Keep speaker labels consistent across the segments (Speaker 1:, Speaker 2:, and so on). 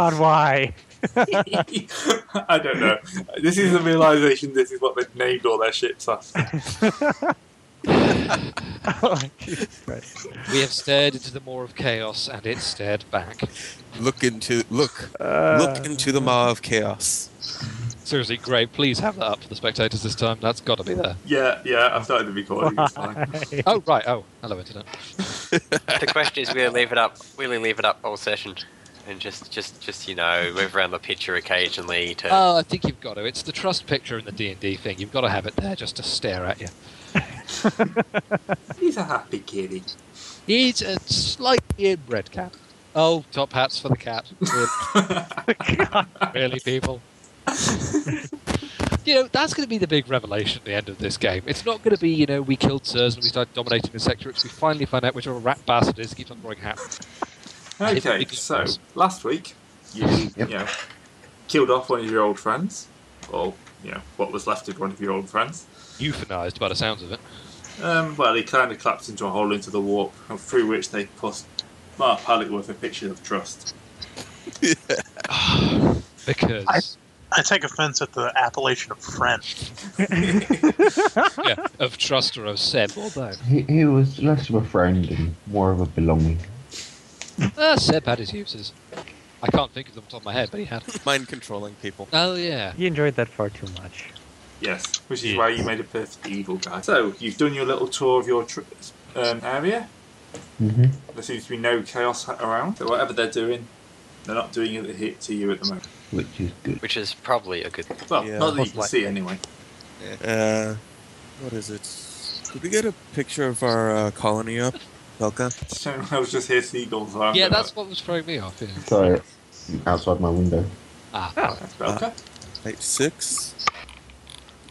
Speaker 1: And why?
Speaker 2: I don't know. This is the realization. This is what they've named all their ships after.
Speaker 1: Jesus Christ.
Speaker 3: We have stared into the maw of chaos, and it stared back.
Speaker 4: Look into look
Speaker 1: Uh,
Speaker 4: look into the maw of chaos.
Speaker 3: Seriously, Gray, please have that up for the spectators this time. That's got to be there.
Speaker 2: Yeah, yeah. I've started the recording. It's fine.
Speaker 1: why?
Speaker 3: Oh right. Oh, hello, internet.
Speaker 5: The question is, we'll leave it up. We'll leave it up all session, and just, just, just you know, move around the picture occasionally to.
Speaker 3: Oh, I think you've got to. It's the trust picture in the D and D thing. You've got to have it there just to stare at you.
Speaker 2: He's a happy kitty.
Speaker 3: He's a slightly inbred cat. Oh, top hats for the cat. Really, really, people. you know, that's going to be the big revelation at the end of this game. It's not going to be, you know, we killed Sirs and we started dominating the sector. It's we finally find out which of a rat bastard is keeps on throwing hats.
Speaker 2: Okay, so last week you you know killed off one of your old friends, or you know what was left of one of your old friends.
Speaker 3: Euthanized by the sounds of it.
Speaker 2: Um, well, he kind of collapsed into a hole into the warp, and through which they pushed Mark Pallet with a picture of trust.
Speaker 3: Because
Speaker 6: I take offense at the appellation of friend.
Speaker 3: yeah, of trust or of Seb or both.
Speaker 7: He, he was less of a friend and more of a belonging.
Speaker 3: Ah, Seb had his uses. I can't think of them off the top of my head, but he had.
Speaker 4: Mind controlling people.
Speaker 3: Oh yeah.
Speaker 1: You enjoyed that far too much.
Speaker 2: Yes, which is why you made a perfect evil guy. So you've done your little tour of your tr- um, area.
Speaker 7: hmm
Speaker 2: There seems to be no chaos ha- around. So whatever they're doing, they're not doing it hit to you at the moment.
Speaker 7: Which is good.
Speaker 5: Which is probably a good.
Speaker 2: Well,
Speaker 4: Yeah.
Speaker 2: not that you can see anyway.
Speaker 4: Uh, what is it? Did we get a picture of our uh, colony up, Velka?
Speaker 2: So I was just here seagulls. so I'm
Speaker 3: Yeah,
Speaker 2: gonna-
Speaker 3: that's what was throwing me off. Yeah.
Speaker 7: Sorry, outside my window.
Speaker 3: Ah,
Speaker 2: Belka.
Speaker 4: Type six.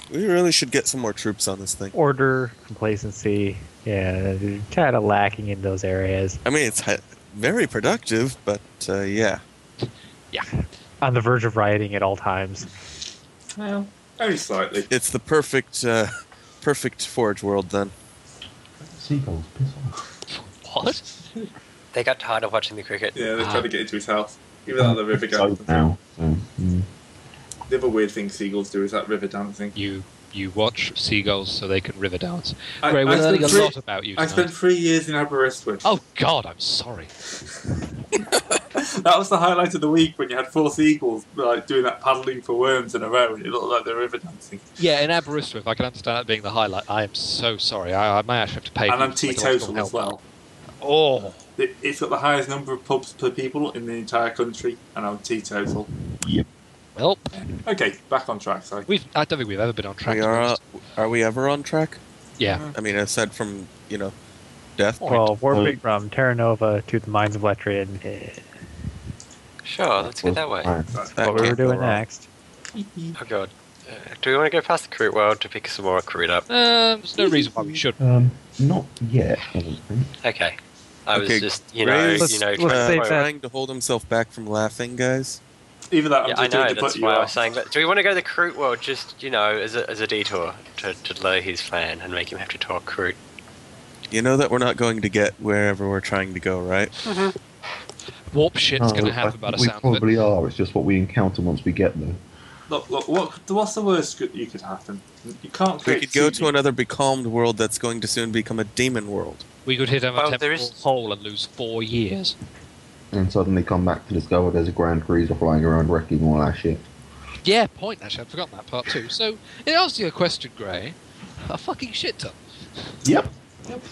Speaker 4: We really should get some more troops on this thing.
Speaker 1: Order, complacency, yeah, kind of lacking in those areas.
Speaker 4: I mean, it's hi- very productive, but uh, yeah.
Speaker 1: On the verge of rioting at all times.
Speaker 2: Well, only slightly.
Speaker 4: It's the perfect, uh, perfect forge world then.
Speaker 7: Seagulls, piss off.
Speaker 3: what?
Speaker 5: They got tired of watching the cricket.
Speaker 2: Yeah, they're trying to get into his house. Even though the river
Speaker 7: So
Speaker 2: dancing.
Speaker 7: now, so, mm.
Speaker 2: The other weird thing seagulls do is that river dancing.
Speaker 3: You you watch seagulls so they can river dance.
Speaker 2: I-
Speaker 3: Ray,
Speaker 2: I
Speaker 3: we're learning a
Speaker 2: spent three-
Speaker 3: lot about you
Speaker 2: I
Speaker 3: tonight.
Speaker 2: spent three years in Aberystwyth.
Speaker 3: Oh God, I'm sorry.
Speaker 2: That was the highlight of the week when you had four seagulls like doing that paddling for worms in a row, and it looked like they were river dancing.
Speaker 3: Yeah, in Aberystwyth, I can understand that being the highlight. I am so sorry. I, I may actually have to pay.
Speaker 2: and
Speaker 3: for
Speaker 2: I'm
Speaker 3: psychological
Speaker 2: teetotal
Speaker 3: help.
Speaker 2: as well.
Speaker 3: Oh,
Speaker 2: It, it's got the highest number of pubs per people in the entire country, and I'm teetotal.
Speaker 3: well,
Speaker 2: Okay, back on track. Sorry.
Speaker 3: we've. I don't think we've ever been on track.
Speaker 4: we
Speaker 3: to be
Speaker 4: are.
Speaker 3: honest.
Speaker 4: are we ever on track?
Speaker 3: yeah,
Speaker 4: I mean, aside from you know, death.
Speaker 1: Well, warping from Terra Nova to the Mines of Letrian. eh,
Speaker 5: Sure, let's go that way.
Speaker 7: Alright.
Speaker 1: That's
Speaker 4: That
Speaker 1: what we were
Speaker 4: can't go
Speaker 1: doing
Speaker 4: wrong.
Speaker 1: next.
Speaker 5: Oh god. Uh, do we want to go past the cricket world to pick some more cricket up?
Speaker 3: um, there's no reason why we should.
Speaker 7: Um, not yet, I don't think.
Speaker 5: Okay. I was
Speaker 4: Okay,
Speaker 5: just, you know,
Speaker 4: Ray's,
Speaker 5: you know,
Speaker 1: let's
Speaker 5: trying
Speaker 1: save
Speaker 5: to
Speaker 1: that.
Speaker 4: Uh, trying to hold himself back from laughing, guys.
Speaker 2: Even that, I'm
Speaker 5: Yeah, I
Speaker 2: just
Speaker 5: know.
Speaker 2: doing to put
Speaker 5: That's
Speaker 2: you
Speaker 5: why I
Speaker 2: off.
Speaker 5: was saying that. Do we want to go to the Kroot world just, you know, as a, as a detour to, to delay his plan and make him have to talk Kroot?
Speaker 4: You know that we're not going to get wherever we're trying to go, right?
Speaker 3: Warp shit's going
Speaker 7: No,
Speaker 3: to
Speaker 7: I
Speaker 3: happen
Speaker 7: think
Speaker 3: by the
Speaker 7: Oh, we
Speaker 3: sound of it.
Speaker 7: probably are. It's just what we encounter once we get there.
Speaker 2: Look, look, what, what's the worst that you could happen? You can't.
Speaker 4: We
Speaker 2: create
Speaker 4: could go to
Speaker 2: seagulls.
Speaker 4: another becalmed world that's going to soon become a demon world.
Speaker 3: We could hit him a
Speaker 5: Well,
Speaker 3: temporal
Speaker 5: there is-
Speaker 3: hole and lose four years.
Speaker 7: And suddenly come back to discover there's a Grand Cruiser flying around wrecking all our shit.
Speaker 3: Yeah, point. Actually, I've forgotten that part too. So it answers your question, Gray. A fucking shit ton.
Speaker 7: Yep.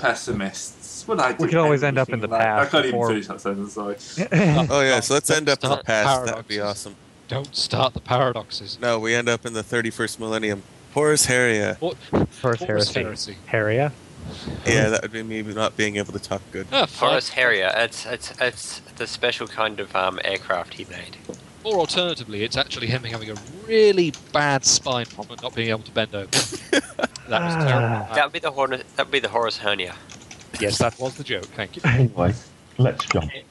Speaker 2: pessimists. Would I do
Speaker 1: We could always end up
Speaker 2: anything
Speaker 1: in the
Speaker 2: like- I
Speaker 1: past
Speaker 2: can't even
Speaker 1: before-
Speaker 2: finish that sentence. Sorry.
Speaker 4: Oh yeah, so let's end up in the
Speaker 3: Stop
Speaker 4: past. That would be
Speaker 3: paradoxes.
Speaker 4: awesome.
Speaker 3: Don't start the paradoxes.
Speaker 4: No, we end up in the 31st millennium. Horus Heria.
Speaker 3: What?
Speaker 1: First
Speaker 3: Horus
Speaker 1: heresy. Heria?
Speaker 4: Yeah, that would be me not being able to talk good.
Speaker 3: Ah,
Speaker 5: Horace
Speaker 3: fine.
Speaker 5: Harrier, it's, it's, it's the special kind of um, aircraft he made.
Speaker 3: Or alternatively, it's actually him having a really bad spine problem and not being able to bend over. that was terrible.
Speaker 5: Uh, That would be the Hornet, that would be the Horace Hernia.
Speaker 3: yes, that was the joke. Thank you.
Speaker 7: Anyway, let's jump.
Speaker 6: I hate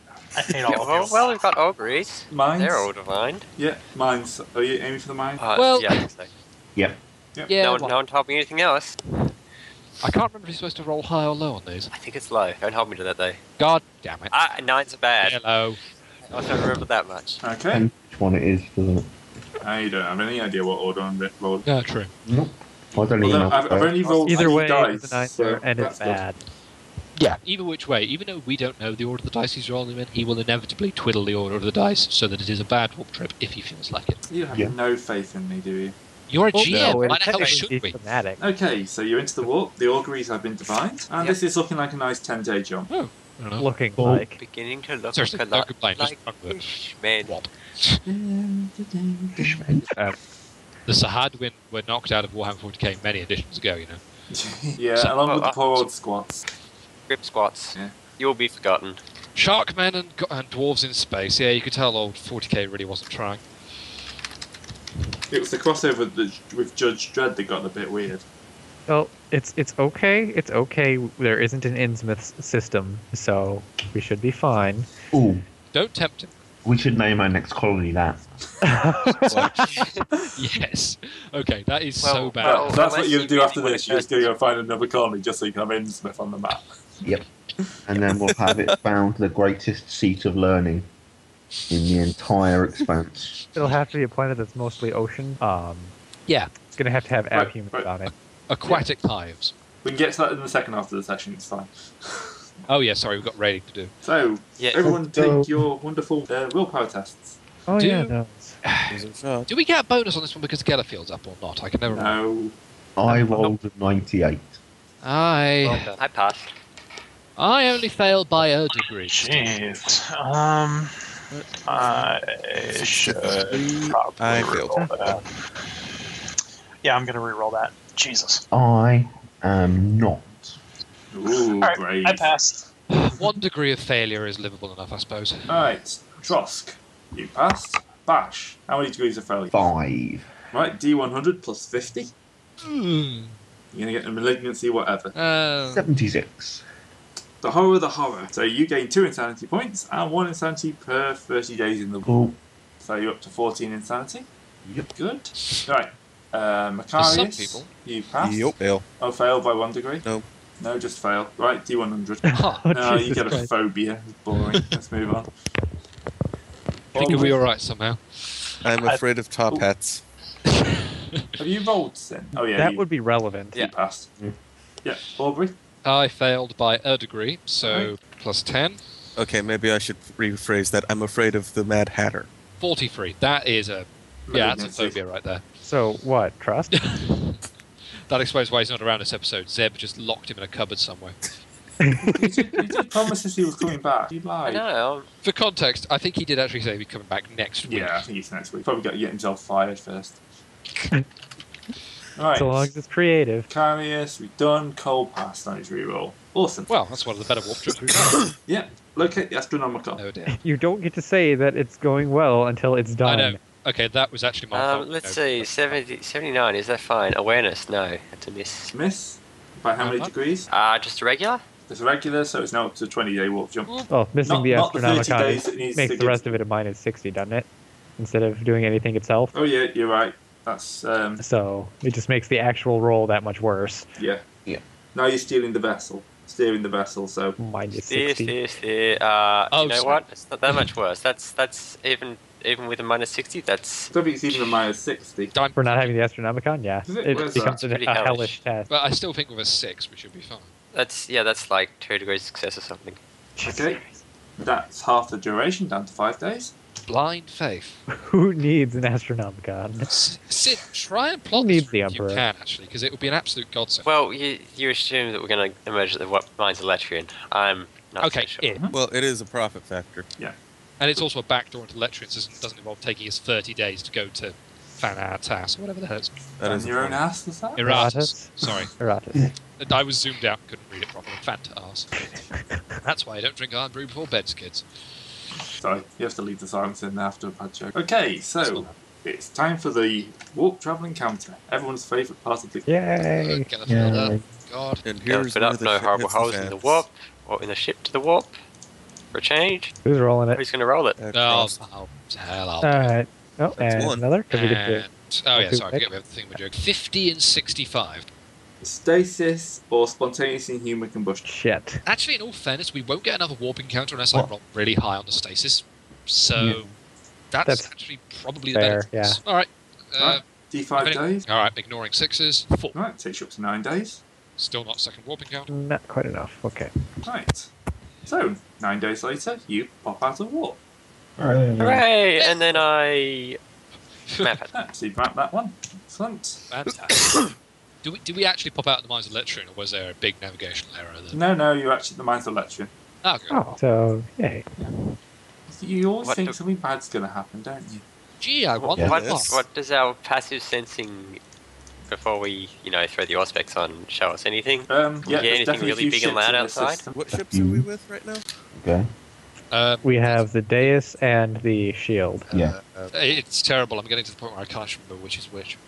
Speaker 5: Yeah,
Speaker 6: all of
Speaker 5: well,
Speaker 6: you.
Speaker 5: well, we've got Auguries.
Speaker 2: Mines.
Speaker 5: They're all divine.
Speaker 2: Yeah, mines. Are you aiming for the mine?
Speaker 5: Uh,
Speaker 3: Well-
Speaker 5: yeah, I think so.
Speaker 7: Yep.
Speaker 3: Yeah,
Speaker 5: no, one,
Speaker 3: well,
Speaker 5: no one told me anything else.
Speaker 3: I can't remember if you're supposed to roll high or low on these.
Speaker 5: I think it's low. Don't hold me to that though.
Speaker 3: God damn it.
Speaker 5: Ah, nines are bad.
Speaker 3: Hello.
Speaker 5: I don't remember that much.
Speaker 2: Okay.
Speaker 7: And which one it is, doesn't it?
Speaker 2: I don't have any idea what order I'm rolled.
Speaker 3: Yeah, Ah, true.
Speaker 7: Nope. I don't even
Speaker 2: Although
Speaker 7: know.
Speaker 2: I've, I've only rolled
Speaker 1: Either
Speaker 2: eight
Speaker 1: way,
Speaker 2: dice,
Speaker 1: it's a nine
Speaker 2: so
Speaker 1: and it's
Speaker 2: that's good.
Speaker 1: bad.
Speaker 3: Yeah, either which way, even though we don't know the order of the dice he's rolling in, he will inevitably twiddle the order of the dice so that it is a bad warp trip if he feels like it.
Speaker 2: You have
Speaker 7: Yeah.
Speaker 2: no faith in me, do you?
Speaker 3: You're a
Speaker 1: Well,
Speaker 3: GM.
Speaker 1: Oh, no,
Speaker 3: Why
Speaker 1: it's
Speaker 3: the hell
Speaker 1: technically
Speaker 3: should we?
Speaker 1: thematic.
Speaker 2: Okay, so you're into the warp. The auguries have been defined, and
Speaker 5: Yep.
Speaker 2: this is looking like a nice ten-day jump.
Speaker 3: Oh, I don't know.
Speaker 1: Looking
Speaker 7: Well,
Speaker 1: like
Speaker 5: Beginning to look
Speaker 3: Seriously,
Speaker 5: a
Speaker 3: don't
Speaker 5: lot
Speaker 3: complain, just
Speaker 5: like
Speaker 3: fuck with it.
Speaker 5: fish, man.
Speaker 3: Wop.
Speaker 7: Fishman.
Speaker 3: The Sahadwin were knocked out of Warhammer 40k many editions ago, you know.
Speaker 2: yeah,
Speaker 5: So-
Speaker 2: along with the
Speaker 5: uh,
Speaker 2: poor old squats.
Speaker 5: Grip squats.
Speaker 2: Yeah.
Speaker 5: You'll be forgotten.
Speaker 3: Sharkmen and, go- and dwarves in space. Yeah, you could tell old 40k really wasn't trying.
Speaker 2: It was the crossover that, with Judge Dredd that got a bit weird.
Speaker 1: well, Oh, it's it's okay. It's okay. There isn't an Innsmouth s- system, so we should be fine.
Speaker 7: Ooh,
Speaker 3: Don't tempt him.
Speaker 7: we should name our next colony that.
Speaker 3: Yes. Okay, that is so
Speaker 5: Well,
Speaker 3: bad.
Speaker 2: Well,
Speaker 5: Well,
Speaker 2: that's what
Speaker 5: unless
Speaker 2: you're
Speaker 5: you
Speaker 2: gonna do
Speaker 5: really
Speaker 2: after
Speaker 5: wanna
Speaker 2: this. You're just
Speaker 5: test-
Speaker 2: gonna go find another colony just so you can have Innsmouth on the map.
Speaker 7: And then we'll have it bound to the greatest seat of learning in the entire expanse.
Speaker 1: It'll have to be a planet that's mostly ocean. Um,
Speaker 3: Yeah.
Speaker 1: it's gonna have to have
Speaker 2: Right,
Speaker 1: abhumans
Speaker 2: right.
Speaker 1: on it.
Speaker 3: Aquatic hives.
Speaker 2: We can get to that in the second half of the session. It's fine.
Speaker 3: Oh, yeah, sorry, we've got raiding to do.
Speaker 2: So
Speaker 5: Yeah.
Speaker 2: everyone,
Speaker 7: Let's go.
Speaker 2: take your wonderful uh, willpower tests.
Speaker 1: Oh
Speaker 3: Do-
Speaker 1: yeah, no. it's-
Speaker 4: There's a shot.
Speaker 3: Do we get a bonus on this one because Gellerfield's up or not? I can never remember.
Speaker 2: No,
Speaker 7: I rolled a 98.
Speaker 3: I,
Speaker 5: Well done. I passed.
Speaker 3: I only fail by a degree.
Speaker 6: Jeez. Um, I should probably
Speaker 4: I failed.
Speaker 6: reroll that. Yeah, I'm gonna reroll that. Jesus.
Speaker 7: I am not.
Speaker 2: Ooh,
Speaker 6: All right,
Speaker 2: brave.
Speaker 6: I passed.
Speaker 3: One degree of failure is livable enough, I suppose.
Speaker 2: All right, Trosk, you passed. Bash, how many degrees of failure?
Speaker 7: Five.
Speaker 2: Right, D100 plus 50. Hmm.
Speaker 3: Mm.
Speaker 2: You're going to get a malignancy, whatever.
Speaker 3: Uh,
Speaker 7: 76.
Speaker 2: The horror, the horror. So you gain two insanity points and one insanity per 30 days in the war.
Speaker 7: Cool.
Speaker 2: So you're up to 14 insanity.
Speaker 7: Yep.
Speaker 2: Good. Right. Uh,
Speaker 3: some
Speaker 2: Macarius,
Speaker 3: people.
Speaker 2: you passed.
Speaker 4: Yep. Fail.
Speaker 2: Oh, fail by one degree?
Speaker 4: No.
Speaker 2: No, just fail. Right, D100.
Speaker 3: huh.
Speaker 1: Oh,
Speaker 2: no, you
Speaker 1: Jesus
Speaker 2: get a
Speaker 1: Christ.
Speaker 2: phobia. It's boring. Let's move on.
Speaker 3: I think we'll be
Speaker 2: Baldwin,
Speaker 3: alright somehow.
Speaker 4: I'm
Speaker 6: I-
Speaker 4: afraid of top
Speaker 2: Ooh.
Speaker 4: hats.
Speaker 2: Have you rolled sin? Oh, yeah.
Speaker 1: that
Speaker 2: you,
Speaker 1: would be relevant.
Speaker 2: you
Speaker 5: Yeah.
Speaker 2: passed.
Speaker 7: Mm.
Speaker 2: Yeah, Aubrey?
Speaker 3: I failed by a degree, so plus 10.
Speaker 4: Okay, maybe I should rephrase that. I'm afraid of the Mad Hatter.
Speaker 3: 43. That is a. Yeah, that's a
Speaker 2: Malignancy.
Speaker 3: phobia right there.
Speaker 1: So what? Trust?
Speaker 3: That explains why he's not around this episode. Zeb just locked him in a cupboard somewhere.
Speaker 2: you, did, you did promise us he was coming back. You
Speaker 3: Oh,
Speaker 5: I
Speaker 2: lied.
Speaker 5: know.
Speaker 3: For context, I think he did actually say he'd be coming back next week.
Speaker 2: Yeah, I think it's next week. Probably got to get himself fired first. All right.
Speaker 1: So long as it's creative.
Speaker 2: Carius, we've done. Cole passed on his reroll. Awesome.
Speaker 3: Well, that's one of the better warp trips we've done.
Speaker 2: yeah, locate the astronomical.
Speaker 3: oh dear.
Speaker 1: You don't get to say that it's going well until it's
Speaker 3: I
Speaker 1: done.
Speaker 3: know. Okay, that was actually my fault.
Speaker 5: Um, let's
Speaker 3: No.
Speaker 5: see, 70, 79, is that fine? Awareness, no, that's a miss.
Speaker 2: Miss by how many
Speaker 3: Uh-huh.
Speaker 2: degrees?
Speaker 5: Uh, just a regular?
Speaker 2: It's a regular, so it's now up to 20 day warp jump.
Speaker 1: Well, Oh, missing
Speaker 2: Not,
Speaker 1: the
Speaker 2: not the 30
Speaker 1: astronomical
Speaker 2: days it needs to
Speaker 1: makes the
Speaker 2: get-
Speaker 1: rest of it a minus sixty, doesn't it? Instead of doing anything itself.
Speaker 2: Oh, yeah, you're right. That's, um,
Speaker 1: So it just makes the actual roll that much worse.
Speaker 2: yeah.
Speaker 7: Yeah.
Speaker 2: Now you're stealing the vessel. Steering the vessel, so.
Speaker 1: Minus
Speaker 5: This,
Speaker 1: sixty.
Speaker 5: this, this. Uh,
Speaker 3: Oh,
Speaker 5: you know
Speaker 3: sorry.
Speaker 5: what? It's not that much worse. That's that's even even with a minus 60, that's.
Speaker 2: I don't think it's even a minus 60.
Speaker 3: I'm-
Speaker 1: For not having the Astronomicon, yeah.
Speaker 2: Is it-
Speaker 1: It
Speaker 2: where's
Speaker 1: becomes
Speaker 5: that?
Speaker 1: a,
Speaker 5: Pretty
Speaker 1: a
Speaker 5: hellish.
Speaker 1: hellish test.
Speaker 3: But I still think with a six, we should be fine.
Speaker 5: That's yeah, that's like two degrees of success or something.
Speaker 2: Okay. That's half the duration, down to five days.
Speaker 3: Blind faith.
Speaker 1: Who needs an Astronomicon?
Speaker 3: S- Sid, try and plot
Speaker 1: Who
Speaker 3: this
Speaker 1: needs the
Speaker 3: if you
Speaker 1: Emperor?
Speaker 3: can actually, because it would be an absolute godsend.
Speaker 5: Well, you you assume that we're going to emerge at the what mine's a Latrian. I'm not
Speaker 3: okay,
Speaker 5: so sure.
Speaker 3: it.
Speaker 4: Well, it is a profit factor.
Speaker 3: and it's also a backdoor into Letrian system. It doesn't involve taking us 30 days to go to Fanatas or whatever the hell it's
Speaker 4: That
Speaker 2: and
Speaker 4: is a
Speaker 2: your own
Speaker 4: point.
Speaker 2: ass, is that?
Speaker 3: Eratus. Sorry,
Speaker 1: Eratus.
Speaker 3: I was zoomed out and couldn't read it properly. Fantas. That's why I don't drink iron brew before beds, kids.
Speaker 2: Sorry, you have to leave the silence in after a bad joke. Okay, so it's time for the warp travel encounter. Everyone's favourite part of the.
Speaker 1: Yay!
Speaker 3: Gellerfield,
Speaker 7: Yay.
Speaker 3: oh, God.
Speaker 4: And
Speaker 5: Don't
Speaker 4: here's
Speaker 5: put
Speaker 4: where
Speaker 5: up
Speaker 4: the
Speaker 5: no
Speaker 4: shit
Speaker 5: horrible
Speaker 4: hits the
Speaker 5: holes in the
Speaker 4: fans.
Speaker 5: warp or in the ship to the warp. For a change,
Speaker 1: Who's rolling it?
Speaker 5: who's going to roll it?
Speaker 4: Uh,
Speaker 3: Oh,
Speaker 4: cross.
Speaker 3: oh, hell. I'll-
Speaker 1: Alright. Oh,
Speaker 4: That's
Speaker 1: and
Speaker 4: one.
Speaker 1: another. 'cause we get to-
Speaker 3: And- oh, yeah,
Speaker 1: two
Speaker 3: sorry, I forget we have the thing with joke. 50 and 65.
Speaker 2: Stasis or spontaneous inhuman combustion.
Speaker 1: Shit.
Speaker 3: Actually, in all fairness, we won't get another warp encounter unless I
Speaker 7: What?
Speaker 3: roll really high on the stasis. So
Speaker 1: Yeah.
Speaker 3: that's,
Speaker 1: That's
Speaker 3: actually probably
Speaker 1: fair,
Speaker 3: the better. choice. All right. Uh,
Speaker 2: Alright, D5
Speaker 3: if any-
Speaker 2: days.
Speaker 3: all right, ignoring sixes. Four.
Speaker 2: Right, takes you up to nine days.
Speaker 3: Still not second warping count.
Speaker 1: Not quite enough. Okay.
Speaker 2: Right. So, nine days later, you pop out of war.
Speaker 5: Hooray! And then I map it.
Speaker 2: Ah, so you map that one. Excellent.
Speaker 3: Fantastic. do, we, do we actually pop out of the mines of Letrun, or was there a big navigational error there?
Speaker 2: No, no, you're actually at the mouth of lecture.
Speaker 3: Oh, good.
Speaker 1: Oh, so yay.
Speaker 2: You always
Speaker 5: What
Speaker 2: think
Speaker 5: the-
Speaker 2: something bad's going to happen, don't you?
Speaker 3: Gee, I wonder
Speaker 4: Yeah,
Speaker 5: What,
Speaker 4: that's-
Speaker 5: what does our passive sensing before we, you know, throw the auspex on show us anything?
Speaker 2: Um, yeah,
Speaker 5: Yeah,
Speaker 2: there's
Speaker 5: anything
Speaker 2: definitely a
Speaker 5: really
Speaker 2: few
Speaker 5: big and
Speaker 2: ships in
Speaker 5: loud
Speaker 2: this
Speaker 5: outside?
Speaker 2: system.
Speaker 4: What ships are we with right now?
Speaker 7: Okay.
Speaker 3: Um,
Speaker 1: We have the dais and the shield.
Speaker 7: Yeah.
Speaker 3: uh, it's terrible. I'm getting to the point where I can't remember which is which.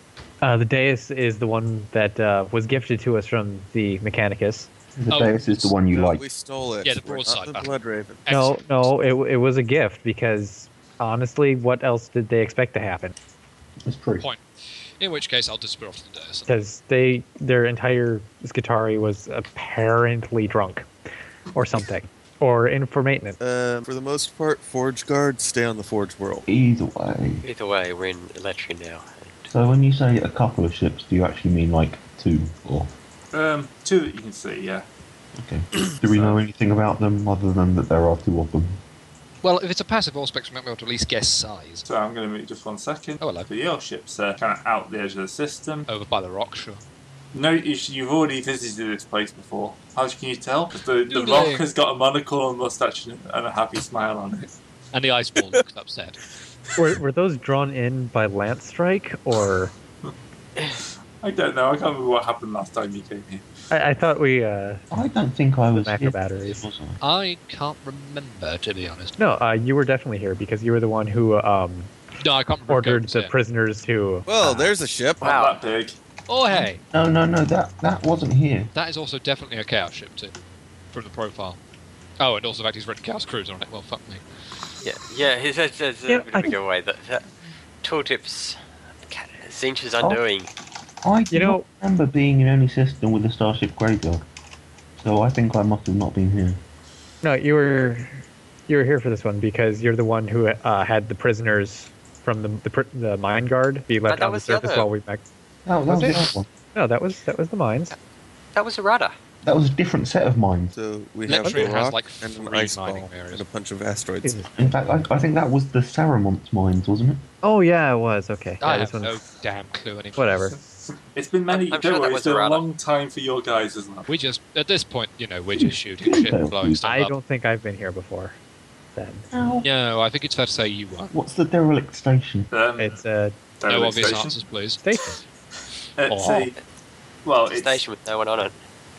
Speaker 1: Uh, the dais is the one that uh, was gifted to us from the Mechanicus.
Speaker 7: The
Speaker 3: Oh,
Speaker 7: Deus is the one you
Speaker 4: No,
Speaker 7: like.
Speaker 4: We stole it.
Speaker 3: Yeah, the
Speaker 4: We're not
Speaker 3: broadside
Speaker 4: the
Speaker 3: battle.
Speaker 4: Blood Raven.
Speaker 1: No,
Speaker 3: Excellent.
Speaker 1: no, it, it was a gift because honestly, what else did they expect to happen?
Speaker 7: That's true.
Speaker 3: Point. In which case, I'll disappear off to the dais.
Speaker 1: Because they their entire Skatari was apparently drunk or something, or in for maintenance.
Speaker 4: Um, for the most part, Forge Guards stay on the Forge World.
Speaker 7: Either way.
Speaker 5: Either way, we're in Electric now.
Speaker 7: So when you say a couple of ships, do you actually mean like two or?
Speaker 2: Um, two that you can see, yeah.
Speaker 7: Okay. Do we know anything about them other than that there are two of them?
Speaker 3: Well, if it's a passive auspex, we might be able to at least guess size.
Speaker 2: So I'm going to move just one second.
Speaker 3: Oh, hello.
Speaker 2: So your ships are kind of out the edge of the system.
Speaker 3: Over by the rock, sure.
Speaker 2: No, you sh- you've already visited this place before. How can you tell? 'Cause The, the
Speaker 3: Doodling.
Speaker 2: rock has got a monocle and mustache and and a happy smile on it.
Speaker 3: And the ice ball looks upset.
Speaker 1: were, were those drawn in by lance strike, or
Speaker 2: I don't know. I can't remember what happened last time you came here.
Speaker 1: I, I thought we uh,
Speaker 7: I don't think I was.
Speaker 1: macro
Speaker 7: here,
Speaker 1: batteries.
Speaker 7: was I?
Speaker 3: I can't remember, to be honest.
Speaker 1: no, uh, you were definitely here because you were the one who um,
Speaker 3: No, I can't remember.
Speaker 1: ordered
Speaker 3: Go
Speaker 1: the
Speaker 3: upset.
Speaker 1: prisoners to.
Speaker 4: Well,
Speaker 3: Uh-huh.
Speaker 1: uh,
Speaker 4: there's a ship.
Speaker 5: Wow.
Speaker 2: Not that big.
Speaker 3: Oh, hey!
Speaker 7: No, no, no. That that wasn't here.
Speaker 3: That is also definitely a chaos ship, too. From the profile. Oh, and also the fact he's written Chaos Cruiser on it. Well, fuck me.
Speaker 5: Yeah, yeah, he's that's, that's
Speaker 1: Yeah,
Speaker 5: a bit
Speaker 1: I
Speaker 5: of uh, a
Speaker 1: think-
Speaker 5: giveaway. That, that tooltips, God, Zinch's
Speaker 1: Oh.
Speaker 5: undoing.
Speaker 7: I do
Speaker 1: You know-
Speaker 7: not remember being in any system with a starship graveyard. So I think I must have not been here.
Speaker 1: No, you were you were here for this one because you're the one who uh, had the prisoners from the the, pr- the mine guard be left
Speaker 5: that
Speaker 1: on the
Speaker 5: was the
Speaker 1: surface
Speaker 5: other-
Speaker 1: while we back.
Speaker 7: No, that was,
Speaker 1: Oh, Was it?
Speaker 7: the other one.
Speaker 1: No, that was that was the mines.
Speaker 5: That was a rudder.
Speaker 7: That was a different set of mines.
Speaker 4: So we have
Speaker 3: Lectrin
Speaker 4: a
Speaker 3: has
Speaker 4: rock
Speaker 3: like
Speaker 4: and an
Speaker 3: three
Speaker 4: ice
Speaker 3: mining
Speaker 4: ball
Speaker 3: areas.
Speaker 4: and a bunch of asteroids.
Speaker 1: Jesus.
Speaker 7: In fact, I, I think that was the Saramont's mines, wasn't it?
Speaker 1: Oh yeah, it was okay. Yeah,
Speaker 3: I
Speaker 1: this
Speaker 3: have
Speaker 1: one,
Speaker 3: no damn clue anymore.
Speaker 1: whatever.
Speaker 2: It's been many.
Speaker 5: I'm-
Speaker 2: don't
Speaker 5: I'm sure that
Speaker 2: worry,
Speaker 5: was
Speaker 2: it's been a
Speaker 5: errata.
Speaker 2: long time for your guys as well.
Speaker 3: We just, at this point, you know, we're just shooting shit and blowing stuff
Speaker 1: I
Speaker 3: up.
Speaker 1: don't think I've been here before. Then
Speaker 3: No, I think it's fair to say you were.
Speaker 7: What's the derelict station?
Speaker 3: Hmm.
Speaker 2: Um,
Speaker 1: it's a
Speaker 3: No
Speaker 2: derelict
Speaker 3: obvious
Speaker 2: station.
Speaker 3: answers, please.
Speaker 1: station.
Speaker 2: It's
Speaker 3: Oh.
Speaker 2: a, well, Oh, it's,
Speaker 5: Station with no one on it.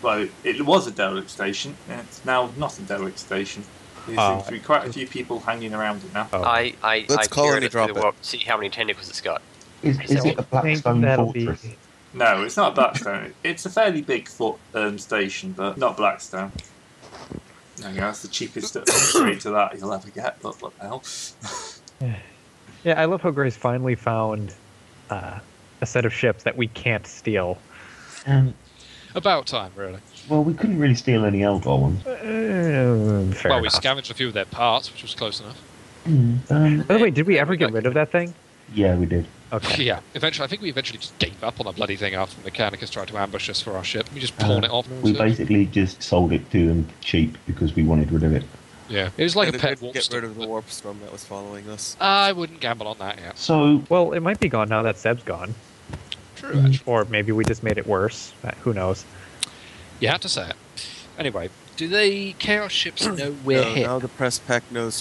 Speaker 2: well, it was a derelict station. and It's now not a derelict station. There
Speaker 3: Ah,
Speaker 1: Oh.
Speaker 2: seems to be quite a few people hanging around it now.
Speaker 1: Oh.
Speaker 5: I, I,
Speaker 4: Let's
Speaker 5: I
Speaker 4: call
Speaker 5: peer
Speaker 4: any
Speaker 5: at through
Speaker 4: drop
Speaker 5: the
Speaker 4: it.
Speaker 5: warp, see how many tentacles it's got.
Speaker 7: Is, is
Speaker 5: So
Speaker 7: it a
Speaker 1: I think
Speaker 7: Blackstone
Speaker 1: that'll be-
Speaker 7: fortress?
Speaker 2: No, it's not Blackstone. it's a fairly big fort, um, station, but not Blackstone. No, yeah, that's the cheapest upgrade to that you'll ever get. But what the hell?
Speaker 1: Yeah, I love how Grace finally found uh, a set of ships that we can't steal.
Speaker 7: Um,
Speaker 3: About time, really.
Speaker 7: well, we couldn't really steal any Eldar ones.
Speaker 1: Uh, fair
Speaker 3: well, we
Speaker 1: enough.
Speaker 3: scavenged a few of their parts, which was close enough.
Speaker 7: Mm, um,
Speaker 1: By the way, did we ever get rid of that thing?
Speaker 7: yeah, we did.
Speaker 1: Okay.
Speaker 3: Yeah, eventually, I think we eventually just gave up on the bloody thing after the Mechanicus tried to ambush us for our ship. We just pawned
Speaker 7: Uh,
Speaker 3: it off.
Speaker 7: We basically just sold it to them cheap because we wanted rid of it.
Speaker 3: yeah, it was like
Speaker 4: And
Speaker 3: a
Speaker 4: if
Speaker 3: pet
Speaker 4: we
Speaker 3: warp
Speaker 4: Get
Speaker 3: stick,
Speaker 4: rid of the
Speaker 3: but
Speaker 4: warp storm that was following us.
Speaker 3: I wouldn't gamble on that yet.
Speaker 7: So
Speaker 1: Well, it might be gone now that Seb's gone.
Speaker 3: True, actually.
Speaker 1: Or maybe we just made it worse. Uh, Who knows?
Speaker 3: You have to say it. Anyway, do they chaos ships know we're
Speaker 4: No,
Speaker 3: here?
Speaker 4: Now the press pack knows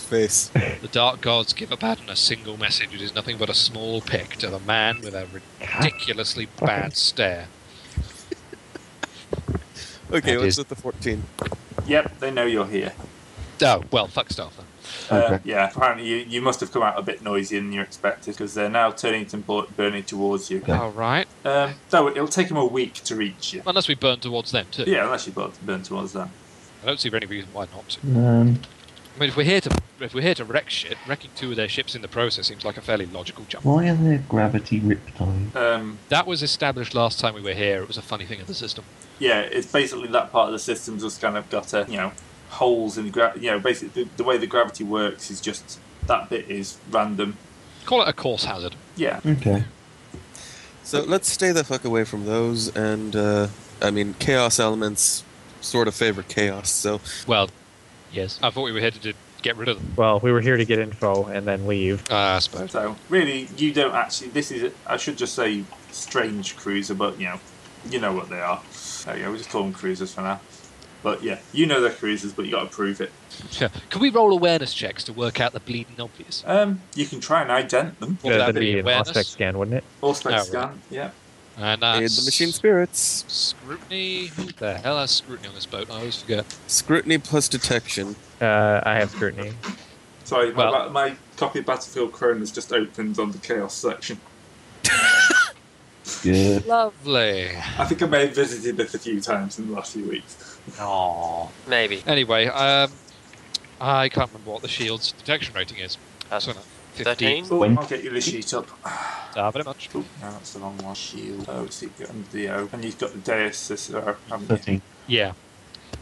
Speaker 4: face.
Speaker 3: The dark gods give Abaddon a single message. It is nothing but a small pick to the man with a ridiculously bad stare.
Speaker 4: Okay,
Speaker 3: That
Speaker 4: what's
Speaker 3: is-
Speaker 4: with the 14?
Speaker 2: Yep, they know you're here.
Speaker 3: Oh well, fuck stuff.
Speaker 2: Uh,
Speaker 3: Then.
Speaker 7: Okay.
Speaker 2: yeah, apparently you, you must have come out a bit noisier than you expected because they're now turning to bur- burning towards you.
Speaker 7: Okay.
Speaker 3: All right,
Speaker 2: Um, though it'll take them a week to reach you.
Speaker 3: unless we burn towards them too.
Speaker 2: Yeah, unless you bu- burn towards them.
Speaker 3: I don't see any reason why not. to.
Speaker 7: um,
Speaker 3: I mean, if we're here to if we're here to wreck shit, wrecking two of their ships in the process seems like a fairly logical jump.
Speaker 7: why are there gravity riptides?
Speaker 2: Um,
Speaker 3: That was established last time we were here. It was a funny thing in the system.
Speaker 2: yeah, it's basically that part of the system's just kind of got a you know holes in gravity. You know, basically the, the way the gravity works is just that bit is random.
Speaker 3: Call it a course hazard.
Speaker 2: Yeah,
Speaker 7: Okay.
Speaker 4: So let's stay the fuck away from those. And uh, I mean, chaos elements sort of favor chaos. So
Speaker 3: Well, yes. I thought we were here to do, get rid of them.
Speaker 1: Well, we were here to get info and then leave.
Speaker 3: Uh, I suppose.
Speaker 2: so really you don't actually. This is I should just say strange cruiser, but you know, you know what they are. So yeah, we just call them cruisers for now. But yeah, you know they're cruisers, but you got to prove it.
Speaker 3: Yeah. Can we roll awareness checks to work out the bleeding obvious?
Speaker 2: Um, you can try and ident them.
Speaker 3: What would that
Speaker 1: that'd
Speaker 3: be?
Speaker 1: be an
Speaker 3: Awareness?
Speaker 1: aspect scan, wouldn't it?
Speaker 2: Or spec
Speaker 3: Oh, right.
Speaker 2: scan. Yeah.
Speaker 3: And
Speaker 4: aid
Speaker 3: that's
Speaker 4: the machine spirits.
Speaker 3: Scrutiny. Who the hell has scrutiny on this boat? I always forget.
Speaker 4: Scrutiny plus detection.
Speaker 1: Uh, I have scrutiny.
Speaker 2: Sorry, my,
Speaker 3: Well-
Speaker 2: my copy of Battlefield Chrome has just opened on the Chaos section.
Speaker 7: Good.
Speaker 3: Lovely.
Speaker 2: I think I may have visited it a few times in the last few weeks.
Speaker 6: No.
Speaker 5: Maybe.
Speaker 3: Anyway, um, I can't remember what the shield's detection rating is.
Speaker 5: That's
Speaker 3: So, no, 15.
Speaker 5: 13?
Speaker 2: Oh,
Speaker 7: When-
Speaker 2: I'll get you the sheet up.
Speaker 3: Uh, very much.
Speaker 2: Oh, no, that's the wrong one. Shield. Oh, it's the under the O. And you've got the Deus Cicero, haven't you?
Speaker 7: Thirteen.
Speaker 3: Yeah.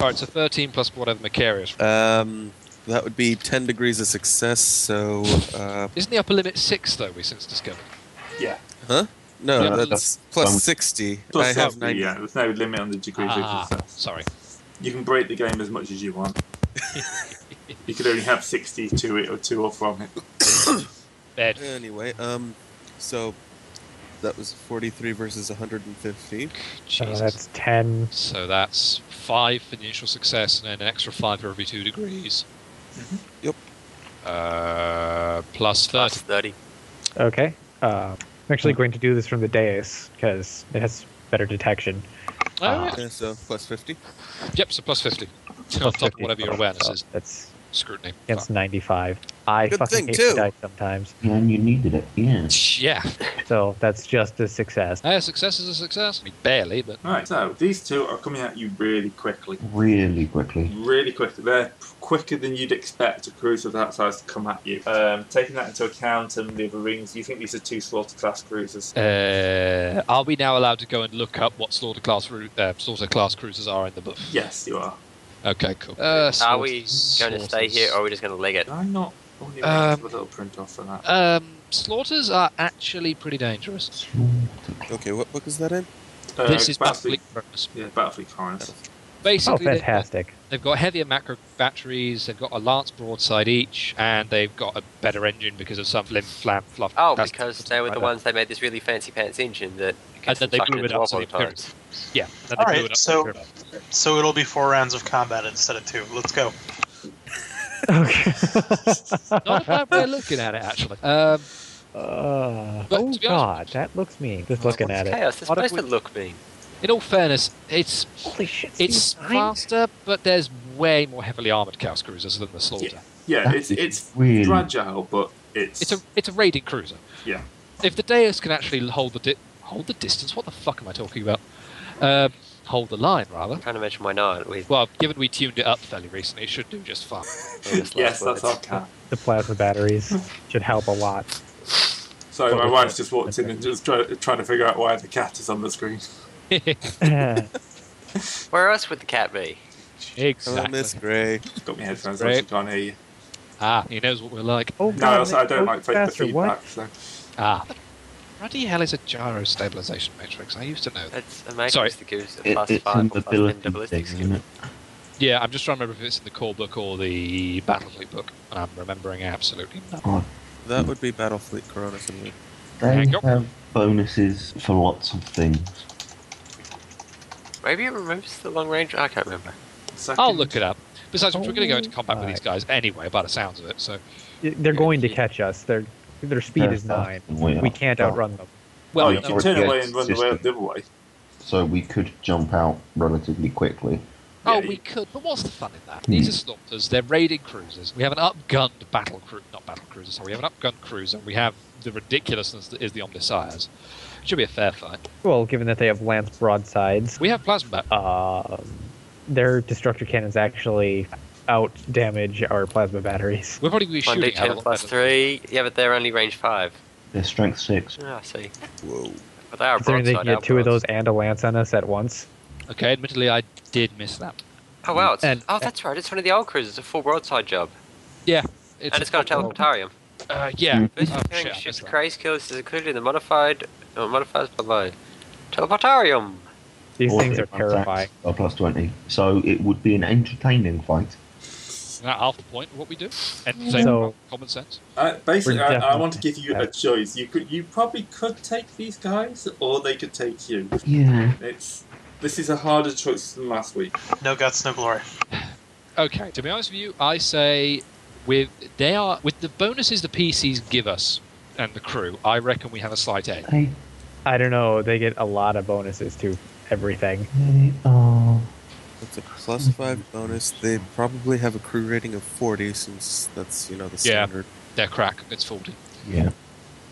Speaker 3: All right, so 13 plus whatever Macarius.
Speaker 4: Um, that would be 10 degrees of success. So, uh,
Speaker 3: Isn't the upper limit 6, though, we since discovered?
Speaker 2: Yeah.
Speaker 4: huh? No,
Speaker 3: Yeah,
Speaker 4: that's
Speaker 7: um,
Speaker 4: plus 60.
Speaker 2: Plus
Speaker 4: I have
Speaker 2: 60,
Speaker 4: 90.
Speaker 2: yeah. There's no limit on the degrees
Speaker 3: Ah,
Speaker 2: of success.
Speaker 3: sorry.
Speaker 2: You can break the game as much as you want. you could only have 60 to it or two or from it.
Speaker 3: Bed.
Speaker 4: Anyway, um, so that was 43 versus 150.
Speaker 1: Uh,
Speaker 3: Jesus.
Speaker 1: that's ten.
Speaker 3: So that's 5 for the initial success and then an extra 5 for every 2 degrees.
Speaker 2: Mhm.
Speaker 4: Yep.
Speaker 3: Uh, plus 30.
Speaker 5: That's 30.
Speaker 1: Okay. Uh, I'm actually
Speaker 3: Hmm.
Speaker 1: going to do this from the dais because it has better detection.
Speaker 3: Oh, yeah.
Speaker 4: Yeah, so plus 50.
Speaker 3: Oh, Yep, so plus 50. On top of whatever your awareness
Speaker 1: So
Speaker 3: is.
Speaker 1: Oh, That's
Speaker 3: Scrutiny.
Speaker 1: against 95. I
Speaker 4: Good
Speaker 1: fucking
Speaker 4: thing,
Speaker 1: hate
Speaker 4: too.
Speaker 1: to die sometimes,
Speaker 7: And you needed it. Yeah.
Speaker 3: Yeah.
Speaker 1: so that's just a success.
Speaker 3: Uh, success is a success. I mean, barely, but
Speaker 2: Right, so these two are coming at you really quickly.
Speaker 7: Really quickly.
Speaker 2: really quick. They're quicker than you'd expect a cruiser of that size to come at you. Um, taking that into account and the other rings, you think these are two slaughter class cruisers?
Speaker 3: Uh, are we now allowed to go and look up what slaughter class ru- uh, slaughter class cruisers are in the book?
Speaker 2: Yes, you are.
Speaker 3: Okay, cool. Uh,
Speaker 5: Are
Speaker 3: slaughter-
Speaker 5: we going to stay
Speaker 3: slaughters.
Speaker 5: here or are we just going to leg it?
Speaker 2: Did I not? Only
Speaker 3: Um,
Speaker 2: a little print off for that.
Speaker 3: Um, slaughters are actually pretty dangerous.
Speaker 4: Okay, what book is that in?
Speaker 2: Uh,
Speaker 3: this is
Speaker 2: Battlefleet.
Speaker 3: Battlefleet Purpose.
Speaker 2: Yeah, Battlefleet Chronicles.
Speaker 1: Oh,
Speaker 3: Basically, they-
Speaker 1: fantastic.
Speaker 3: they've got heavier macro batteries, they've got a lance broadside each, and they've got a better engine because of some flim flam fluff.
Speaker 5: Oh,
Speaker 3: that's-
Speaker 5: because they were the ones that made this really fancy pants engine that
Speaker 3: And
Speaker 5: gets
Speaker 3: then they
Speaker 5: sucked
Speaker 3: blew it
Speaker 5: into
Speaker 3: up
Speaker 5: off
Speaker 3: so
Speaker 5: all the
Speaker 3: they appear-
Speaker 5: time.
Speaker 3: Yeah. and then they
Speaker 6: All
Speaker 3: blew
Speaker 6: right,
Speaker 3: it up.
Speaker 6: so- So it'll be four rounds of combat instead of two. Let's go.
Speaker 1: Okay.
Speaker 3: not a bad way of looking at it, actually. Um,
Speaker 1: Uh,
Speaker 3: But
Speaker 1: oh
Speaker 3: to be honest- oh,
Speaker 1: god, that looks mean. Just looking
Speaker 5: What's
Speaker 1: at it.
Speaker 5: chaos. It's
Speaker 3: What if
Speaker 5: supposed to look mean.
Speaker 3: in all fairness, it's
Speaker 1: Holy shit!
Speaker 3: It's
Speaker 1: Steve,
Speaker 3: faster, but there's way more heavily armored cow cruisers than the Slaughter.
Speaker 2: Yeah,
Speaker 7: That
Speaker 2: it's
Speaker 7: is
Speaker 2: it's
Speaker 7: really-
Speaker 2: fragile, but it's,
Speaker 3: It's a it's a raiding cruiser.
Speaker 2: Yeah.
Speaker 3: If the Deus can actually hold the di- hold the distance, what the fuck am I talking about? Um, hold the line rather.
Speaker 5: I'm trying to mention why not. We
Speaker 3: Well, given we tuned it up fairly recently, it should do just fine.
Speaker 2: yes, that's our cat.
Speaker 1: The plasma batteries should help a lot.
Speaker 2: Sorry, my wife's just walked in and just try, trying to figure out why the cat is on the screen.
Speaker 1: Oh,
Speaker 5: Where else would the cat be?
Speaker 4: Hello, Oh, Miss
Speaker 3: exactly.
Speaker 4: Gray.
Speaker 2: Got my headphones on,
Speaker 3: Great.
Speaker 2: she can't hear you.
Speaker 3: Ah, he knows what we're like.
Speaker 1: oh
Speaker 2: No,
Speaker 1: god,
Speaker 2: also, I don't
Speaker 1: Nick,
Speaker 2: like
Speaker 1: go
Speaker 2: the
Speaker 1: faster,
Speaker 2: feedback. So.
Speaker 3: Ah, bloody hell is a gyro stabilization matrix. I used to know that.
Speaker 5: It's amazing
Speaker 3: Sorry.
Speaker 5: that gives a
Speaker 7: It,
Speaker 5: plus
Speaker 7: it's
Speaker 5: five
Speaker 7: an
Speaker 5: or plus ten
Speaker 7: ability
Speaker 5: ballistic
Speaker 7: thing,
Speaker 5: skill.
Speaker 7: isn't it?
Speaker 3: Yeah, I'm just trying to remember if it's in the core book or the Battlefleet book. And I'm remembering absolutely nothing.
Speaker 7: Oh,
Speaker 4: That would be Battlefleet Corona. something.
Speaker 7: they
Speaker 3: Hang on.
Speaker 7: have bonuses for lots of things.
Speaker 5: Maybe it removes the long range. I can't remember.
Speaker 3: I'll
Speaker 2: Second-
Speaker 3: look it up. Besides, which, we're going to go into combat with
Speaker 1: Alright.
Speaker 3: these guys anyway, by the sounds of it. So,
Speaker 1: They're going to catch us. Their their speed is nine. We can't outrun them.
Speaker 3: well,
Speaker 2: oh, you
Speaker 7: no,
Speaker 2: can
Speaker 7: we're
Speaker 2: turn
Speaker 7: good.
Speaker 2: away and run the way
Speaker 7: System.
Speaker 2: the other way.
Speaker 7: So we could jump out relatively quickly.
Speaker 3: oh,
Speaker 2: Yeah,
Speaker 3: we
Speaker 2: you-
Speaker 3: could, but what's the fun in that? These are slaughters. They're raiding cruisers. We have an upgunned battle cruiser, not battle cruiser. Sorry, we have an upgunned cruiser. We have the ridiculousness that is the Omnisires. Should be a fair fight.
Speaker 1: Well, given that they have lance broadsides,
Speaker 3: We have plasma bat.
Speaker 1: uh, their destructor cannons actually out damage our plasma batteries.
Speaker 3: We're probably going to be
Speaker 5: One d
Speaker 3: shooting at a
Speaker 5: ten
Speaker 3: lot
Speaker 5: plus
Speaker 3: better.
Speaker 5: three. Yeah, but they're only range five.
Speaker 7: They're strength six.
Speaker 5: Ah, I see.
Speaker 4: Whoa.
Speaker 5: But they are
Speaker 1: Considering they
Speaker 5: broadside
Speaker 1: can get two of
Speaker 5: outboards.
Speaker 1: those and a lance on us at once.
Speaker 3: Okay, admittedly, I did miss that.
Speaker 5: Oh wow! It's,
Speaker 3: And-
Speaker 5: oh, that's right. It's one of the old cruisers. It's a full broadside job,
Speaker 3: Yeah,
Speaker 5: and it's got a teleportarium.
Speaker 3: Uh, yeah.
Speaker 5: First
Speaker 3: Oh,
Speaker 5: appearing
Speaker 3: shit, I
Speaker 5: ship's
Speaker 3: missed that.
Speaker 5: grace kills is included in the modified or modifiers below. Teleportarium.
Speaker 1: These
Speaker 7: Or
Speaker 1: things
Speaker 7: the
Speaker 1: are
Speaker 7: contacts
Speaker 1: terrifying.
Speaker 7: are plus 20. So it would be an entertaining fight.
Speaker 3: Not half the point of what we do. And same
Speaker 1: Hmm. So-
Speaker 3: common sense.
Speaker 2: I, Uh, basically,
Speaker 1: We're
Speaker 2: I, I
Speaker 1: definitely-
Speaker 2: want to give you a choice. You could, you probably could take these guys, or they could take you.
Speaker 7: Yeah.
Speaker 2: It's this is a harder choice than last week.
Speaker 6: No guts, no glory.
Speaker 3: Okay, to be honest with you, I say with they are with the bonuses the PCs give us and the crew, I reckon we have a slight edge.
Speaker 7: They,
Speaker 1: I don't know. They get a lot of bonuses to everything.
Speaker 7: they are.
Speaker 4: That's a plus five bonus. They probably have a crew rating of 40 since that's, you know, the
Speaker 3: Yeah.
Speaker 4: standard.
Speaker 3: They're crack, it's faulty.
Speaker 7: Yeah.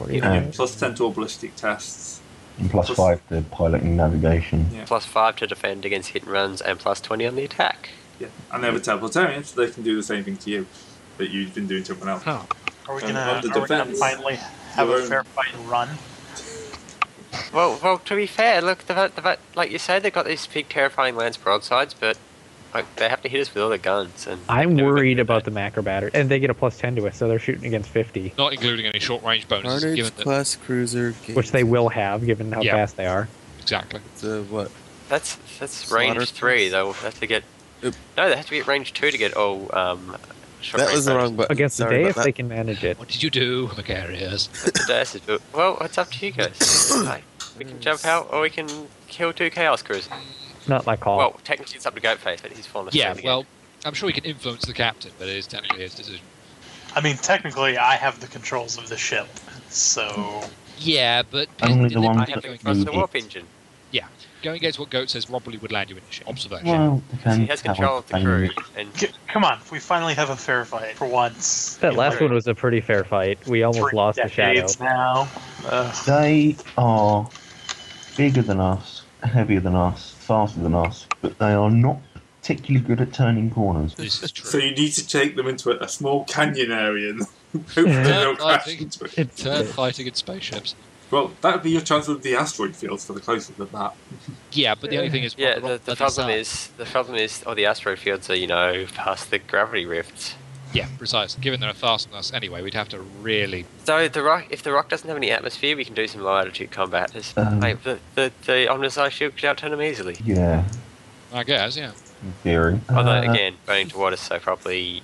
Speaker 2: You know,
Speaker 7: Um,
Speaker 2: plus ten to all ballistic tests.
Speaker 7: And plus
Speaker 2: Plus-
Speaker 7: 5 to pilot and navigation.
Speaker 2: Yeah.
Speaker 5: plus five to defend against hit and runs, and plus twenty on the attack.
Speaker 2: Yeah, and they have a teleportarian, so they can do the same thing to you that you've been doing to everyone else.
Speaker 3: Huh.
Speaker 6: Are we
Speaker 2: And
Speaker 6: gonna,
Speaker 2: on the
Speaker 6: are we gonna
Speaker 2: defense,
Speaker 6: finally have
Speaker 2: we're-
Speaker 6: a fair fight and run?
Speaker 5: Well, well, to be fair, look, the, the, like you said, they've got these big, terrifying lance broadsides, but like they have to hit us with all their guns, and
Speaker 1: I'm
Speaker 3: Never been
Speaker 1: worried
Speaker 3: good at
Speaker 1: about the macro battery, and they get a plus ten to it, so they're shooting against fifty,
Speaker 3: Not including any short range bonuses given
Speaker 4: Carnage
Speaker 3: that
Speaker 4: class cruiser. Gains
Speaker 1: which they will have given how
Speaker 3: Yeah.
Speaker 1: fast they are.
Speaker 3: exactly.
Speaker 4: The what?
Speaker 5: that's that's
Speaker 4: Slaughter
Speaker 5: range three.
Speaker 4: points.
Speaker 5: They'll have to get.
Speaker 4: Oop.
Speaker 5: No, they have to be at range two to get all. Um, short
Speaker 4: That
Speaker 5: range
Speaker 4: was the
Speaker 5: bonus.
Speaker 4: wrong button.
Speaker 1: Against the
Speaker 4: Sorry
Speaker 1: day,
Speaker 4: about
Speaker 1: if
Speaker 4: that.
Speaker 1: they can manage it.
Speaker 3: What did you do, Macarius?
Speaker 5: That's what Dice is doing. Well, it's up to you guys. Like, we can jump out, or we can kill two chaos crews.
Speaker 1: It's not my call.
Speaker 5: Well, technically it's up to Goatface, but he's fallen asleep.
Speaker 3: Yeah,
Speaker 5: again.
Speaker 3: well, I'm sure he can influence the captain, but it is technically his decision.
Speaker 6: I mean, technically, I have the controls of the ship, so
Speaker 3: Hmm. Yeah, but
Speaker 7: Only the one
Speaker 5: I have to cross the warp engine.
Speaker 3: going against what Goat says, Rob probably would land you in the ship. Observation.
Speaker 7: Well,
Speaker 5: So
Speaker 7: depends.
Speaker 5: he has
Speaker 7: how
Speaker 5: control of the
Speaker 7: entertaining
Speaker 5: crew,
Speaker 7: it
Speaker 5: and
Speaker 6: C- come on, we finally have a fair fight for once.
Speaker 1: that
Speaker 6: in
Speaker 1: last
Speaker 6: like
Speaker 1: one was a pretty fair fight. We almost
Speaker 6: three
Speaker 1: lost the shadow.
Speaker 6: decades Now, Ugh.
Speaker 7: They are bigger than us, heavier than us, faster than us, but they are not particularly good at turning corners.
Speaker 3: This is true.
Speaker 2: So you need to take them into a, a small canyon area. And hopefully they'll crash
Speaker 3: think-
Speaker 2: into it.
Speaker 1: It's
Speaker 3: Turn fighting in spaceships.
Speaker 2: Well, that would be your chance of the asteroid fields for the closest of that.
Speaker 3: Yeah, but the only thing is,
Speaker 5: yeah,
Speaker 3: Rob-
Speaker 5: the,
Speaker 3: Rob
Speaker 5: the
Speaker 3: bloody
Speaker 5: problem
Speaker 3: sucks.
Speaker 5: is the problem is all the asteroid fields are you know past the gravity rifts.
Speaker 3: Yeah, precise. Given they're faster than us anyway, we'd have to really.
Speaker 5: So the rock, if the rock doesn't have any atmosphere, we can do some low altitude combat. Just,
Speaker 7: Um.
Speaker 5: like, the the the Omnissize shield could outturn them easily.
Speaker 7: Yeah,
Speaker 3: I guess, yeah.
Speaker 7: in theory.
Speaker 2: Oh,
Speaker 5: Although
Speaker 7: Uh,
Speaker 5: again, running to water, so probably.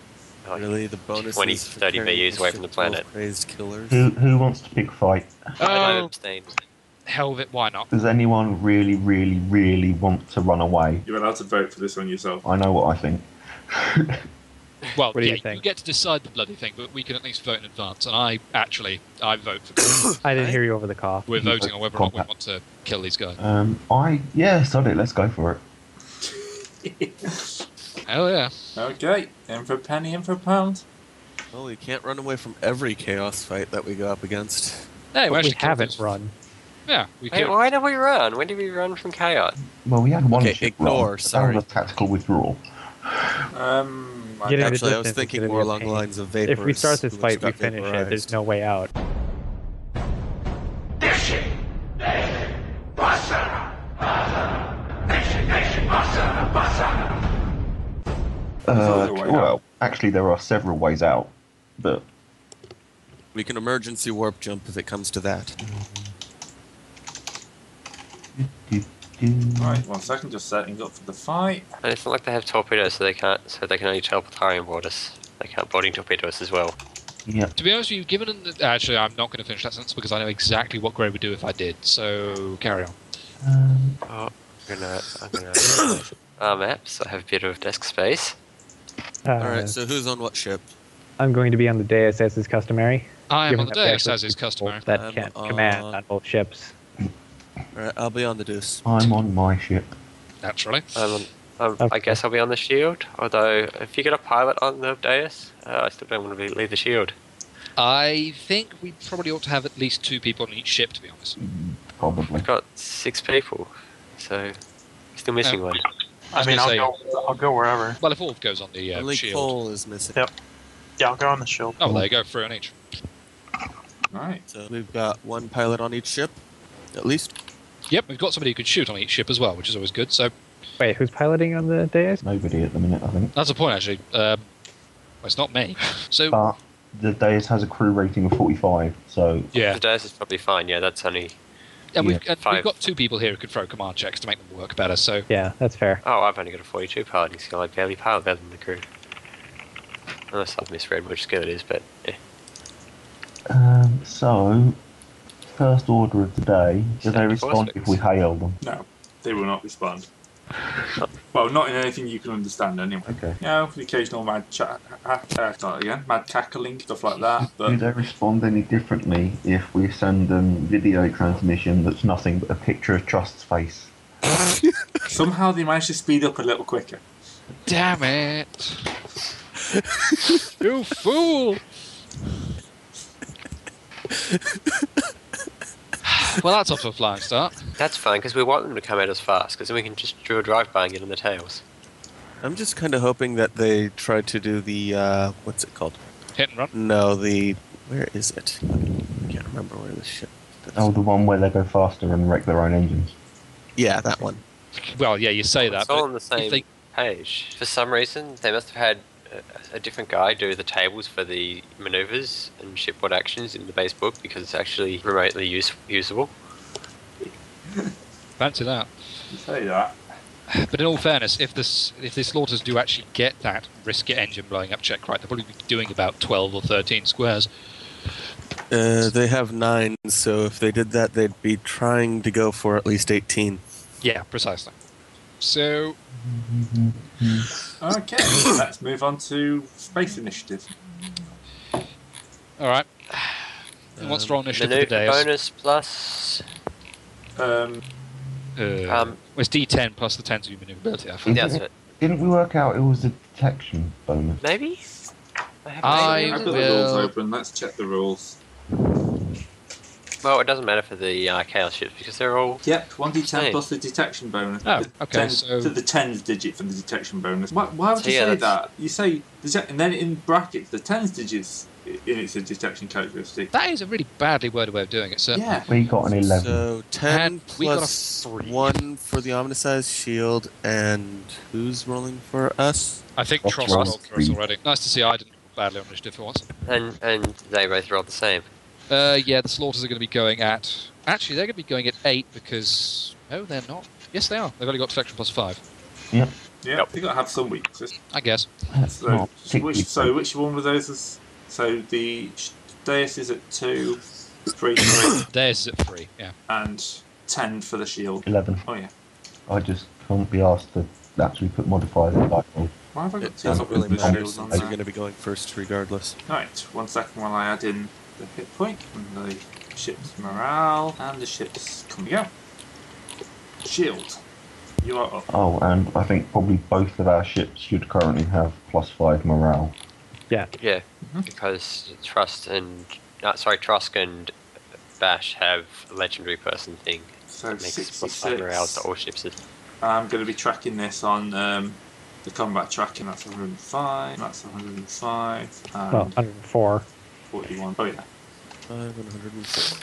Speaker 5: like,
Speaker 4: Really, the bonus
Speaker 5: 20, 30 BUs away from the planet.
Speaker 4: Crazed killers.
Speaker 7: who, who wants to pick fight?
Speaker 5: I might
Speaker 3: Oh,
Speaker 5: abstain.
Speaker 3: hell of it! Why not?
Speaker 7: Does anyone really, really, really want to run away?
Speaker 2: You're allowed to vote for this one yourself.
Speaker 7: I know what I think.
Speaker 3: Well,
Speaker 1: What do
Speaker 3: yeah,
Speaker 1: you think?
Speaker 3: get to decide the bloody thing, but we can at least vote in advance. And I actually, I vote for.
Speaker 1: I didn't hear you over the cough.
Speaker 3: We're
Speaker 7: You
Speaker 3: voting
Speaker 7: vote
Speaker 3: on whether or
Speaker 7: for
Speaker 3: not we
Speaker 7: combat.
Speaker 3: want to kill these guys.
Speaker 7: Um, I yeah, sod it. Let's go for it.
Speaker 3: Hell yeah!
Speaker 2: Okay, in for a penny, in for a pound.
Speaker 4: Well, you can't run away from every chaos fight that we go up against.
Speaker 3: Hey,
Speaker 1: But we
Speaker 3: actually killed
Speaker 1: haven't
Speaker 3: those-
Speaker 1: run.
Speaker 3: Yeah, we
Speaker 5: Wait,
Speaker 3: killed.
Speaker 5: why did we run? When did we run from chaos?
Speaker 7: Well, we had one
Speaker 4: Okay,
Speaker 7: ship
Speaker 4: ignore,
Speaker 7: run, but
Speaker 4: sorry.
Speaker 7: That was a tactical withdrawal.
Speaker 2: Um, I
Speaker 1: Get
Speaker 2: don't-
Speaker 1: in the
Speaker 4: Actually, I was
Speaker 1: distance, it's
Speaker 4: thinking
Speaker 1: gonna be
Speaker 4: more
Speaker 1: a
Speaker 4: along the
Speaker 1: pain.
Speaker 4: lines of vapors.
Speaker 1: If we start this
Speaker 4: who
Speaker 1: fight, we
Speaker 4: got
Speaker 1: finish it.
Speaker 4: vaporized.
Speaker 1: There's no way out.
Speaker 7: Uh,
Speaker 2: other way
Speaker 7: Uh, well, actually, there are several ways out, but
Speaker 4: We can emergency warp jump if it comes to that.
Speaker 2: Right, one second, just setting up for the fight.
Speaker 5: And it's not like they have torpedoes, so they can't. So they can only teleportarium board us. They can't boarding torpedo us as well.
Speaker 7: yeah,
Speaker 3: To be honest with you, given in the, actually, I'm not going to finish that sentence because I know exactly what Gray would do if I did. So carry on.
Speaker 7: um,
Speaker 5: Oh, I'm gonna, I'm gonna our maps. I have a bit of desk space.
Speaker 1: Uh,
Speaker 4: All right, so who's on what ship?
Speaker 1: I'm going to be on the dais as is customary.
Speaker 3: I am
Speaker 1: given
Speaker 3: on the
Speaker 1: that we
Speaker 3: day,
Speaker 1: actually
Speaker 3: as is
Speaker 1: have people
Speaker 3: customary.
Speaker 1: That
Speaker 4: I'm
Speaker 1: can't
Speaker 4: on-
Speaker 1: command on both ships.
Speaker 4: All right, I'll be on the deuce.
Speaker 7: I'm on my ship.
Speaker 3: Naturally.
Speaker 5: Um, um, I
Speaker 1: Okay.
Speaker 5: guess I'll be on the shield. Although, if you get a pilot on the dais, uh, I still don't want to be, leave the shield.
Speaker 3: I think we probably ought to have at least two people on each ship, to be honest.
Speaker 7: Probably.
Speaker 5: I've got six people, so still missing one.
Speaker 6: I
Speaker 3: was
Speaker 6: mean, I'll
Speaker 3: gonna
Speaker 6: go. I'll go wherever.
Speaker 3: Well, if all goes on the uh,
Speaker 4: Only
Speaker 3: shield.
Speaker 4: Cole is missing.
Speaker 6: Yep. Yeah, I'll go on the shield.
Speaker 3: Oh, there you go, three on each.
Speaker 2: Right.
Speaker 4: So we've got one pilot on each ship, at least.
Speaker 3: Yep, we've got somebody who can shoot on each ship as well, which is always good. So
Speaker 1: Wait, who's piloting on the Deus?
Speaker 7: Nobody at the minute, I think.
Speaker 3: That's the point, actually. Um, well, it's not me. So
Speaker 7: But the Deus has a crew rating of 45, so
Speaker 3: yeah,
Speaker 5: The Deus is probably fine. Yeah, that's only.
Speaker 3: and we've, and we've
Speaker 5: Five.
Speaker 3: got two people here who could throw command checks to make them work better. So
Speaker 1: Yeah, that's fair.
Speaker 5: Oh, I've only got a 42 piloting skill. I barely pilot better than the crew. Unless I've misread which skill it is, but eh.
Speaker 7: Um, so, first order of the day, do they
Speaker 5: Send
Speaker 7: respond
Speaker 5: prospects.
Speaker 7: if we hail them?
Speaker 2: No, they will not respond. well, not in anything you can understand, anyway.
Speaker 7: Okay.
Speaker 2: You know, the occasional mad chat, ha- ha- uh, not again, mad cackling, stuff like that.
Speaker 7: Do
Speaker 2: But
Speaker 7: they respond any differently if we send them video transmission that's nothing but a picture of Trust's face?
Speaker 2: somehow they managed to speed up a little quicker.
Speaker 3: damn it, you fool! well, that's off to a flying start.
Speaker 5: that's fine because we want them to come at us fast because then we can just do a drive by and get on the tails.
Speaker 4: I'm just kind of hoping that they try to do the uh, what's it called?
Speaker 3: Hit and run.
Speaker 4: No, the where is it? I can't remember where the ship.
Speaker 7: Oh, the one where they go faster and wreck their own engines.
Speaker 4: Yeah, that one.
Speaker 3: Well, yeah, you say that.
Speaker 5: it's all
Speaker 3: but
Speaker 5: on the
Speaker 3: if
Speaker 5: same
Speaker 3: they-
Speaker 5: page. For some reason, they must have had a, a different guy do the tables for the maneuvers and shipboard actions in the base book because it's actually remotely use- usable.
Speaker 3: fancy that.
Speaker 2: You say that.
Speaker 3: But in all fairness, if this if the slaughters do actually get that risk your engine blowing up check right, they'll probably be doing about twelve or thirteen squares.
Speaker 4: Uh, they have nine, so if they did that, they'd be trying to go for at least 18.
Speaker 3: Yeah, precisely. So
Speaker 2: Okay, let's move on to space initiative.
Speaker 3: all right. What's the roll initiative
Speaker 5: Maneuver
Speaker 3: today?
Speaker 5: bonus plus.
Speaker 2: Um,
Speaker 3: Uh,
Speaker 5: Um,
Speaker 3: well, it's D10 plus the 10 to your maneuverability. I think.
Speaker 5: Yeah, that's it.
Speaker 7: Didn't we work out it was a detection bonus?
Speaker 5: Maybe? I haven't
Speaker 3: I
Speaker 5: seen
Speaker 2: I've
Speaker 5: it.
Speaker 2: got the rules
Speaker 3: will-
Speaker 2: open. Let's check the rules.
Speaker 5: Well, it doesn't matter for the uh, chaos ships because they're all.
Speaker 2: Yep, one d10
Speaker 5: Hey.
Speaker 2: plus the detection bonus.
Speaker 3: Oh,
Speaker 2: The
Speaker 3: okay, so-
Speaker 2: to the tens digit for the detection bonus. Why, why would
Speaker 5: So
Speaker 2: you
Speaker 5: yeah,
Speaker 2: say
Speaker 5: that's-
Speaker 2: that? You say detec- and then in brackets the tens digits i- in it's a detection characteristic.
Speaker 3: That is a really badly worded way of doing it. So
Speaker 2: yeah,
Speaker 7: We got an
Speaker 2: uh,
Speaker 7: 11.
Speaker 4: So 10
Speaker 3: And we got a
Speaker 4: plus
Speaker 3: three.
Speaker 4: 1 for the Omnicized Shield, and who's rolling for us?
Speaker 3: I think
Speaker 7: That's
Speaker 3: Tross
Speaker 7: right.
Speaker 3: rolled for us already. Nice to see I didn't roll badly on initiative for once.
Speaker 5: And, and they both roll the same.
Speaker 3: Uh, yeah, the slaughters are going to be going at. Actually, they're going to be going at eight because no, they're not. Yes, they are. They've only got deflection plus five.
Speaker 2: yeah.
Speaker 5: Yep.
Speaker 2: They got to have some weaknesses.
Speaker 3: I guess.
Speaker 7: That's
Speaker 2: So,
Speaker 7: not
Speaker 2: which,
Speaker 7: particularly
Speaker 2: so which one were those? Is, so the sh- dais is at two, three, three,
Speaker 3: Theirs is at three. Yeah.
Speaker 2: and ten for the shield.
Speaker 7: 11.
Speaker 2: Oh yeah.
Speaker 7: I just couldn't be asked to actually put modifiers in that role.
Speaker 2: Why have I got
Speaker 4: It
Speaker 2: two
Speaker 4: doesn't
Speaker 2: copies
Speaker 4: really
Speaker 2: of the
Speaker 4: matter.
Speaker 2: shields on
Speaker 4: You're
Speaker 2: there?
Speaker 4: going to be going first, regardless.
Speaker 2: Right, one second while I add in the hit point and the ship's morale and the ship's coming out. Shield, you are up.
Speaker 7: Oh, and I think probably both of our ships should currently have plus 5 morale.
Speaker 1: Yeah.
Speaker 5: Yeah,
Speaker 3: Mm-hmm.
Speaker 2: Mhm.
Speaker 5: because Trust and. Uh, sorry, Trusk and Bash have a legendary person thing.
Speaker 2: So
Speaker 5: That makes plus five morale to
Speaker 2: 66.
Speaker 5: all ships.
Speaker 2: I'm going to be tracking this on um, the combat tracking. That's 105. That's 105. And
Speaker 3: Um,
Speaker 1: Well, 104.
Speaker 2: 41. Oh yeah.
Speaker 4: 5 and 104.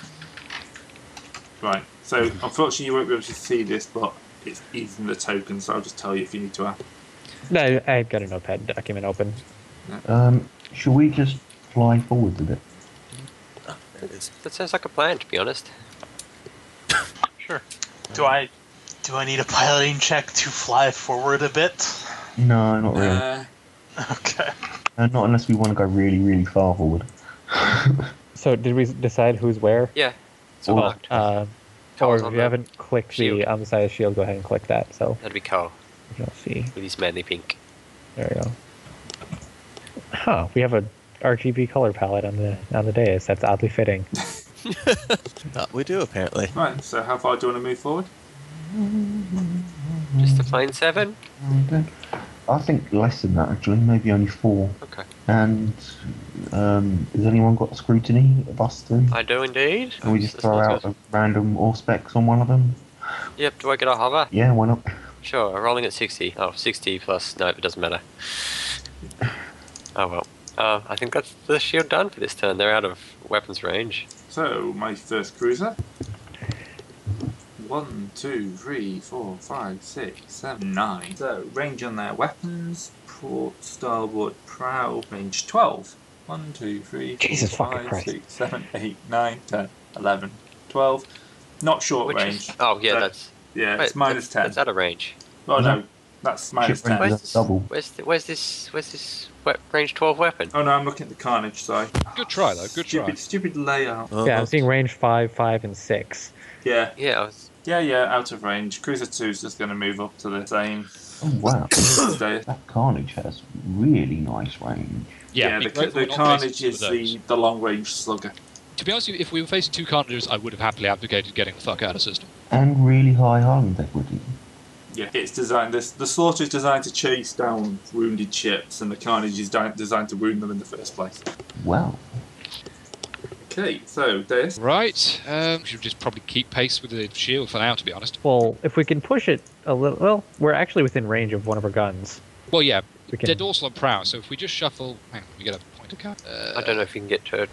Speaker 2: Right. So unfortunately, you won't be able to see this, but it's even the token. So I'll just tell you if you need to add.
Speaker 1: No, I've got a notepad document open.
Speaker 7: Um, should we just fly forward with it?
Speaker 4: There it is.
Speaker 5: That sounds like a plan, to be honest.
Speaker 6: Sure. Do I do I need a piloting check to fly forward a bit?
Speaker 7: No, not really.
Speaker 2: Uh,
Speaker 6: Okay.
Speaker 7: Uh, not unless we want to go really, really far forward.
Speaker 1: So did we decide who's where?
Speaker 5: Yeah. It's
Speaker 7: Oh.
Speaker 5: all marked.
Speaker 1: Uh,
Speaker 5: Colours
Speaker 1: or if
Speaker 5: on
Speaker 1: you
Speaker 5: the-
Speaker 1: haven't clicked
Speaker 5: shield.
Speaker 1: the Omniscience shield, go ahead and click that. So
Speaker 5: That'd be Carl
Speaker 1: you'll see.
Speaker 5: with his manly pink.
Speaker 1: There we go. Huh? We have a RGB color palette on the on the dais. That's oddly fitting.
Speaker 4: Thought we do, apparently.
Speaker 2: right. So how far do you want to move forward?
Speaker 5: Just a plain seven?
Speaker 7: I think less than that, actually. Maybe only four.
Speaker 5: Okay.
Speaker 7: And um, has anyone got scrutiny of us three?
Speaker 5: I do indeed.
Speaker 7: Can we just
Speaker 5: That's
Speaker 7: throw
Speaker 5: not
Speaker 7: out
Speaker 5: good.
Speaker 7: a random or specs on one of them?
Speaker 5: Yep, do I get a hover?
Speaker 7: Yeah, why not?
Speaker 5: Sure, rolling at 60. Oh, 60 plus. No, it doesn't matter. Oh well. Uh, I think that's the shield done for this turn. They're out of weapons range.
Speaker 2: So my first cruiser One, two, three, four, five, six, seven, nine. So range on their weapons, port, starboard, prow, range twelve. One, two, three, four,
Speaker 1: Jesus fucking
Speaker 2: five,
Speaker 1: Christ.
Speaker 2: six, seven, eight, nine, 10, 11, 12. Not short
Speaker 5: Which
Speaker 2: range.
Speaker 5: is, oh yeah,
Speaker 2: That-
Speaker 5: that's
Speaker 2: yeah,
Speaker 5: wait,
Speaker 2: it's minus
Speaker 5: that's-
Speaker 2: ten.
Speaker 5: That's out of range.
Speaker 2: oh no,
Speaker 7: No.
Speaker 2: that's minus
Speaker 7: range.
Speaker 2: ten.
Speaker 5: Where's
Speaker 7: that's
Speaker 5: this,
Speaker 7: double.
Speaker 5: Where's, the, where's this? Where's this? we- range twelve weapon?
Speaker 2: Oh no, I'm looking at the carnage side.
Speaker 3: Good try though. Good
Speaker 2: stupid,
Speaker 3: try.
Speaker 2: Stupid layout.
Speaker 4: Uh,
Speaker 1: Yeah, I'm seeing range five, five, and six.
Speaker 2: Yeah,
Speaker 5: Yeah, I was,
Speaker 2: yeah, yeah. Out of range. Cruiser two is just going to move up to the same.
Speaker 7: Oh wow,
Speaker 2: stay-
Speaker 7: that Carnage has really nice range.
Speaker 2: Yeah,
Speaker 3: we-
Speaker 2: the,
Speaker 3: we're
Speaker 2: the
Speaker 3: not
Speaker 2: carnage
Speaker 3: facing
Speaker 2: is
Speaker 3: two of those.
Speaker 2: the, the long range slugger.
Speaker 3: To be honest, with you, if we were facing two carnages, I would have happily advocated getting the fuck out of system.
Speaker 7: And really high Highland equity.
Speaker 2: Yeah, it's designed. This the slaughter is designed to chase down wounded ships, and the carnage is di- designed to wound them in the first place.
Speaker 7: Wow.
Speaker 2: Okay, so this.
Speaker 3: Right. Um, we should just probably keep pace with the shield for now. To be honest.
Speaker 1: Well, if we can push it a little, well, we're actually within range of one of our guns.
Speaker 3: Well, yeah,
Speaker 1: We can-
Speaker 3: they're dorsal and prow. So if we just shuffle, hang on, we get a pointer card.
Speaker 5: I
Speaker 3: Uh,
Speaker 5: don't know if you can get to it.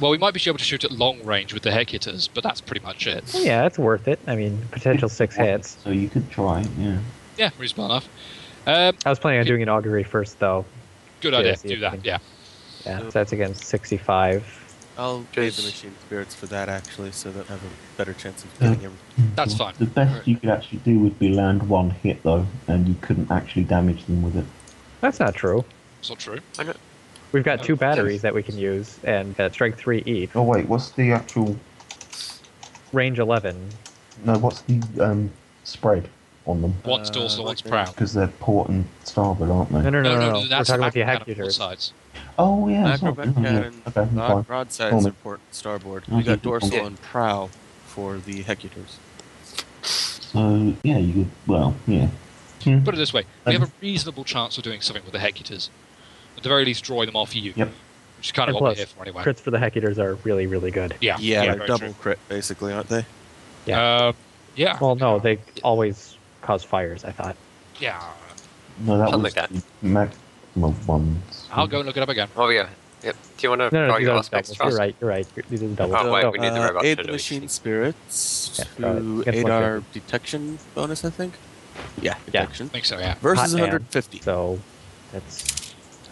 Speaker 3: well, we might be able to shoot at long range with the heck hitters, but that's pretty much it.
Speaker 1: Well, yeah, it's worth it. I mean, potential six hits.
Speaker 7: So you could try, yeah.
Speaker 3: Yeah, reasonable enough. Um,
Speaker 1: I was planning on doing an augury first, though.
Speaker 3: good
Speaker 1: Yeah,
Speaker 3: idea.
Speaker 1: see
Speaker 3: Do
Speaker 1: if we
Speaker 3: that.
Speaker 1: can-
Speaker 3: Yeah.
Speaker 1: Yeah, so that's against 65.
Speaker 4: I'll save the
Speaker 5: Just-
Speaker 4: machine spirits for that actually, so that I have a better chance of getting everything.
Speaker 3: That's fine.
Speaker 7: The best you could actually do would be land one hit though, and you couldn't actually damage them with it.
Speaker 1: That's not true.
Speaker 3: It's not true.
Speaker 1: We've got two batteries that we can use, and at strength three each.
Speaker 7: Oh wait, what's the actual?
Speaker 1: Range 11.
Speaker 7: No, what's the um, spread on them?
Speaker 3: One's
Speaker 4: Uh,
Speaker 3: dorsal, one's
Speaker 4: like
Speaker 3: prow.
Speaker 7: Because they're port and starboard, aren't they?
Speaker 1: No, no, no, no. no, We're
Speaker 3: that's
Speaker 1: talking about the
Speaker 3: acrobat on both
Speaker 1: hecutors.
Speaker 3: sides.
Speaker 7: Oh yeah, it's not-
Speaker 4: Acrobat
Speaker 7: yeah, yeah.
Speaker 4: cannon,
Speaker 7: Okay, I'm
Speaker 4: broad,
Speaker 7: fine.
Speaker 4: broadsides
Speaker 7: Cool.
Speaker 4: are port starboard.
Speaker 7: Okay,
Speaker 4: We got
Speaker 7: cool.
Speaker 4: dorsal
Speaker 5: Yeah.
Speaker 4: and prow for the hecutors.
Speaker 7: So yeah, you could. Well, yeah. Hmm.
Speaker 3: Put it this way: we
Speaker 7: Um,
Speaker 3: have a reasonable chance of doing something with the hecutors. At the very least, drawing them off you.
Speaker 7: Yep.
Speaker 3: Which is kind of
Speaker 1: And
Speaker 3: what we're
Speaker 1: plus,
Speaker 3: here for anyway.
Speaker 1: Crits for the Hecators are really, really good.
Speaker 3: Yeah.
Speaker 4: Yeah,
Speaker 3: very
Speaker 4: they're double
Speaker 3: true.
Speaker 4: crit basically, aren't they?
Speaker 1: Yeah.
Speaker 3: Um, yeah.
Speaker 1: Well, no, they always cause fires, I thought.
Speaker 3: Yeah.
Speaker 7: No, that
Speaker 5: Something
Speaker 7: was
Speaker 5: like that.
Speaker 7: the maximum of ones.
Speaker 3: I'll go and look it up again.
Speaker 5: Oh yeah. Yep. Do you want to
Speaker 1: No, no,
Speaker 5: roll
Speaker 1: these
Speaker 5: your
Speaker 1: are doubles.
Speaker 5: aspect thrust?
Speaker 1: You're right, you're right. These are the doubles.
Speaker 5: Oh, wait,
Speaker 1: Go.
Speaker 5: we need the
Speaker 4: Uh,
Speaker 5: robot
Speaker 4: aid
Speaker 5: to
Speaker 4: the
Speaker 5: do
Speaker 4: machine
Speaker 5: it.
Speaker 4: spirits
Speaker 1: Yeah, uh,
Speaker 4: to
Speaker 1: guess
Speaker 4: aid
Speaker 1: what,
Speaker 4: our detection bonus, I think. Yeah,
Speaker 1: Yeah.
Speaker 3: I
Speaker 4: detection.
Speaker 3: think so. Yeah.
Speaker 4: Versus
Speaker 1: Hot damn.
Speaker 4: 150.
Speaker 1: So, that's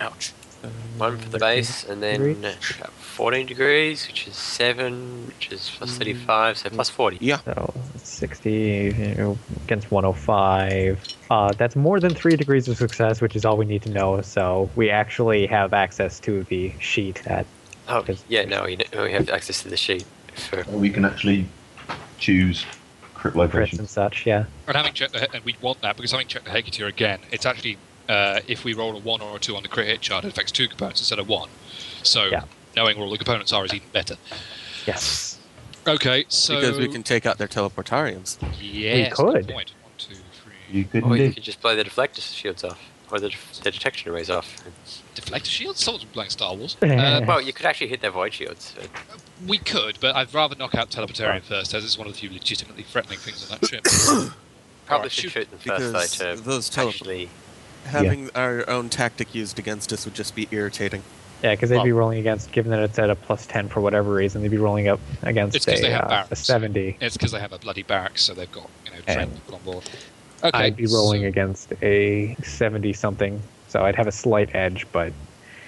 Speaker 4: Ouch. Uh,
Speaker 5: One for the base, and then uh, 14 degrees, which is 7, which is plus 35, so plus 40.
Speaker 4: Yeah,
Speaker 1: so 60 you know, against 105. Uh, that's more than three degrees of success, which is all we need to know. So we actually have access to the sheet that
Speaker 5: Oh,
Speaker 1: Because-
Speaker 5: yeah, no, we, we have access to the sheet. For,
Speaker 7: We can actually choose crit
Speaker 1: crits and
Speaker 7: locations.
Speaker 1: such. Yeah.
Speaker 3: And having checked, the, he- and we'd want that because having checked the Hecateer again, it's actually uh, if we roll a one or a two on the crit hit chart, it affects two components instead of one. So
Speaker 1: Yeah.
Speaker 3: knowing where all the components are is even better.
Speaker 1: Yes.
Speaker 3: Okay, so
Speaker 4: because we can take out their teleportariums.
Speaker 3: Yes,
Speaker 1: We
Speaker 3: good
Speaker 1: could.
Speaker 3: point. One, two, three.
Speaker 7: You could
Speaker 5: or you
Speaker 7: do.
Speaker 5: could just blow the deflector shields off, or the, def- the detection arrays off.
Speaker 3: Deflector shields. Someone's been playing Star Wars.
Speaker 1: Yeah.
Speaker 3: Uh,
Speaker 5: Well, you could actually hit their void shields. so-
Speaker 3: we could, but I'd rather knock out Teleportarian first, as it's one of the few legitimately threatening things on that ship.
Speaker 5: Probably
Speaker 3: Alright,
Speaker 5: should
Speaker 3: shoot.
Speaker 5: shoot them
Speaker 4: Because
Speaker 5: first, though, to
Speaker 4: those tele-
Speaker 5: actually...
Speaker 4: Having our own tactic used against us would just be irritating.
Speaker 1: Yeah, because they'd be rolling against, given that it's at a plus 10 for whatever reason, they'd be rolling up
Speaker 3: It's
Speaker 1: against
Speaker 3: 'cause they
Speaker 1: a,
Speaker 3: have
Speaker 1: uh, a
Speaker 3: barracks.
Speaker 1: 70.
Speaker 3: it's because they have a bloody barracks, so they've got you know
Speaker 1: Yeah.
Speaker 3: trained people on board. Okay,
Speaker 1: I'd be rolling
Speaker 3: so
Speaker 1: against a 70 something, so I'd have a slight edge, but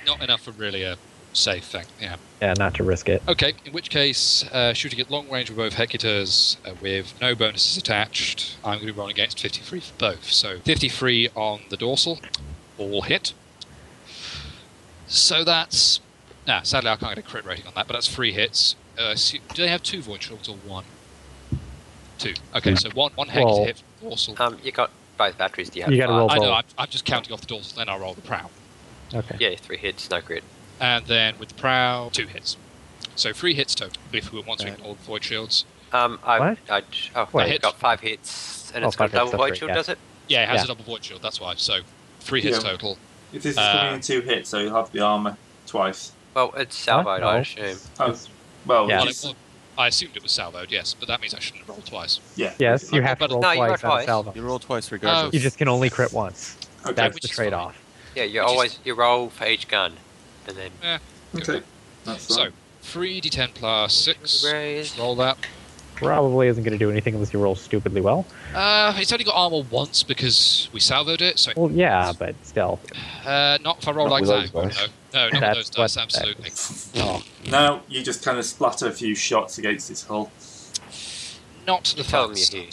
Speaker 3: Not enough for really a safe thing. Yeah.
Speaker 1: yeah, not to risk it.
Speaker 3: Okay, in which case, uh, shooting at long range with both Hecators uh, with no bonuses attached, I'm going to be rolling against 53 for both. So 53 on the dorsal, all hit. So that's. Nah, sadly, I can't get a crit rating on that, but that's three hits. Uh, so- do they have two void shields or one? Two. Okay, so one, one Hecator
Speaker 1: Well-
Speaker 3: hit from the dorsal.
Speaker 5: Um, you got both batteries, do you have
Speaker 1: You gotta
Speaker 5: five?
Speaker 1: roll-
Speaker 3: I know, I'm, I'm just counting off the dorsal, then I roll the prow.
Speaker 1: Okay.
Speaker 5: Yeah, three hits, no grid.
Speaker 3: And then with the prow, two hits. So three hits total, if we want to ignore the void shields.
Speaker 5: Um, I,
Speaker 1: What?
Speaker 5: I, oh,
Speaker 1: What?
Speaker 5: it's got five hits, and
Speaker 1: Oh,
Speaker 5: it's got
Speaker 1: five hits,
Speaker 5: a double
Speaker 1: that's
Speaker 5: void
Speaker 1: right,
Speaker 5: shield,
Speaker 1: yeah.
Speaker 5: does it?
Speaker 3: Yeah, it has
Speaker 1: Yeah.
Speaker 3: a double void shield. That's why. So three hits
Speaker 2: Yeah.
Speaker 3: total.
Speaker 2: If this is
Speaker 3: Uh,
Speaker 2: coming in two hits, so you'll have the armor twice.
Speaker 5: Well, it's
Speaker 1: Huh?
Speaker 5: salvoed, I
Speaker 1: No.
Speaker 5: assume.
Speaker 2: Oh, well,
Speaker 1: Yeah.
Speaker 3: Well,
Speaker 2: it's-
Speaker 3: it was- I assumed it was salvoed, yes, but that means I shouldn't have rolled twice.
Speaker 2: yeah.
Speaker 1: Yes, you have to
Speaker 3: But-
Speaker 1: roll
Speaker 5: No, you roll
Speaker 1: twice on a
Speaker 5: twice.
Speaker 1: salvo.
Speaker 4: You roll twice regardless.
Speaker 1: You just can only crit once.
Speaker 2: Okay.
Speaker 1: That's
Speaker 3: which
Speaker 1: the
Speaker 3: is
Speaker 1: trade off.
Speaker 5: Yeah, you
Speaker 3: Which is-
Speaker 5: always you roll for each gun, and then
Speaker 3: Eh,
Speaker 2: okay. That's
Speaker 3: so
Speaker 2: right.
Speaker 3: three d10 plus six.
Speaker 5: Raise.
Speaker 3: Roll that.
Speaker 1: probably isn't going to do anything unless you roll stupidly well.
Speaker 3: Uh, it's only got armor once because we salvoed it, so
Speaker 1: Well, yeah, but still.
Speaker 3: uh, not if I roll
Speaker 7: Not
Speaker 3: like
Speaker 7: with
Speaker 3: that.
Speaker 7: those dice.
Speaker 3: No, no, not with
Speaker 1: That's
Speaker 3: those dice,
Speaker 1: what-
Speaker 3: absolutely. oh.
Speaker 2: Now you just kind of splatter a few shots against its hull.
Speaker 3: Not the
Speaker 5: You tell them
Speaker 3: first.
Speaker 5: you're here.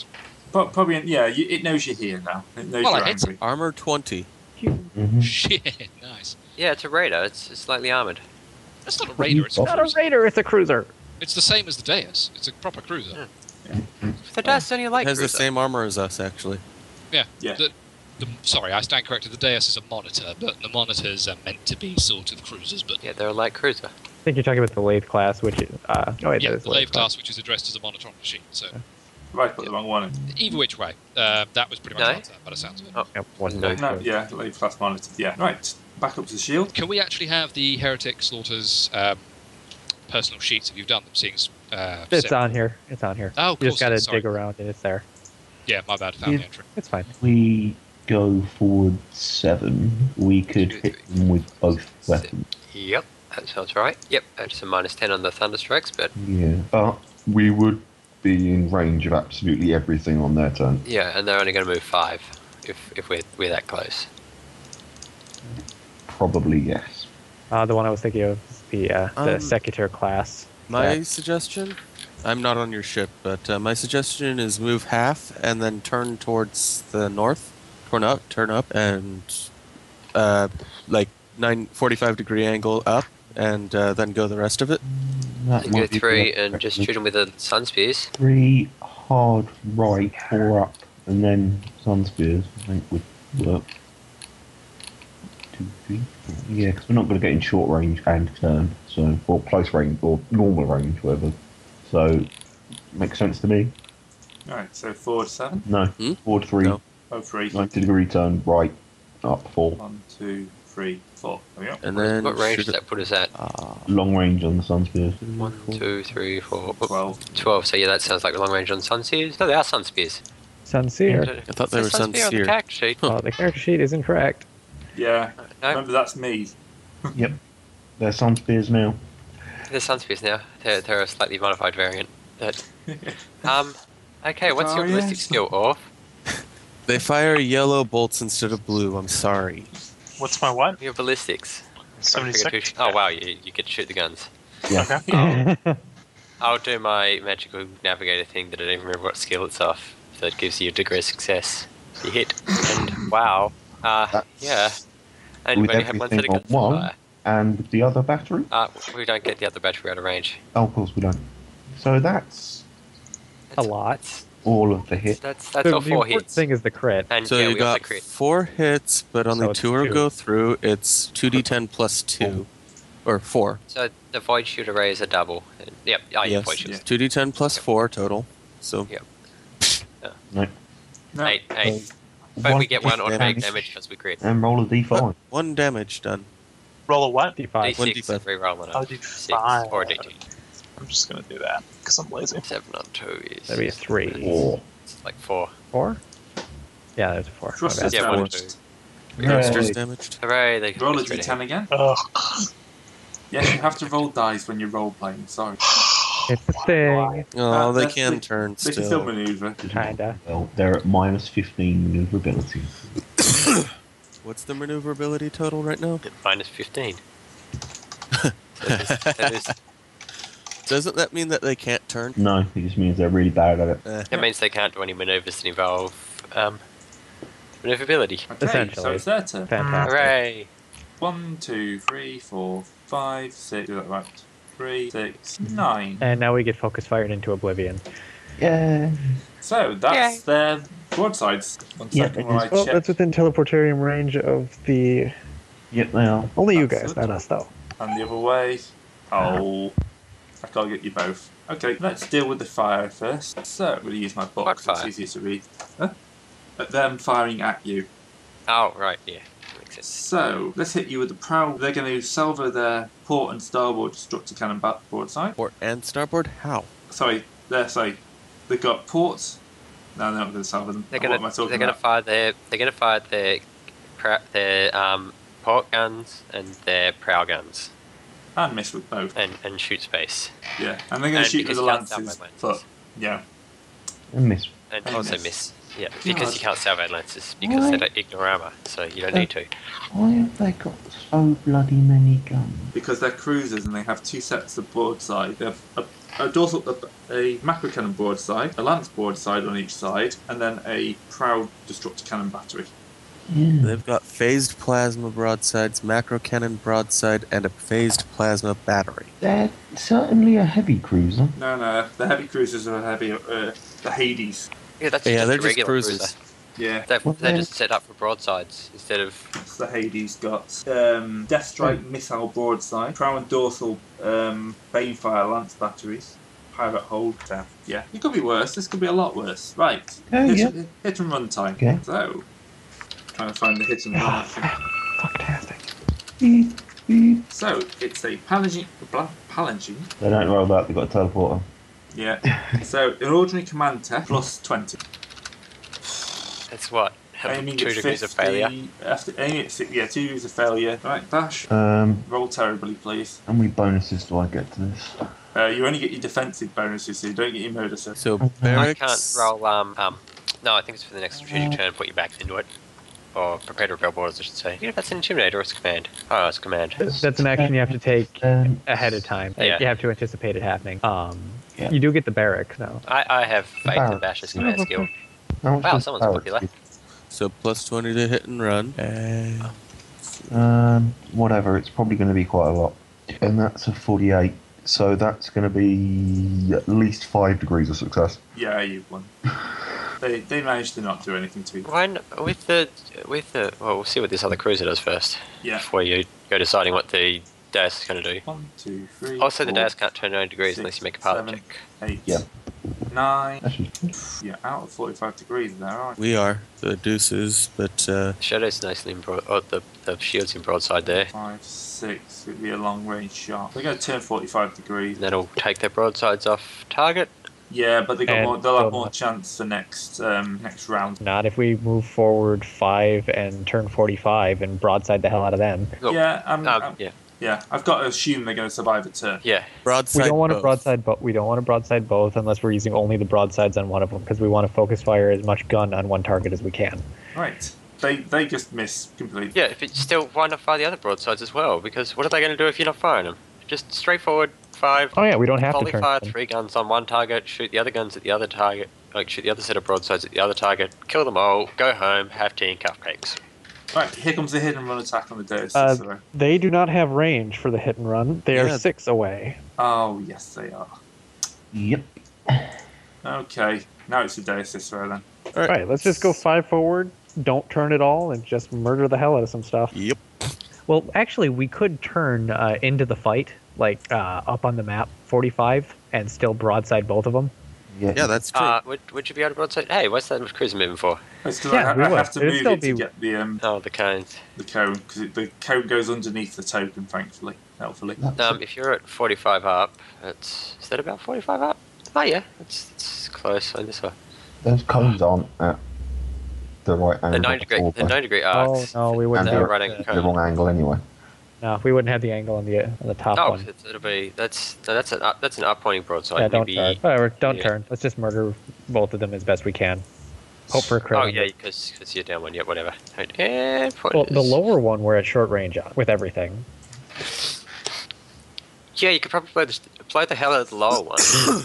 Speaker 2: But probably, yeah, you, it knows you're here now. It knows
Speaker 3: Well, I
Speaker 2: you're
Speaker 3: hit
Speaker 2: angry.
Speaker 4: Armor 20.
Speaker 3: Mm-hmm.
Speaker 7: hmm
Speaker 3: Shit, nice.
Speaker 5: Yeah, it's a radar. It's, it's slightly armored.
Speaker 3: That's not a raider. It's, a
Speaker 1: Not a
Speaker 3: cruiser.
Speaker 1: raider, it's a cruiser.
Speaker 3: it's the same as the Deus. It's a proper
Speaker 2: Hmm,
Speaker 3: cruiser.
Speaker 5: The DAS only like
Speaker 4: It has the
Speaker 5: cruiser.
Speaker 4: same armor as us, actually.
Speaker 2: Yeah.
Speaker 3: The, the, sorry, I stand corrected. The Deus is a monitor, but the monitors are meant to be sort of cruisers. But
Speaker 5: Yeah, they're a light cruiser.
Speaker 1: I think you're talking about the lathe class, which is. Uh, oh, wait,
Speaker 3: yeah,
Speaker 1: that is
Speaker 3: the Lave
Speaker 1: class.
Speaker 3: class, which is addressed as a monitor on the machine. So
Speaker 2: Right, put the wrong one in.
Speaker 3: either which way, uh, that was pretty much
Speaker 5: No.
Speaker 3: answered by the sounds of it.
Speaker 1: Yep, one
Speaker 5: No,
Speaker 1: of those
Speaker 2: No,
Speaker 1: goes.
Speaker 2: yeah, leave class monitored. Yeah, right. Back up to the shield.
Speaker 3: Can we actually have the heretic slaughters um, personal sheets if you've done them? Seeing as, uh,
Speaker 1: It's
Speaker 3: Sip-
Speaker 1: on here. It's on here.
Speaker 3: Oh, of
Speaker 1: you just
Speaker 3: course,
Speaker 1: gotta
Speaker 3: sorry.
Speaker 1: dig around and it's there.
Speaker 3: Yeah, my bad. Found
Speaker 7: Yeah.
Speaker 3: the entry.
Speaker 1: It's fine.
Speaker 7: We go forward seven. We could
Speaker 5: Two,
Speaker 7: hit
Speaker 5: three,
Speaker 7: them with both
Speaker 5: six.
Speaker 7: weapons.
Speaker 5: Yep, that sounds right. Yep, it's a minus 10 on the thunder strikes, but
Speaker 7: Yeah,
Speaker 8: But we would be in range of absolutely everything on their turn.
Speaker 5: yeah, and they're only going to move 5 if, if we're, we're that close.
Speaker 8: Probably yes.
Speaker 1: Uh, the one I was thinking of is the, uh, the
Speaker 4: Um,
Speaker 1: Secretary class.
Speaker 4: My
Speaker 1: Yeah.
Speaker 4: suggestion? I'm not on your ship, but uh, my suggestion is move half and then turn towards the north. Turn up, turn up, and uh, like nine forty-five degree angle up, and uh, then go the rest of it.
Speaker 7: that
Speaker 5: You
Speaker 7: might
Speaker 5: go
Speaker 7: be
Speaker 5: through
Speaker 7: correct.
Speaker 5: and just shoot them with the sun spears.
Speaker 7: Three hard right, four up, and then sun spears. I think would work. Two, three, four. Yeah, because we're not going to get in short range and turn, so or close range or normal range, whatever. So makes sense to me.
Speaker 2: Right, so forward seven.
Speaker 7: No,
Speaker 4: Hmm?
Speaker 7: forward three,
Speaker 4: No.
Speaker 2: Oh, three.
Speaker 7: ninety degree turn right, up four,
Speaker 2: One, two, three, four. There we go.
Speaker 4: And then
Speaker 5: What range
Speaker 4: shoot
Speaker 5: does
Speaker 4: it.
Speaker 5: that put us at?
Speaker 4: Ah,
Speaker 7: long range on the sun spears.
Speaker 5: One, two, three, four, oop,
Speaker 2: Twelve.
Speaker 5: 12. So yeah, that sounds like long range on sun spears. No, they are sun spears.
Speaker 1: Sun Seer.
Speaker 5: I
Speaker 4: thought they were sun
Speaker 5: spear on the
Speaker 4: seer.
Speaker 5: character sheet.
Speaker 1: Uh, the character sheet is incorrect.
Speaker 2: Yeah.
Speaker 5: No,
Speaker 2: Remember, that's me.
Speaker 7: Yep, they're sun spears now.
Speaker 5: they're sun spears now. They're, they're a slightly modified variant. That, um, okay, what's your
Speaker 2: Oh,
Speaker 5: ballistic
Speaker 2: yes.
Speaker 5: skill, Orf?
Speaker 4: they fire yellow bolts instead of blue. I'm sorry.
Speaker 6: What's my what?
Speaker 5: Your ballistics. I forget who
Speaker 6: 76?
Speaker 5: sh- oh wow, you, you get to shoot the guns.
Speaker 7: Yeah.
Speaker 6: Okay.
Speaker 5: I'll do my magical navigator thing that I don't even remember what skill it's off. So it gives you a degree of success. You hit, and wow. Uh, yeah. And
Speaker 8: with
Speaker 5: we only have one set of
Speaker 8: everything on
Speaker 5: guns.
Speaker 8: one.
Speaker 5: to fire.
Speaker 8: And the other battery?
Speaker 5: Uh, we don't get the other battery out of range.
Speaker 8: Oh, of course we don't.
Speaker 7: So that's
Speaker 1: A lot.
Speaker 7: all of the hit.
Speaker 5: That's that's all
Speaker 1: the
Speaker 5: four
Speaker 1: important
Speaker 5: hits.
Speaker 1: thing is the crit.
Speaker 5: And
Speaker 4: So
Speaker 5: Mm, yeah,
Speaker 4: you
Speaker 5: we also
Speaker 4: got
Speaker 5: crit.
Speaker 4: four hits, but only
Speaker 1: So Oh, it's
Speaker 4: two are
Speaker 1: two.
Speaker 4: go through. It's two d10 plus two,
Speaker 1: Oh.
Speaker 4: or four.
Speaker 5: So the void shoot array is a double. And- Yep. Oh, yeah, void shoot.
Speaker 4: yes. Two d10 plus four total. So
Speaker 2: No.
Speaker 5: Eight, eight. But we get one automatic damage because we crit.
Speaker 7: and roll a d5.
Speaker 4: one damage done.
Speaker 6: Roll a what?
Speaker 1: D5.
Speaker 4: one
Speaker 5: D6 and
Speaker 4: D5.
Speaker 5: reroll it
Speaker 6: Oh,
Speaker 5: up. Six
Speaker 6: D5.
Speaker 5: or D2.
Speaker 6: I'm just gonna do that because I'm lazy.
Speaker 5: Seven on two is
Speaker 1: That'd be a three.
Speaker 7: Or
Speaker 5: it's like four.
Speaker 1: Four? Yeah, there's a four. My
Speaker 2: Trust
Speaker 1: bad.
Speaker 2: us.
Speaker 5: Yeah, one, two.
Speaker 2: damaged.
Speaker 4: Monsters damaged.
Speaker 5: Hooray! They
Speaker 2: Roll a
Speaker 5: straight
Speaker 2: d10 again.
Speaker 6: Ugh.
Speaker 2: Yes, you have to roll dice when you're role playing. Sorry.
Speaker 1: It's a thing.
Speaker 4: Oh, they
Speaker 2: that's
Speaker 4: can
Speaker 2: the-
Speaker 4: turn
Speaker 2: They can still
Speaker 4: still.
Speaker 2: maneuver.
Speaker 1: Kinda.
Speaker 7: Well, they're at minus 15 maneuverability.
Speaker 4: What's the maneuverability total right now?
Speaker 5: ahead. Minus fifteen. So this- that is-
Speaker 4: Doesn't that mean that they can't turn?
Speaker 7: No, it just means they're really bad at it.
Speaker 4: Eh.
Speaker 5: that means they can't do any maneuvers that involve um, maneuverability.
Speaker 2: Okay, so
Speaker 1: Essentially.
Speaker 2: it's their turn.
Speaker 1: Fantastic.
Speaker 5: Hooray!
Speaker 2: One, two, three, four, five, six. Do that right. Three, six, nine.
Speaker 1: And now we get focus fired into oblivion.
Speaker 7: Yeah.
Speaker 2: So that's their broadsides. One
Speaker 7: Yeah,
Speaker 2: second
Speaker 7: it
Speaker 2: while
Speaker 7: is.
Speaker 2: I
Speaker 1: Well,
Speaker 2: check.
Speaker 1: that's within teleportarium range of the.
Speaker 7: Yep, they are.
Speaker 1: Only you guys,
Speaker 2: Absolutely.
Speaker 1: not us, though.
Speaker 2: And the other way. Oh, I can't get you both. Okay, let's deal with the fire first. So I'm going to use my book.
Speaker 5: What
Speaker 2: 'cause
Speaker 5: fire?
Speaker 2: It's easier to read. Huh? At them firing at you.
Speaker 5: Oh right, yeah, makes sense.
Speaker 2: So let's hit you with the prow. They're going to salvo their port and starboard destructor cannon ba- broadside.
Speaker 4: Or and starboard? How?
Speaker 2: Sorry, there. Sorry, they got ports. No, they're not going to salvo them.
Speaker 5: They're
Speaker 2: what
Speaker 5: gonna
Speaker 2: am I talking
Speaker 5: they're gonna
Speaker 2: about?
Speaker 5: fire their they're gonna fire their crap their um port guns and their prow guns
Speaker 2: and miss with both.
Speaker 5: and, and shoot space.
Speaker 2: Yeah, and they're going
Speaker 5: And
Speaker 2: to shoot with
Speaker 5: because
Speaker 2: the
Speaker 5: guns are
Speaker 2: lances.
Speaker 5: my lances.
Speaker 2: But Yeah.
Speaker 7: And miss.
Speaker 5: And
Speaker 2: I
Speaker 5: also
Speaker 2: miss.
Speaker 5: miss. Yeah,
Speaker 2: God.
Speaker 5: because you can't salve lances because they
Speaker 7: Why?
Speaker 5: don't ignore armor, so you don't
Speaker 7: Uh,
Speaker 5: need to.
Speaker 7: Why have they got so bloody many guns?
Speaker 2: because they're cruisers and they have two sets of broadside. They have a, a dorsal, a, a macro cannon broadside, a lance broadside on each side, and then a prow destructor cannon battery.
Speaker 7: Yeah.
Speaker 4: They've got phased plasma broadsides, macro cannon broadside, and a phased plasma battery.
Speaker 7: They're certainly a heavy cruiser.
Speaker 2: No, no, the heavy cruisers are heavy. Uh, the Hades.
Speaker 5: Yeah, that's
Speaker 4: Yeah,
Speaker 5: just
Speaker 4: they're
Speaker 5: a
Speaker 4: just
Speaker 5: regular
Speaker 4: cruisers.
Speaker 5: cruiser.
Speaker 2: Yeah,
Speaker 5: They're,
Speaker 7: Well,
Speaker 5: they're
Speaker 7: they're-
Speaker 5: just set up for broadsides instead of.
Speaker 2: that's the Hades got. Um, Death Strike
Speaker 7: Hmm.
Speaker 2: missile broadside, prow and dorsal um, Banefire lance batteries. Pirate hold down. Yeah, it could be worse. This could be a lot worse. Right.
Speaker 7: Oh,
Speaker 2: hit,
Speaker 7: yeah.
Speaker 2: hit and run time.
Speaker 7: Okay. Ah, eh,
Speaker 2: So, trying to find the hit and run. I think.
Speaker 1: Fantastic.
Speaker 7: Beep, beep.
Speaker 2: So it's a palangine. bla- Palangine.
Speaker 7: They don't roll that, they've got a teleporter.
Speaker 2: Yeah. so an ordinary command test plus twenty.
Speaker 5: That's what?
Speaker 2: Aiming
Speaker 5: two
Speaker 2: at
Speaker 5: degrees of failure.
Speaker 2: 50 After aiming at si- yeah, two degrees of failure. Right, dash.
Speaker 7: Um,
Speaker 2: Roll terribly, please.
Speaker 7: how many bonuses do I get to this?
Speaker 2: Uh, you only get your defensive bonuses, so you don't get your murder. So
Speaker 4: So
Speaker 5: I
Speaker 4: barracks.
Speaker 5: can't roll. Um, um, no, I think it's for the next strategic turn. Put you back into it, or prepare to repel borders. I should say. Yeah, that's an intimidator. Or it's a command. Oh, it's a command.
Speaker 1: Th- That's an action you have to take
Speaker 7: Um,
Speaker 1: ahead of time.
Speaker 5: Yeah.
Speaker 1: You have to anticipate it happening. Um,
Speaker 7: Yeah.
Speaker 1: You do get the barrack, though.
Speaker 5: I, I have faith in
Speaker 7: Barracks.
Speaker 5: Bash's command skill.
Speaker 7: how much
Speaker 5: Wow,
Speaker 7: does
Speaker 5: someone's
Speaker 7: barracks
Speaker 5: popular.
Speaker 7: give?
Speaker 4: So plus 20 to hit and run. Uh,
Speaker 7: Um, whatever, it's probably going to be quite a lot. And that's a 48, so that's going to be at least 5 degrees of success.
Speaker 2: yeah, you won. they they managed to not do anything to you.
Speaker 5: Ryan, with the with the well, we'll see what this other cruiser does first
Speaker 2: Yeah.
Speaker 5: before you go deciding what the dais is going to do.
Speaker 2: One, two, three.
Speaker 5: Also, the
Speaker 2: four,
Speaker 5: dais can't turn 90 degrees
Speaker 2: six,
Speaker 5: unless you make a pilot
Speaker 2: seven.
Speaker 5: check.
Speaker 2: Eight.
Speaker 7: Yeah.
Speaker 2: Nine.
Speaker 7: Actually,
Speaker 2: Yeah, out of forty-five degrees there, aren't you?
Speaker 4: we are the deuces, but uh,
Speaker 5: The shadow's nicely in broad. Oh, the the shield's in broadside there.
Speaker 2: Five, six. It'd be a long-range shot. They're going to turn forty-five degrees.
Speaker 5: That'll take their broadsides off target.
Speaker 2: Yeah, but they got
Speaker 1: And-
Speaker 2: more, they'll have more chance for next um, next round.
Speaker 1: Not if we move forward five and turn 45 and broadside the hell out of them.
Speaker 5: Cool.
Speaker 2: Yeah, I'm,
Speaker 5: Um,
Speaker 2: I'm- yeah.
Speaker 5: yeah,
Speaker 2: I've got to assume they're going to survive a turn.
Speaker 5: yeah.
Speaker 4: broadside.
Speaker 1: We don't want to
Speaker 4: both.
Speaker 1: broadside, but we don't want to broadside both unless we're using only the broadsides on one of them because we want to focus fire as much gun on one target as we can.
Speaker 2: Right. They they just miss completely.
Speaker 5: Yeah, if it's still, why not fire the other broadsides as well? Because what are they going to do if you're not firing them? Just straightforward five.
Speaker 1: Oh yeah, we don't have
Speaker 5: volley
Speaker 1: to turn.
Speaker 5: fire
Speaker 1: them.
Speaker 5: three guns on one target. Shoot the other guns at the other target. Like shoot the other set of broadsides at the other target. Kill them all. Go home. Have tea and cupcakes.
Speaker 2: Right. Here comes the hit and run attack on the Deus.
Speaker 1: Uh,
Speaker 2: Cicero.
Speaker 1: They do not have range for the hit and run. They are
Speaker 4: Yeah.
Speaker 1: six away.
Speaker 2: oh yes, they are.
Speaker 7: yep.
Speaker 2: Okay. Now it's the Deus Cicero then.
Speaker 1: All right, let's just go five forward. Don't turn at all and just murder the hell out of some stuff.
Speaker 4: Yep.
Speaker 1: Well, actually, we could turn uh, into the fight, like uh, up on the map, 45, and still broadside both of them.
Speaker 7: Yeah,
Speaker 4: Yeah, that's true.
Speaker 5: Uh, would, would you be able to broadside? Hey, what's that cruiser moving for?
Speaker 2: It's 'cause
Speaker 1: Yeah,
Speaker 2: I,
Speaker 1: we
Speaker 2: I
Speaker 1: will.
Speaker 2: have to
Speaker 1: It'll
Speaker 2: move
Speaker 1: still
Speaker 2: it to
Speaker 1: be-
Speaker 2: get the um,
Speaker 5: Oh, the cones.
Speaker 2: the cone because the cone goes underneath the token. Thankfully, helpfully.
Speaker 7: that's
Speaker 5: Um, if you're at 45 up, it's is that about 45 up? Oh yeah, it's, it's close on this one.
Speaker 7: those cones aren't at the right angle.
Speaker 5: The 90 degree,
Speaker 7: or
Speaker 5: the 90 degree
Speaker 1: Oh
Speaker 5: arcs.
Speaker 1: no, we wouldn't.
Speaker 7: And
Speaker 5: they're
Speaker 1: Have,
Speaker 7: they're-
Speaker 5: running
Speaker 7: the wrong angle anyway.
Speaker 1: no, we wouldn't have the angle on the on the top
Speaker 5: Oh,
Speaker 1: one.
Speaker 5: it's- it'll be that's no, that's an up, that's an up pointing broadside.
Speaker 1: yeah, don't
Speaker 5: maybe.
Speaker 1: turn. Whatever, don't
Speaker 5: yeah.
Speaker 1: turn. Let's just murder both of them as best we can. Hope for a crit.
Speaker 5: Oh
Speaker 1: on
Speaker 5: yeah,
Speaker 1: it.
Speaker 5: because you're down one. Yeah, whatever. Right, And point
Speaker 1: Well, the
Speaker 5: is-
Speaker 1: lower one we're at short range on with everything.
Speaker 5: Yeah, you could probably play the st- play the hell out of the lower one.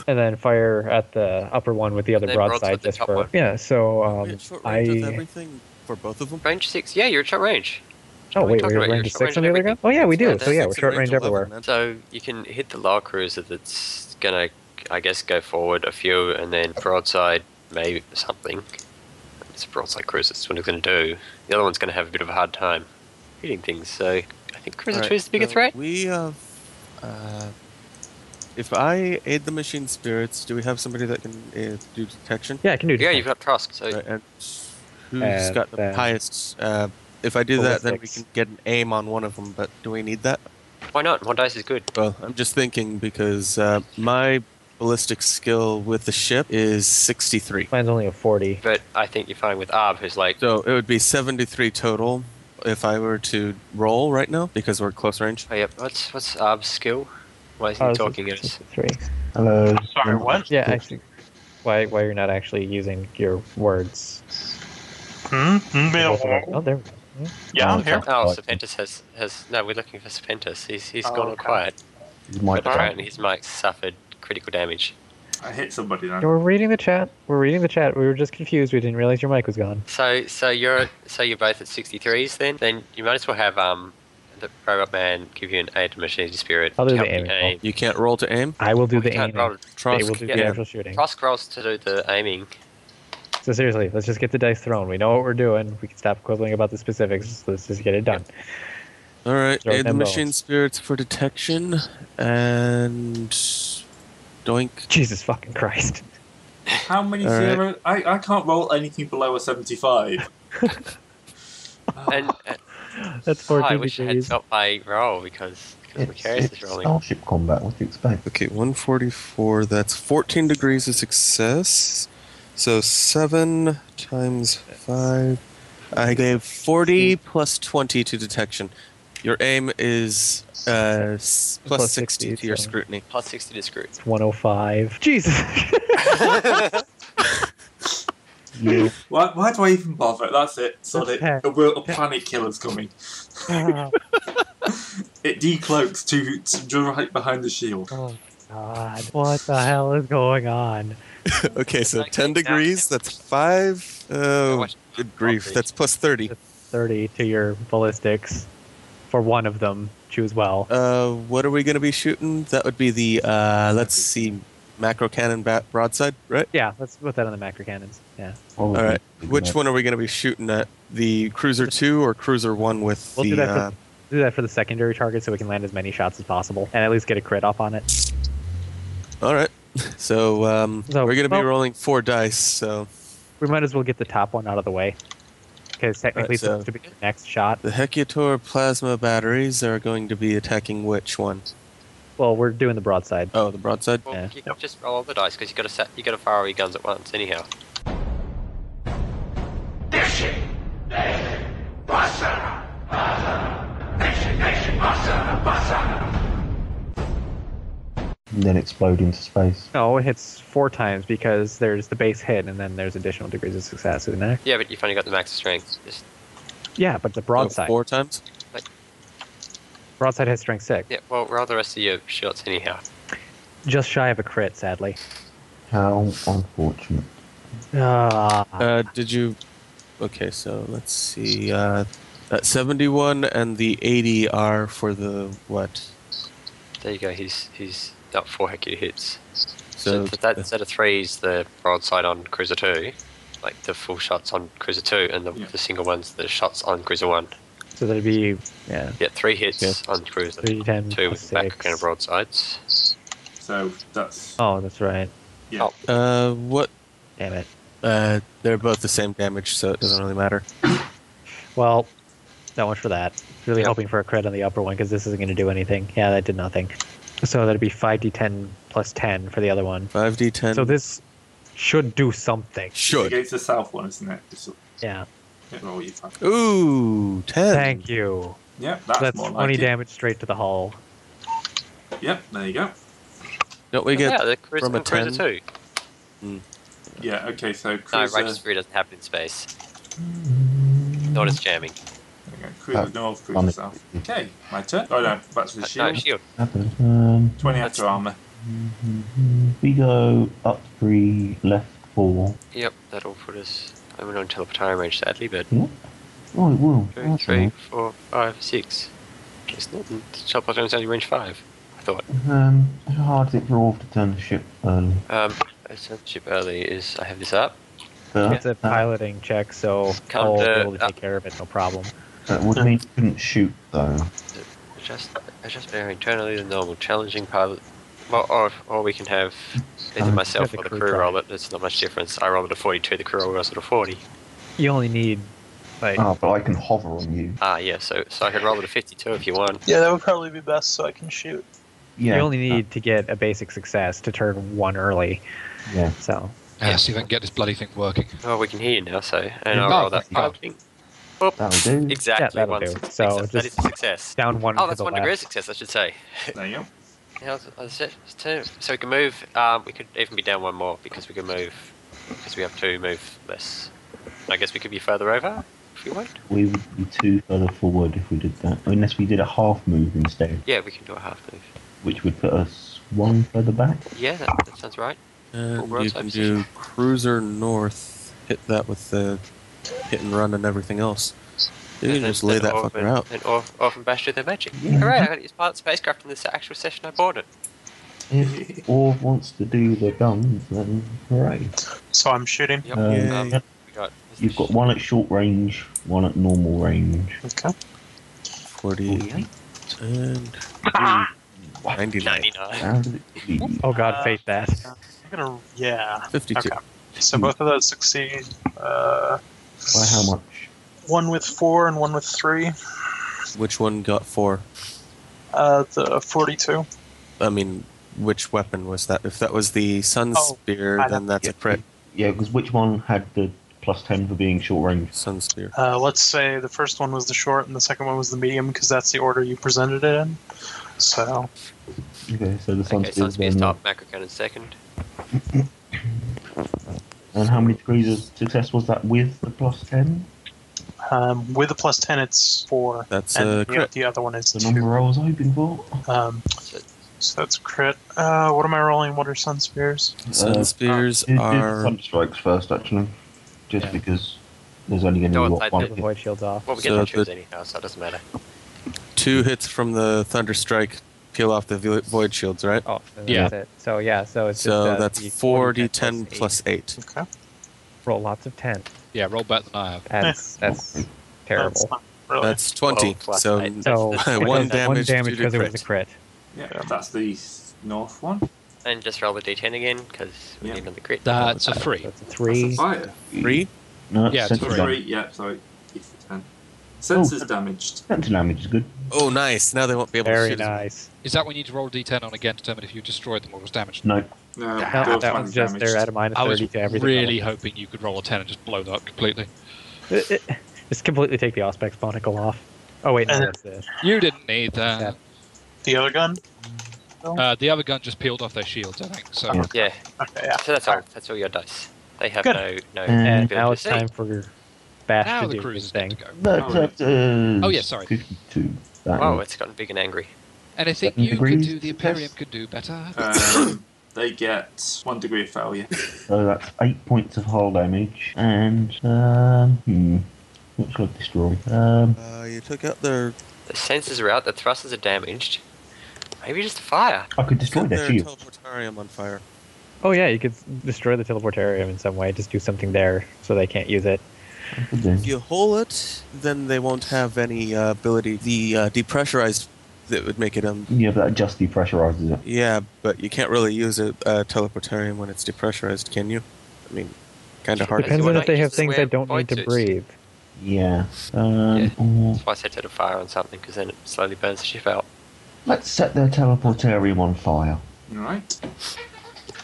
Speaker 1: and then fire at the upper one with the other
Speaker 5: Then broadside
Speaker 1: broadside
Speaker 5: the
Speaker 1: just
Speaker 5: top
Speaker 1: for
Speaker 5: one.
Speaker 1: yeah. So
Speaker 4: Wait,
Speaker 1: um,
Speaker 4: short range does
Speaker 1: I
Speaker 4: everything for both of them.
Speaker 5: range six. Yeah, you're at short range.
Speaker 1: oh
Speaker 5: What are we
Speaker 1: wait, we're
Speaker 5: talking about? You're
Speaker 1: range
Speaker 5: short range
Speaker 1: six on the
Speaker 5: on
Speaker 1: other gun. Oh yeah, we do.
Speaker 5: Yeah,
Speaker 1: so yeah, we're
Speaker 4: Six and
Speaker 1: short range,
Speaker 4: range 11,
Speaker 1: everywhere.
Speaker 4: man.
Speaker 5: So you can hit the lower cruiser that's gonna, I guess, go forward a few and then broadside maybe something. It's a broadside cruiser. That's what it's gonna do. The other one's gonna have a bit of a hard time hitting things. So I think cruiser
Speaker 4: Alright,
Speaker 5: two is the bigger
Speaker 4: so
Speaker 5: threat.
Speaker 4: We have. Uh, if I aid the machine spirits, do we have somebody that can uh, do detection?
Speaker 1: Yeah, I can do.
Speaker 5: Yeah,
Speaker 1: detect.
Speaker 5: you've got Trask. So
Speaker 4: Right, and who's
Speaker 1: And
Speaker 4: got the
Speaker 1: then-
Speaker 4: highest? Uh, if I do that, then we
Speaker 1: Ballistics.
Speaker 4: can get an aim on one of them. But do we need that?
Speaker 5: why not? One dice is good.
Speaker 4: Well, I'm just thinking because uh, my ballistic skill with the ship is 63.
Speaker 1: Mine's only a forty.
Speaker 5: But I think you're fine with Arb, who's like
Speaker 4: So it would be 73 total if I were to roll right now because we're close range.
Speaker 5: Oh, yep. What's what's Arb's skill? Why isn't
Speaker 1: Oh,
Speaker 5: he
Speaker 1: this is
Speaker 5: talking at us?
Speaker 1: Three.
Speaker 7: Hello.
Speaker 6: Sorry, what?
Speaker 1: Mm-hmm. Yeah, actually, Why why you're not actually using your words?
Speaker 6: Hmm? Hmm? They don't
Speaker 1: Oh, there. we go.
Speaker 6: Yeah, I'm here.
Speaker 5: Oh, Serpentis has, has no. We're looking for Serpentis. He's he's
Speaker 2: Oh,
Speaker 5: gone all
Speaker 2: okay.
Speaker 5: quiet.
Speaker 8: Might
Speaker 5: But apparently his mic suffered critical damage.
Speaker 2: I hit somebody
Speaker 1: Yeah,
Speaker 2: then.
Speaker 1: We're reading the chat. We're reading the chat. We were just confused. We didn't realize your mic was gone.
Speaker 5: So so you're so you're both at 63s then. Then you might as well have um the robot man give you an aid to machinity spirit.
Speaker 1: I'll do the
Speaker 5: help you
Speaker 1: aiming roll.
Speaker 5: aim.
Speaker 4: You can't roll to aim.
Speaker 1: I will do
Speaker 5: Well,
Speaker 1: the
Speaker 5: we can't
Speaker 1: aiming.
Speaker 5: roll.
Speaker 1: They will
Speaker 4: Trosk,
Speaker 1: do
Speaker 5: yeah.
Speaker 1: the actual shooting.
Speaker 5: Prosk rolls to do the aiming.
Speaker 1: So seriously, let's just get the dice thrown. We know what we're doing. We can stop quibbling about the specifics. Let's just get it done.
Speaker 4: all right.
Speaker 1: Throw
Speaker 4: Aid the
Speaker 1: them
Speaker 4: machine
Speaker 1: bones.
Speaker 4: spirits for detection and doink.
Speaker 1: Jesus fucking Christ!
Speaker 2: How many
Speaker 4: All right.
Speaker 2: zero? I, I can't roll anything below a 75.
Speaker 5: And uh,
Speaker 1: That's
Speaker 5: oh,
Speaker 1: fourteen
Speaker 5: I wish I had
Speaker 1: degrees.
Speaker 5: stopped my roll because because
Speaker 7: It's,
Speaker 5: Macarius is
Speaker 7: it's
Speaker 5: rolling.
Speaker 7: Starship Combat. What do you expect?
Speaker 4: Okay, 144. That's 14 degrees of success. So 7 times 5. I gave 40 plus 20 to detection. Your aim is uh, s- plus,
Speaker 1: Plus
Speaker 4: 60,
Speaker 1: 60,
Speaker 4: to your
Speaker 1: so-
Speaker 4: scrutiny.
Speaker 5: Plus sixty to screw.
Speaker 1: It's 105. Jesus.
Speaker 7: Yeah.
Speaker 2: Why, why do I even bother? That's it. Sod it.
Speaker 1: Okay.
Speaker 2: A, world, a planet killer's coming.
Speaker 1: Oh,
Speaker 2: it decloaks to, to right behind the shield.
Speaker 1: oh God! What the hell is going on?
Speaker 4: Okay, so
Speaker 5: Like,
Speaker 4: 10
Speaker 5: like that.
Speaker 4: degrees. That's 5. Oh,
Speaker 5: Watch-
Speaker 4: good grief.
Speaker 5: Okay.
Speaker 4: That's plus 30.
Speaker 1: Thirty to your ballistics for one of them. Choose well.
Speaker 4: Uh, what are we going to be shooting? That would be the, uh, let's see, macro cannon ba- broadside, right?
Speaker 1: Yeah, let's put that on the macro cannons. Yeah,
Speaker 7: All
Speaker 4: All right. Which one are we going to be shooting at? The Cruiser 2 or Cruiser 1 with
Speaker 1: we'll
Speaker 4: the.
Speaker 1: do that.
Speaker 4: uh,
Speaker 1: For, do that for the secondary target so we can land as many shots as possible and at least get a crit off on it.
Speaker 4: all right. So, um,
Speaker 1: So,
Speaker 4: we're going to be
Speaker 1: well-
Speaker 4: rolling four dice. So,
Speaker 1: We might as well get the top one out of the way because technically it's
Speaker 4: so-
Speaker 1: supposed to be the next shot.
Speaker 4: the Hecator plasma batteries are going to be attacking which one?
Speaker 1: Well, we're doing the broadside.
Speaker 4: Oh, the broadside?
Speaker 5: Well,
Speaker 1: Yeah.
Speaker 5: you can just roll all the dice because you got to set, you got to fire all your guns at once anyhow.
Speaker 7: And then explode into space.
Speaker 1: No, it hits four times because there's the base hit and then there's additional degrees of success, isn't there?
Speaker 5: Yeah, but you've only got the max strength. Just
Speaker 1: Yeah, but the
Speaker 4: Oh,
Speaker 1: broadside.
Speaker 4: four times?
Speaker 1: Broadside has strength six.
Speaker 5: yeah, well, roll the rest of your shots anyhow.
Speaker 1: Just shy of a crit, sadly.
Speaker 7: How unfortunate.
Speaker 1: Ah,
Speaker 4: Uh, did you. Okay, so let's see. Uh, that 71 and the 80 are for the what?
Speaker 5: There you go. He's he's up four hecular hits.
Speaker 4: So,
Speaker 5: So, that instead of three is the broadside on cruiser two, like the full shots on cruiser two, and the,
Speaker 2: Yeah.
Speaker 5: the single ones the shots on cruiser one.
Speaker 1: so that'd be yeah,
Speaker 5: Yeah, three hits
Speaker 1: Yeah.
Speaker 5: on cruiser
Speaker 1: three ten
Speaker 5: two
Speaker 1: plus
Speaker 5: with the back kind
Speaker 1: six.
Speaker 5: of broadsides.
Speaker 2: So that's.
Speaker 1: Oh, that's right.
Speaker 2: Yeah.
Speaker 5: Oh.
Speaker 4: uh, what?
Speaker 1: Damn it.
Speaker 4: Uh, they're both the same damage, so it doesn't really matter.
Speaker 1: Well, that much for that. Really
Speaker 5: Yeah.
Speaker 1: hoping for a crit on the upper one because this isn't going to do anything. Yeah, that did nothing. So that'd be five d10 plus ten for the other one.
Speaker 4: 5d10.
Speaker 1: So this should do something.
Speaker 2: It's
Speaker 4: should.
Speaker 2: against the south one, isn't it? It's,
Speaker 1: Yeah.
Speaker 2: it roll you five.
Speaker 4: Ooh, 10.
Speaker 1: Thank you.
Speaker 2: Yeah, that's,
Speaker 1: That's
Speaker 2: more
Speaker 1: 20
Speaker 2: like it.
Speaker 1: damage straight to the hull.
Speaker 2: Yep, there you go.
Speaker 4: Don't we get
Speaker 5: yeah, the cruiser,
Speaker 4: from a
Speaker 5: on cruiser
Speaker 4: 10.
Speaker 5: two.
Speaker 2: Yeah, okay, so uh,
Speaker 5: No,
Speaker 2: cruiser,
Speaker 5: righteous three doesn't happen in space.
Speaker 7: Mm.
Speaker 5: Not as jamming.
Speaker 2: there you go, cruiser
Speaker 7: Uh,
Speaker 2: north,
Speaker 7: on
Speaker 2: cruiser
Speaker 7: the-
Speaker 2: south. Okay, my turn. Oh no, back to the
Speaker 5: Uh, No
Speaker 2: shield.
Speaker 5: shield.
Speaker 7: Happens. Um,
Speaker 2: 20 after armor.
Speaker 7: we go up three, left four.
Speaker 5: Yep, that'll put us. I went on teleportarium range sadly, but
Speaker 7: Yeah. Oh, it will.
Speaker 1: Mm-hmm.
Speaker 5: two,
Speaker 7: That's
Speaker 5: three,
Speaker 7: right.
Speaker 5: four, five, six. It's not teleportarium's only range five. I thought.
Speaker 7: Um, how hard is it for Orv to turn the ship early?
Speaker 5: Um, censorship early is I have this up.
Speaker 7: But
Speaker 1: It's a piloting check, so
Speaker 5: Count,
Speaker 1: I'll be
Speaker 5: uh,
Speaker 1: able to
Speaker 5: Uh-huh. uh,
Speaker 1: take care of it, no problem.
Speaker 7: That would mean you couldn't shoot though.
Speaker 5: Adjust, adjust air internally to normal. Challenging pilot. Well, or, or we can have either
Speaker 7: Um,
Speaker 5: myself
Speaker 1: have
Speaker 5: or
Speaker 1: Uh, the
Speaker 5: the
Speaker 1: crew
Speaker 5: crew
Speaker 1: try.
Speaker 5: roll it. It's not much difference. I roll it a 42, the crew rolls it a 40.
Speaker 1: You only need, like,
Speaker 5: Oh,
Speaker 7: Ah, but I can hover on you.
Speaker 5: Ah, yeah, so so I could roll it a 52 if you want.
Speaker 6: Yeah, that would probably be best so I can shoot.
Speaker 7: Yeah.
Speaker 1: you only need
Speaker 5: Uh.
Speaker 1: to get a basic success to turn one early.
Speaker 7: yeah.
Speaker 1: So
Speaker 3: Yes, you can get this bloody thing working.
Speaker 5: Well, Oh, we can hear you now, so. And
Speaker 3: Yeah.
Speaker 5: I'll roll that
Speaker 3: Oh, thank
Speaker 5: piloting.
Speaker 7: That'll do.
Speaker 5: Exactly
Speaker 1: that'll
Speaker 5: one
Speaker 1: do.
Speaker 5: success.
Speaker 1: So
Speaker 5: that is
Speaker 1: just-
Speaker 5: a success.
Speaker 1: down one
Speaker 5: Oh,
Speaker 1: to
Speaker 5: that's
Speaker 1: the
Speaker 5: one
Speaker 1: left.
Speaker 5: degree of success, I should say.
Speaker 2: There you go.
Speaker 5: Now, that's it. It's two. So we can move. Um, we could even be down one more because we can move. Because we have two move less. I guess we could be further over if we want.
Speaker 7: We would be too further forward if we did that, unless we did a half move instead,
Speaker 5: Yeah, we can do a half move.
Speaker 7: which would put us one further back.
Speaker 5: Yeah, that, that sounds right.
Speaker 4: And
Speaker 5: Well,
Speaker 4: uh, you
Speaker 5: roadside
Speaker 4: can do
Speaker 5: position.
Speaker 4: cruiser north, hit that with the hit and run and everything else. You can
Speaker 5: And
Speaker 4: just lay
Speaker 5: then
Speaker 4: that
Speaker 5: Orphan-
Speaker 4: fucker out.
Speaker 5: And Orph- Orphan Bash do their magic.
Speaker 7: Yeah.
Speaker 5: Hooray, it's part of the spacecraft in this actual session I boarded.
Speaker 7: If Orv wants to do the guns, then hooray.
Speaker 6: So I'm shooting.
Speaker 5: Yep.
Speaker 7: Um,
Speaker 5: Um,
Speaker 4: Yay.
Speaker 5: we got,
Speaker 7: You've got one at short range, one at normal range.
Speaker 6: Okay.
Speaker 4: 48 and ooh, 99.
Speaker 5: 99.
Speaker 7: How did it be?
Speaker 1: Oh god, fate
Speaker 5: Uh,
Speaker 1: that.
Speaker 6: I'm gonna. Yeah.
Speaker 4: 52.
Speaker 6: Okay.
Speaker 1: Hmm.
Speaker 6: So both of those succeed. Uh,
Speaker 7: By how much?
Speaker 6: one with four and one with three.
Speaker 4: Which one got four?
Speaker 6: Uh, the forty-two.
Speaker 4: I mean, which weapon was that? If that was the sun
Speaker 6: Oh,
Speaker 4: spear,
Speaker 6: I
Speaker 4: then that's a crit.
Speaker 7: Yeah, because which one had the plus 10 for being short range?
Speaker 4: Sun spear.
Speaker 6: Uh, let's say the first one was the short and the second one was the medium because that's the order you presented it in. So
Speaker 7: Okay, so the sun
Speaker 5: Okay,
Speaker 7: spear's
Speaker 5: Sunspear's
Speaker 7: then- uh,
Speaker 5: top, macro cannon second.
Speaker 7: And how many degrees of success was that with the plus 10?
Speaker 6: um, with a plus ten, it's four.
Speaker 4: That's
Speaker 6: and
Speaker 4: a
Speaker 6: the-
Speaker 4: crit.
Speaker 6: the other one is
Speaker 7: The
Speaker 6: two.
Speaker 7: number I was hoping for?
Speaker 6: Um,
Speaker 5: So,
Speaker 6: so that's a crit. Uh, what am I rolling? What are sun spears?
Speaker 4: Sun
Speaker 7: Uh,
Speaker 4: spears
Speaker 7: Who did
Speaker 4: are.
Speaker 8: Some strikes first, actually.
Speaker 7: Just
Speaker 4: Yeah.
Speaker 7: because there's only going to
Speaker 5: No,
Speaker 7: be
Speaker 5: I
Speaker 7: what, one.
Speaker 5: did.
Speaker 1: The void shields off.
Speaker 5: well, we get
Speaker 4: So
Speaker 5: to choose
Speaker 4: the-
Speaker 5: anyhow, so it doesn't matter.
Speaker 4: two hits from the thunder strike peel off the vo- void shields, right?
Speaker 1: Oh, so that's
Speaker 3: Yeah.
Speaker 1: it. So yeah, so it's
Speaker 4: so
Speaker 1: just, uh, the
Speaker 4: that's 40, 10
Speaker 1: eight.
Speaker 4: plus 8.
Speaker 6: Okay.
Speaker 1: Roll lots of ten.
Speaker 3: Yeah, roll better than I have.
Speaker 1: That's that's
Speaker 6: That's
Speaker 1: terrible.
Speaker 6: not really.
Speaker 4: That's 20.
Speaker 5: Twelve plus
Speaker 4: so
Speaker 5: eight.
Speaker 1: So
Speaker 5: That's-
Speaker 1: it
Speaker 4: one
Speaker 1: was
Speaker 4: damage
Speaker 1: one damage
Speaker 4: due to
Speaker 1: because it was a crit.
Speaker 4: crit.
Speaker 2: Yeah, that's the north one.
Speaker 5: And just roll the d10 again because we
Speaker 2: Yeah.
Speaker 5: need another crit.
Speaker 3: That's a three.
Speaker 1: That's a
Speaker 2: That's a
Speaker 1: three.
Speaker 2: fire.
Speaker 4: 3?
Speaker 7: No,
Speaker 3: Yeah,
Speaker 7: sensor
Speaker 3: Three.
Speaker 2: Three.
Speaker 7: damage.
Speaker 2: Yeah, sorry. If you can. Sensor's
Speaker 7: Oh.
Speaker 2: damaged.
Speaker 7: Sensor damage is good.
Speaker 4: Oh, nice. Now they won't be able to
Speaker 1: Very
Speaker 4: shoot. us.
Speaker 1: nice.
Speaker 3: Is that what you need to roll a d10 on again to determine if you destroyed them or was damaged?
Speaker 7: No,
Speaker 2: No,
Speaker 1: No,
Speaker 2: both
Speaker 1: that
Speaker 2: ones
Speaker 1: one's just
Speaker 2: damaged.
Speaker 1: they're at a minus
Speaker 3: I was
Speaker 1: thirty to everything.
Speaker 3: really
Speaker 1: else.
Speaker 3: hoping you could roll a 10 and just blow them up completely.
Speaker 1: It- it- Just completely take the Auspex monocle off. Oh
Speaker 3: Uh,
Speaker 1: wait, no,
Speaker 6: And-
Speaker 1: that's this.
Speaker 3: You didn't need that.
Speaker 6: the other gun.
Speaker 3: Uh, the other gun just peeled off their shields, I think. So
Speaker 5: Yeah,
Speaker 6: Okay. Yeah.
Speaker 5: so that's all. That's all your dice. They have
Speaker 6: Good.
Speaker 5: no no.
Speaker 7: And
Speaker 1: And
Speaker 5: ability
Speaker 1: now
Speaker 5: to
Speaker 1: it's
Speaker 5: see.
Speaker 1: time for Bash
Speaker 3: now
Speaker 1: to
Speaker 3: the
Speaker 1: do
Speaker 3: cruise
Speaker 1: his
Speaker 3: is good
Speaker 1: thing.
Speaker 3: to go.
Speaker 7: That's
Speaker 2: Oh, yeah.
Speaker 7: at, uh,
Speaker 3: Oh, yeah, sorry.
Speaker 7: 52. That
Speaker 5: Wow,
Speaker 7: is.
Speaker 5: it's gotten big and angry.
Speaker 3: Anything
Speaker 7: Seven
Speaker 3: you could
Speaker 7: degrees
Speaker 3: do, the
Speaker 7: to test.
Speaker 3: Imperium could do better.
Speaker 2: Um, they get one degree of failure.
Speaker 7: So that's 8 points of hull damage. And, um, hmm. What should I destroy? Um,
Speaker 4: Uh, you took out their.
Speaker 5: The sensors are out. The thrusters are damaged. Maybe just fire.
Speaker 7: I could
Speaker 4: Set
Speaker 7: destroy their
Speaker 4: their
Speaker 7: shield.
Speaker 4: teleportarium on fire.
Speaker 1: Oh yeah, you could s- destroy the teleportarium in some way. Just do something there so they can't use it.
Speaker 7: I could do.
Speaker 4: If you hole it, then they won't have any uh, ability. The uh, depressurized that would make it. Um,
Speaker 7: Yeah, but that just depressurizes it.
Speaker 4: yeah, but you can't really use a, a teleportarium when it's depressurized, can you? I mean, kind of hard.
Speaker 5: Right, so
Speaker 1: Depends
Speaker 5: why
Speaker 1: on
Speaker 5: not
Speaker 1: if they
Speaker 5: use
Speaker 1: have
Speaker 5: the
Speaker 1: things
Speaker 5: way
Speaker 1: that
Speaker 5: of
Speaker 1: don't need to
Speaker 5: pointers?
Speaker 1: breathe.
Speaker 7: Yeah. Um,
Speaker 5: Yeah.
Speaker 7: Or
Speaker 5: That's why I said set a fire on something because then it slowly burns the ship out.
Speaker 7: let's set their teleportarium on fire.
Speaker 2: Alright.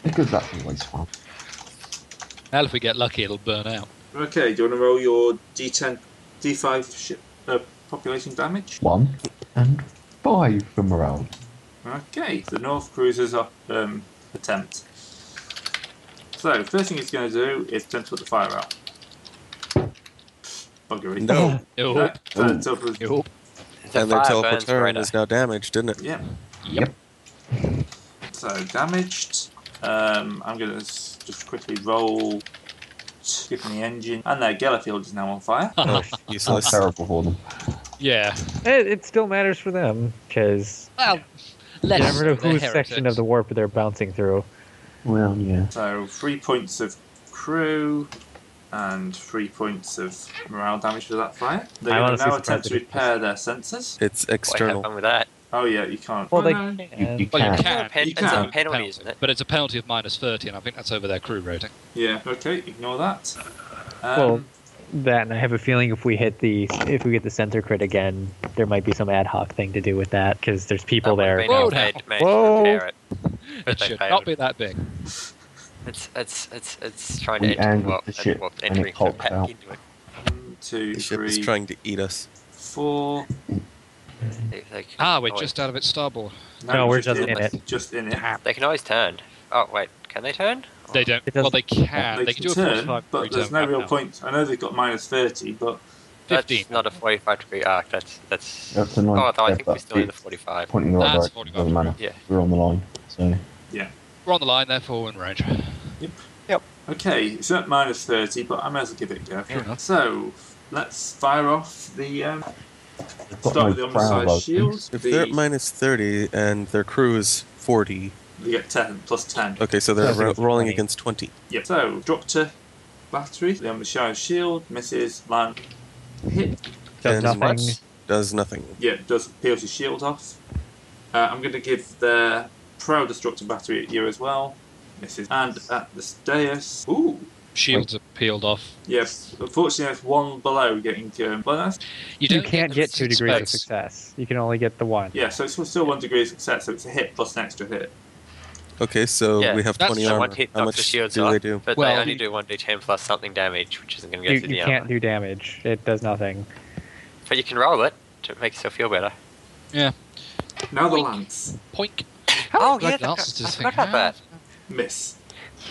Speaker 7: Because that's always fun.
Speaker 3: Now, if we get lucky, it'll burn out.
Speaker 2: Okay, do you want to roll your d10, d5 ship, uh, population damage?
Speaker 7: One and five for morale.
Speaker 2: Okay, the North Cruiser's up, um, attempt. So, first thing he's going to do is attempt to put the fire out. Buggery.
Speaker 4: No.
Speaker 3: Nope.
Speaker 2: That, that's up with-
Speaker 3: Nope.
Speaker 5: The
Speaker 4: and their
Speaker 5: fire burns
Speaker 4: teleportarium
Speaker 5: brighter.
Speaker 4: is now damaged, isn't it?
Speaker 2: Yeah,
Speaker 3: Yep.
Speaker 2: so damaged. Um, I'm going to just quickly roll, skipping the engine. And their Gellerfield is now on fire.
Speaker 4: Oh,
Speaker 7: That's
Speaker 4: useless.
Speaker 7: terrible for them.
Speaker 3: Yeah.
Speaker 1: It, it still matters for them because
Speaker 3: Well,
Speaker 1: you
Speaker 3: let's.
Speaker 1: never know
Speaker 3: they're
Speaker 1: whose section
Speaker 3: heretics.
Speaker 1: of the warp they're bouncing through.
Speaker 7: Well, yeah.
Speaker 2: So three points of crew and three points of morale damage for that fire. They
Speaker 1: I'm
Speaker 2: will
Speaker 1: honestly
Speaker 2: now
Speaker 1: surprised
Speaker 2: attempt to
Speaker 1: they didn't
Speaker 2: repair their sensors.
Speaker 4: It's
Speaker 5: Boy, have
Speaker 4: external.
Speaker 5: fun with that.
Speaker 2: Oh yeah, you can't.
Speaker 1: Well,
Speaker 2: Oh,
Speaker 1: they
Speaker 3: Uh-huh.
Speaker 2: no.
Speaker 7: You, you
Speaker 1: can.
Speaker 3: Well, you
Speaker 7: can't.
Speaker 3: can.
Speaker 5: Pen-
Speaker 3: you
Speaker 5: it's
Speaker 2: a
Speaker 3: do
Speaker 5: penalty,
Speaker 3: penalty,
Speaker 5: isn't it?
Speaker 3: But it's a penalty of minus 30, and I think that's over their crew rating.
Speaker 2: Yeah. Okay, ignore that. Um,
Speaker 1: Well, that and I have a feeling if we hit the if we get the center crit again, there might be some ad hoc thing to do with that because there's people
Speaker 5: That
Speaker 1: there.
Speaker 5: would've been
Speaker 3: Whoa,
Speaker 5: if they'd managed to
Speaker 1: Whoa.
Speaker 5: repair it.
Speaker 3: It
Speaker 5: they
Speaker 3: should
Speaker 5: failed.
Speaker 3: not be that big.
Speaker 5: It's it's it's it's trying
Speaker 7: We
Speaker 5: to enter the warp,
Speaker 7: angled the
Speaker 5: and
Speaker 7: ship
Speaker 5: warp
Speaker 7: and it
Speaker 5: entering
Speaker 7: hulked
Speaker 5: back
Speaker 7: out.
Speaker 5: into it.
Speaker 2: one, two,
Speaker 4: The ship is
Speaker 2: three,
Speaker 4: trying to eat us.
Speaker 2: four,
Speaker 5: They, they can
Speaker 3: Ah, we're
Speaker 5: always-
Speaker 3: just out of its starboard.
Speaker 1: No, we're just
Speaker 5: in
Speaker 1: it.
Speaker 2: Just in
Speaker 3: Ah,
Speaker 2: it.
Speaker 1: Damn.
Speaker 5: They can always turn. Oh wait, can they turn? Oh,
Speaker 3: They don't.
Speaker 1: It doesn't-
Speaker 3: Well, they can. They, can do a
Speaker 2: turn,
Speaker 3: 45
Speaker 2: but
Speaker 3: degree
Speaker 2: there's
Speaker 3: turn
Speaker 2: no
Speaker 3: right
Speaker 2: real
Speaker 3: now.
Speaker 2: point. I know they've got minus 30, but
Speaker 5: That's
Speaker 3: 15.
Speaker 5: not a 45 degree arc. That's that's.
Speaker 7: That's a nice
Speaker 5: oh, no, I
Speaker 7: step
Speaker 5: think we're
Speaker 7: up.
Speaker 5: still in the
Speaker 7: It's
Speaker 5: 45.
Speaker 7: Pointing the right
Speaker 3: That's
Speaker 7: direction,
Speaker 3: 45.
Speaker 7: doesn't matter.
Speaker 5: Yeah.
Speaker 7: We're on the line, so
Speaker 2: yeah.
Speaker 3: We're on the line, therefore we're in range.
Speaker 2: Okay, it's at minus 30, but I may as well give it a go.
Speaker 3: Fair enough.
Speaker 2: So, let's fire off the. Um,
Speaker 7: I've got
Speaker 2: start with the
Speaker 7: no proud
Speaker 2: undersized
Speaker 7: openings.
Speaker 2: shield.
Speaker 4: If they're at
Speaker 2: The,
Speaker 4: minus 30 and their crew is 40,
Speaker 2: they get 10, plus 10.
Speaker 4: okay, so they're
Speaker 1: Yeah, I think it's
Speaker 4: ro- rolling
Speaker 1: 20.
Speaker 4: against 20.
Speaker 2: Yeah. So, drop to battery. The Amishai shield misses. Man, hit.
Speaker 1: Does
Speaker 4: And
Speaker 1: nothing.
Speaker 4: Does nothing.
Speaker 2: Yeah, does peels your shield off. Uh, I'm going to give the pro destructor battery at you as well. Misses. And at the dais. Ooh.
Speaker 3: Shields are peeled off.
Speaker 2: Yeah, unfortunately, there's one below getting um, to him. But that's.
Speaker 3: You,
Speaker 1: You
Speaker 3: don't
Speaker 1: can't
Speaker 3: the
Speaker 1: get two
Speaker 3: resistance
Speaker 1: degrees of
Speaker 3: specs.
Speaker 1: success. You can only get the one.
Speaker 2: Yeah, so it's still one degree of success, so it's a hit plus an extra hit.
Speaker 4: Okay, so
Speaker 5: Yeah,
Speaker 4: we have
Speaker 3: that's
Speaker 4: 20
Speaker 3: the
Speaker 5: So
Speaker 4: armor.
Speaker 5: one hit
Speaker 4: How
Speaker 5: knocks
Speaker 4: much
Speaker 5: the shields
Speaker 4: do
Speaker 5: off,
Speaker 4: they do?
Speaker 5: but
Speaker 3: Well,
Speaker 5: they only
Speaker 3: you-
Speaker 5: do 1d10 plus something damage, which isn't going to go
Speaker 1: You,
Speaker 5: through the
Speaker 1: you
Speaker 5: armor.
Speaker 1: can't do damage. It does nothing.
Speaker 5: But you can roll it to make yourself feel better.
Speaker 2: Now the lance.
Speaker 3: Poink.
Speaker 5: How
Speaker 3: many blood glances does this thing
Speaker 5: about that.
Speaker 3: have?
Speaker 2: Miss.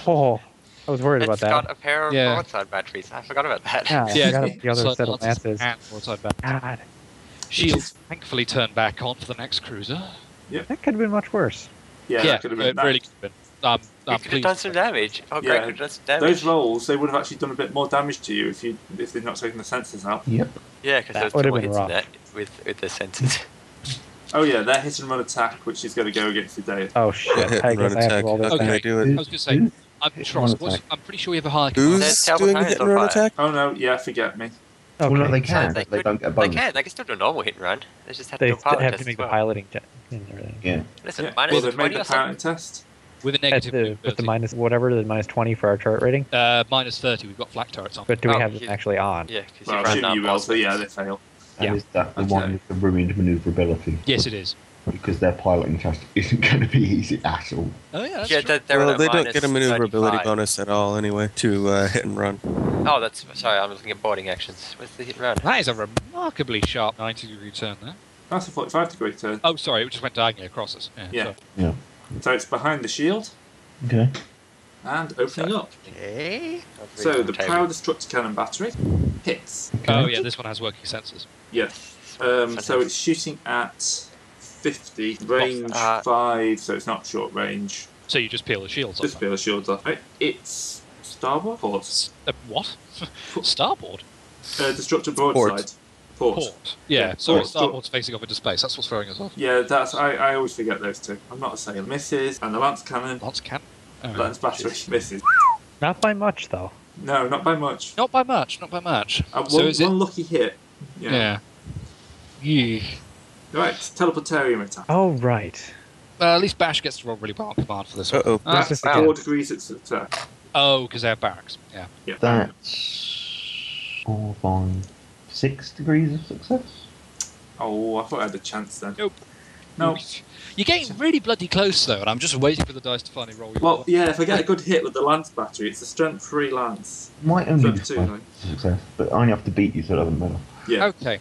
Speaker 1: Oh, I was worried
Speaker 5: It's
Speaker 1: about
Speaker 5: got a pair of
Speaker 3: Yeah.
Speaker 5: broadside batteries. I forgot about that.
Speaker 1: that.
Speaker 3: Yeah,
Speaker 1: Yeah, I forgot
Speaker 3: it's
Speaker 1: about the other set
Speaker 3: broadside
Speaker 1: of lances.
Speaker 3: glances and broadside back.
Speaker 1: God,
Speaker 3: Shields thankfully turned back on for the next cruiser.
Speaker 1: that could have been much worse.
Speaker 2: Yeah, that could have been
Speaker 3: it
Speaker 2: that.
Speaker 3: uh, really could have been. Um,
Speaker 5: You
Speaker 3: I'm
Speaker 5: could have done
Speaker 3: pleased.
Speaker 5: some damage. Oh,
Speaker 2: Yeah.
Speaker 5: great, could have done some damage.
Speaker 2: Those rolls, they would have actually done a bit more damage to you if you if they'd not taken the sensors out.
Speaker 7: Yep.
Speaker 5: yeah, because
Speaker 1: That
Speaker 5: there's
Speaker 1: would have
Speaker 5: double
Speaker 1: been
Speaker 5: hits in
Speaker 1: rough.
Speaker 5: that with, with the sensors.
Speaker 2: Oh yeah, their hit and run attack, which is going to go against the day.
Speaker 1: Oh shit!
Speaker 4: Yeah, hit
Speaker 1: I
Speaker 4: and
Speaker 1: guess
Speaker 4: run
Speaker 1: I have to
Speaker 4: attack.
Speaker 1: roll this
Speaker 4: How can
Speaker 1: back.
Speaker 4: I
Speaker 3: Okay.
Speaker 4: do it?
Speaker 3: I was going to say, I'm, Tross,
Speaker 7: one
Speaker 3: what's,
Speaker 7: attack.
Speaker 3: I'm pretty sure you have a high
Speaker 4: Who's
Speaker 5: They're
Speaker 4: doing the
Speaker 5: terrible
Speaker 4: hit and run
Speaker 5: hands on
Speaker 4: attack?
Speaker 2: Oh no, yeah, forget me.
Speaker 1: Okay.
Speaker 7: Well, no, they
Speaker 5: So
Speaker 7: can.
Speaker 5: they
Speaker 7: They,
Speaker 5: could-
Speaker 7: don't get a
Speaker 5: they
Speaker 7: bonus.
Speaker 5: can. They can still do a normal hit and run. They just have
Speaker 1: They
Speaker 5: to do a pilot
Speaker 1: have
Speaker 5: test
Speaker 1: to make
Speaker 5: as well.
Speaker 1: the piloting check and everything.
Speaker 7: Yeah.
Speaker 5: Listen,
Speaker 2: Yeah.
Speaker 5: minus
Speaker 2: Well, they've made
Speaker 5: 20
Speaker 2: the
Speaker 5: or something.
Speaker 2: parent test.
Speaker 3: with a
Speaker 1: At
Speaker 3: negative
Speaker 1: the, with the
Speaker 3: movability.
Speaker 1: minus whatever the minus twenty for our turret rating.
Speaker 3: uh, minus 30, we've got flak turrets on.
Speaker 1: But do we
Speaker 5: Oh,
Speaker 1: have them
Speaker 5: yeah.
Speaker 1: actually on?
Speaker 5: Yeah, because
Speaker 2: Well, I'm
Speaker 5: you've run
Speaker 2: assuming you
Speaker 5: that
Speaker 2: will, so
Speaker 5: past
Speaker 2: yeah,
Speaker 5: it.
Speaker 2: they fail.
Speaker 7: And
Speaker 3: Yeah.
Speaker 7: is that the
Speaker 2: Okay.
Speaker 7: one with the ruined maneuverability?
Speaker 3: Yes, it is.
Speaker 7: Because their piloting test isn't going to be easy at all.
Speaker 3: Oh, yeah, that's
Speaker 5: Yeah,
Speaker 3: true.
Speaker 5: they're, they're
Speaker 4: well,
Speaker 5: at
Speaker 4: they don't
Speaker 5: minus
Speaker 4: get a maneuverability
Speaker 5: 35.
Speaker 4: bonus at all anyway to uh, hit and run.
Speaker 5: Oh, that's sorry. I'm looking at boarding actions. Where's the hit and run?
Speaker 3: That is a remarkably sharp 90 degree turn there.
Speaker 2: That's a 45 degree turn.
Speaker 3: Oh, sorry, it just went diagonally across us. Yeah.
Speaker 2: Yeah.
Speaker 3: sorry.
Speaker 7: Yeah.
Speaker 2: So it's behind the shield
Speaker 7: Okay.
Speaker 2: and opening up.
Speaker 5: Okay.
Speaker 2: So the power destructor cannon battery hits.
Speaker 3: Oh, yeah, this one has working sensors.
Speaker 2: Yes. Um, so it's shooting at 50, range
Speaker 5: Uh,
Speaker 2: 5, so it's not short range.
Speaker 3: So you just peel the shields off.
Speaker 2: Just peel the shields off. Right, It's starboard port.
Speaker 3: S- uh, what? starboard?
Speaker 2: Uh, destructor broadside. Port.
Speaker 3: Port. Yeah,
Speaker 2: Yeah,
Speaker 3: sorry,
Speaker 2: port.
Speaker 3: starboard's facing off into space. That's what's throwing us off.
Speaker 2: Yeah, that's I, I always forget those two. I'm not a sailor. Misses and the lance cannon.
Speaker 3: Lots can. Oh,
Speaker 2: Lance battery misses.
Speaker 1: Not by much though.
Speaker 2: No, not by much.
Speaker 3: Not by much, not by much.
Speaker 2: Uh, one,
Speaker 3: so is it?
Speaker 2: one lucky hit. Yeah.
Speaker 3: Yeah. Yeah.
Speaker 2: Right, teleportarium attack.
Speaker 1: Oh right.
Speaker 3: Uh, at least Bash gets to roll really well on command for this one.
Speaker 1: Uh,
Speaker 4: Uh-oh.
Speaker 3: Ah,
Speaker 1: Oh, just
Speaker 2: Four
Speaker 1: again.
Speaker 2: degrees it's attack.
Speaker 3: oh, because they have barracks. Yeah.
Speaker 7: That's four, five, six degrees of success.
Speaker 2: Oh, I thought I had a chance then.
Speaker 3: Nope.
Speaker 2: No.
Speaker 3: You're getting really bloody close though, and I'm just waiting for the dice to finally roll. your
Speaker 2: Well,
Speaker 3: roll.
Speaker 2: yeah, if I get a good hit with the lance battery, it's a strength 3 lance.
Speaker 7: Might only be
Speaker 2: That's two,
Speaker 7: five
Speaker 2: right?
Speaker 7: success, but I only have to beat you, so it doesn't matter.
Speaker 2: Yeah.
Speaker 3: Okay.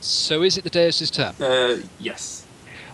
Speaker 3: So is it the Deus's turn?
Speaker 2: Uh, yes.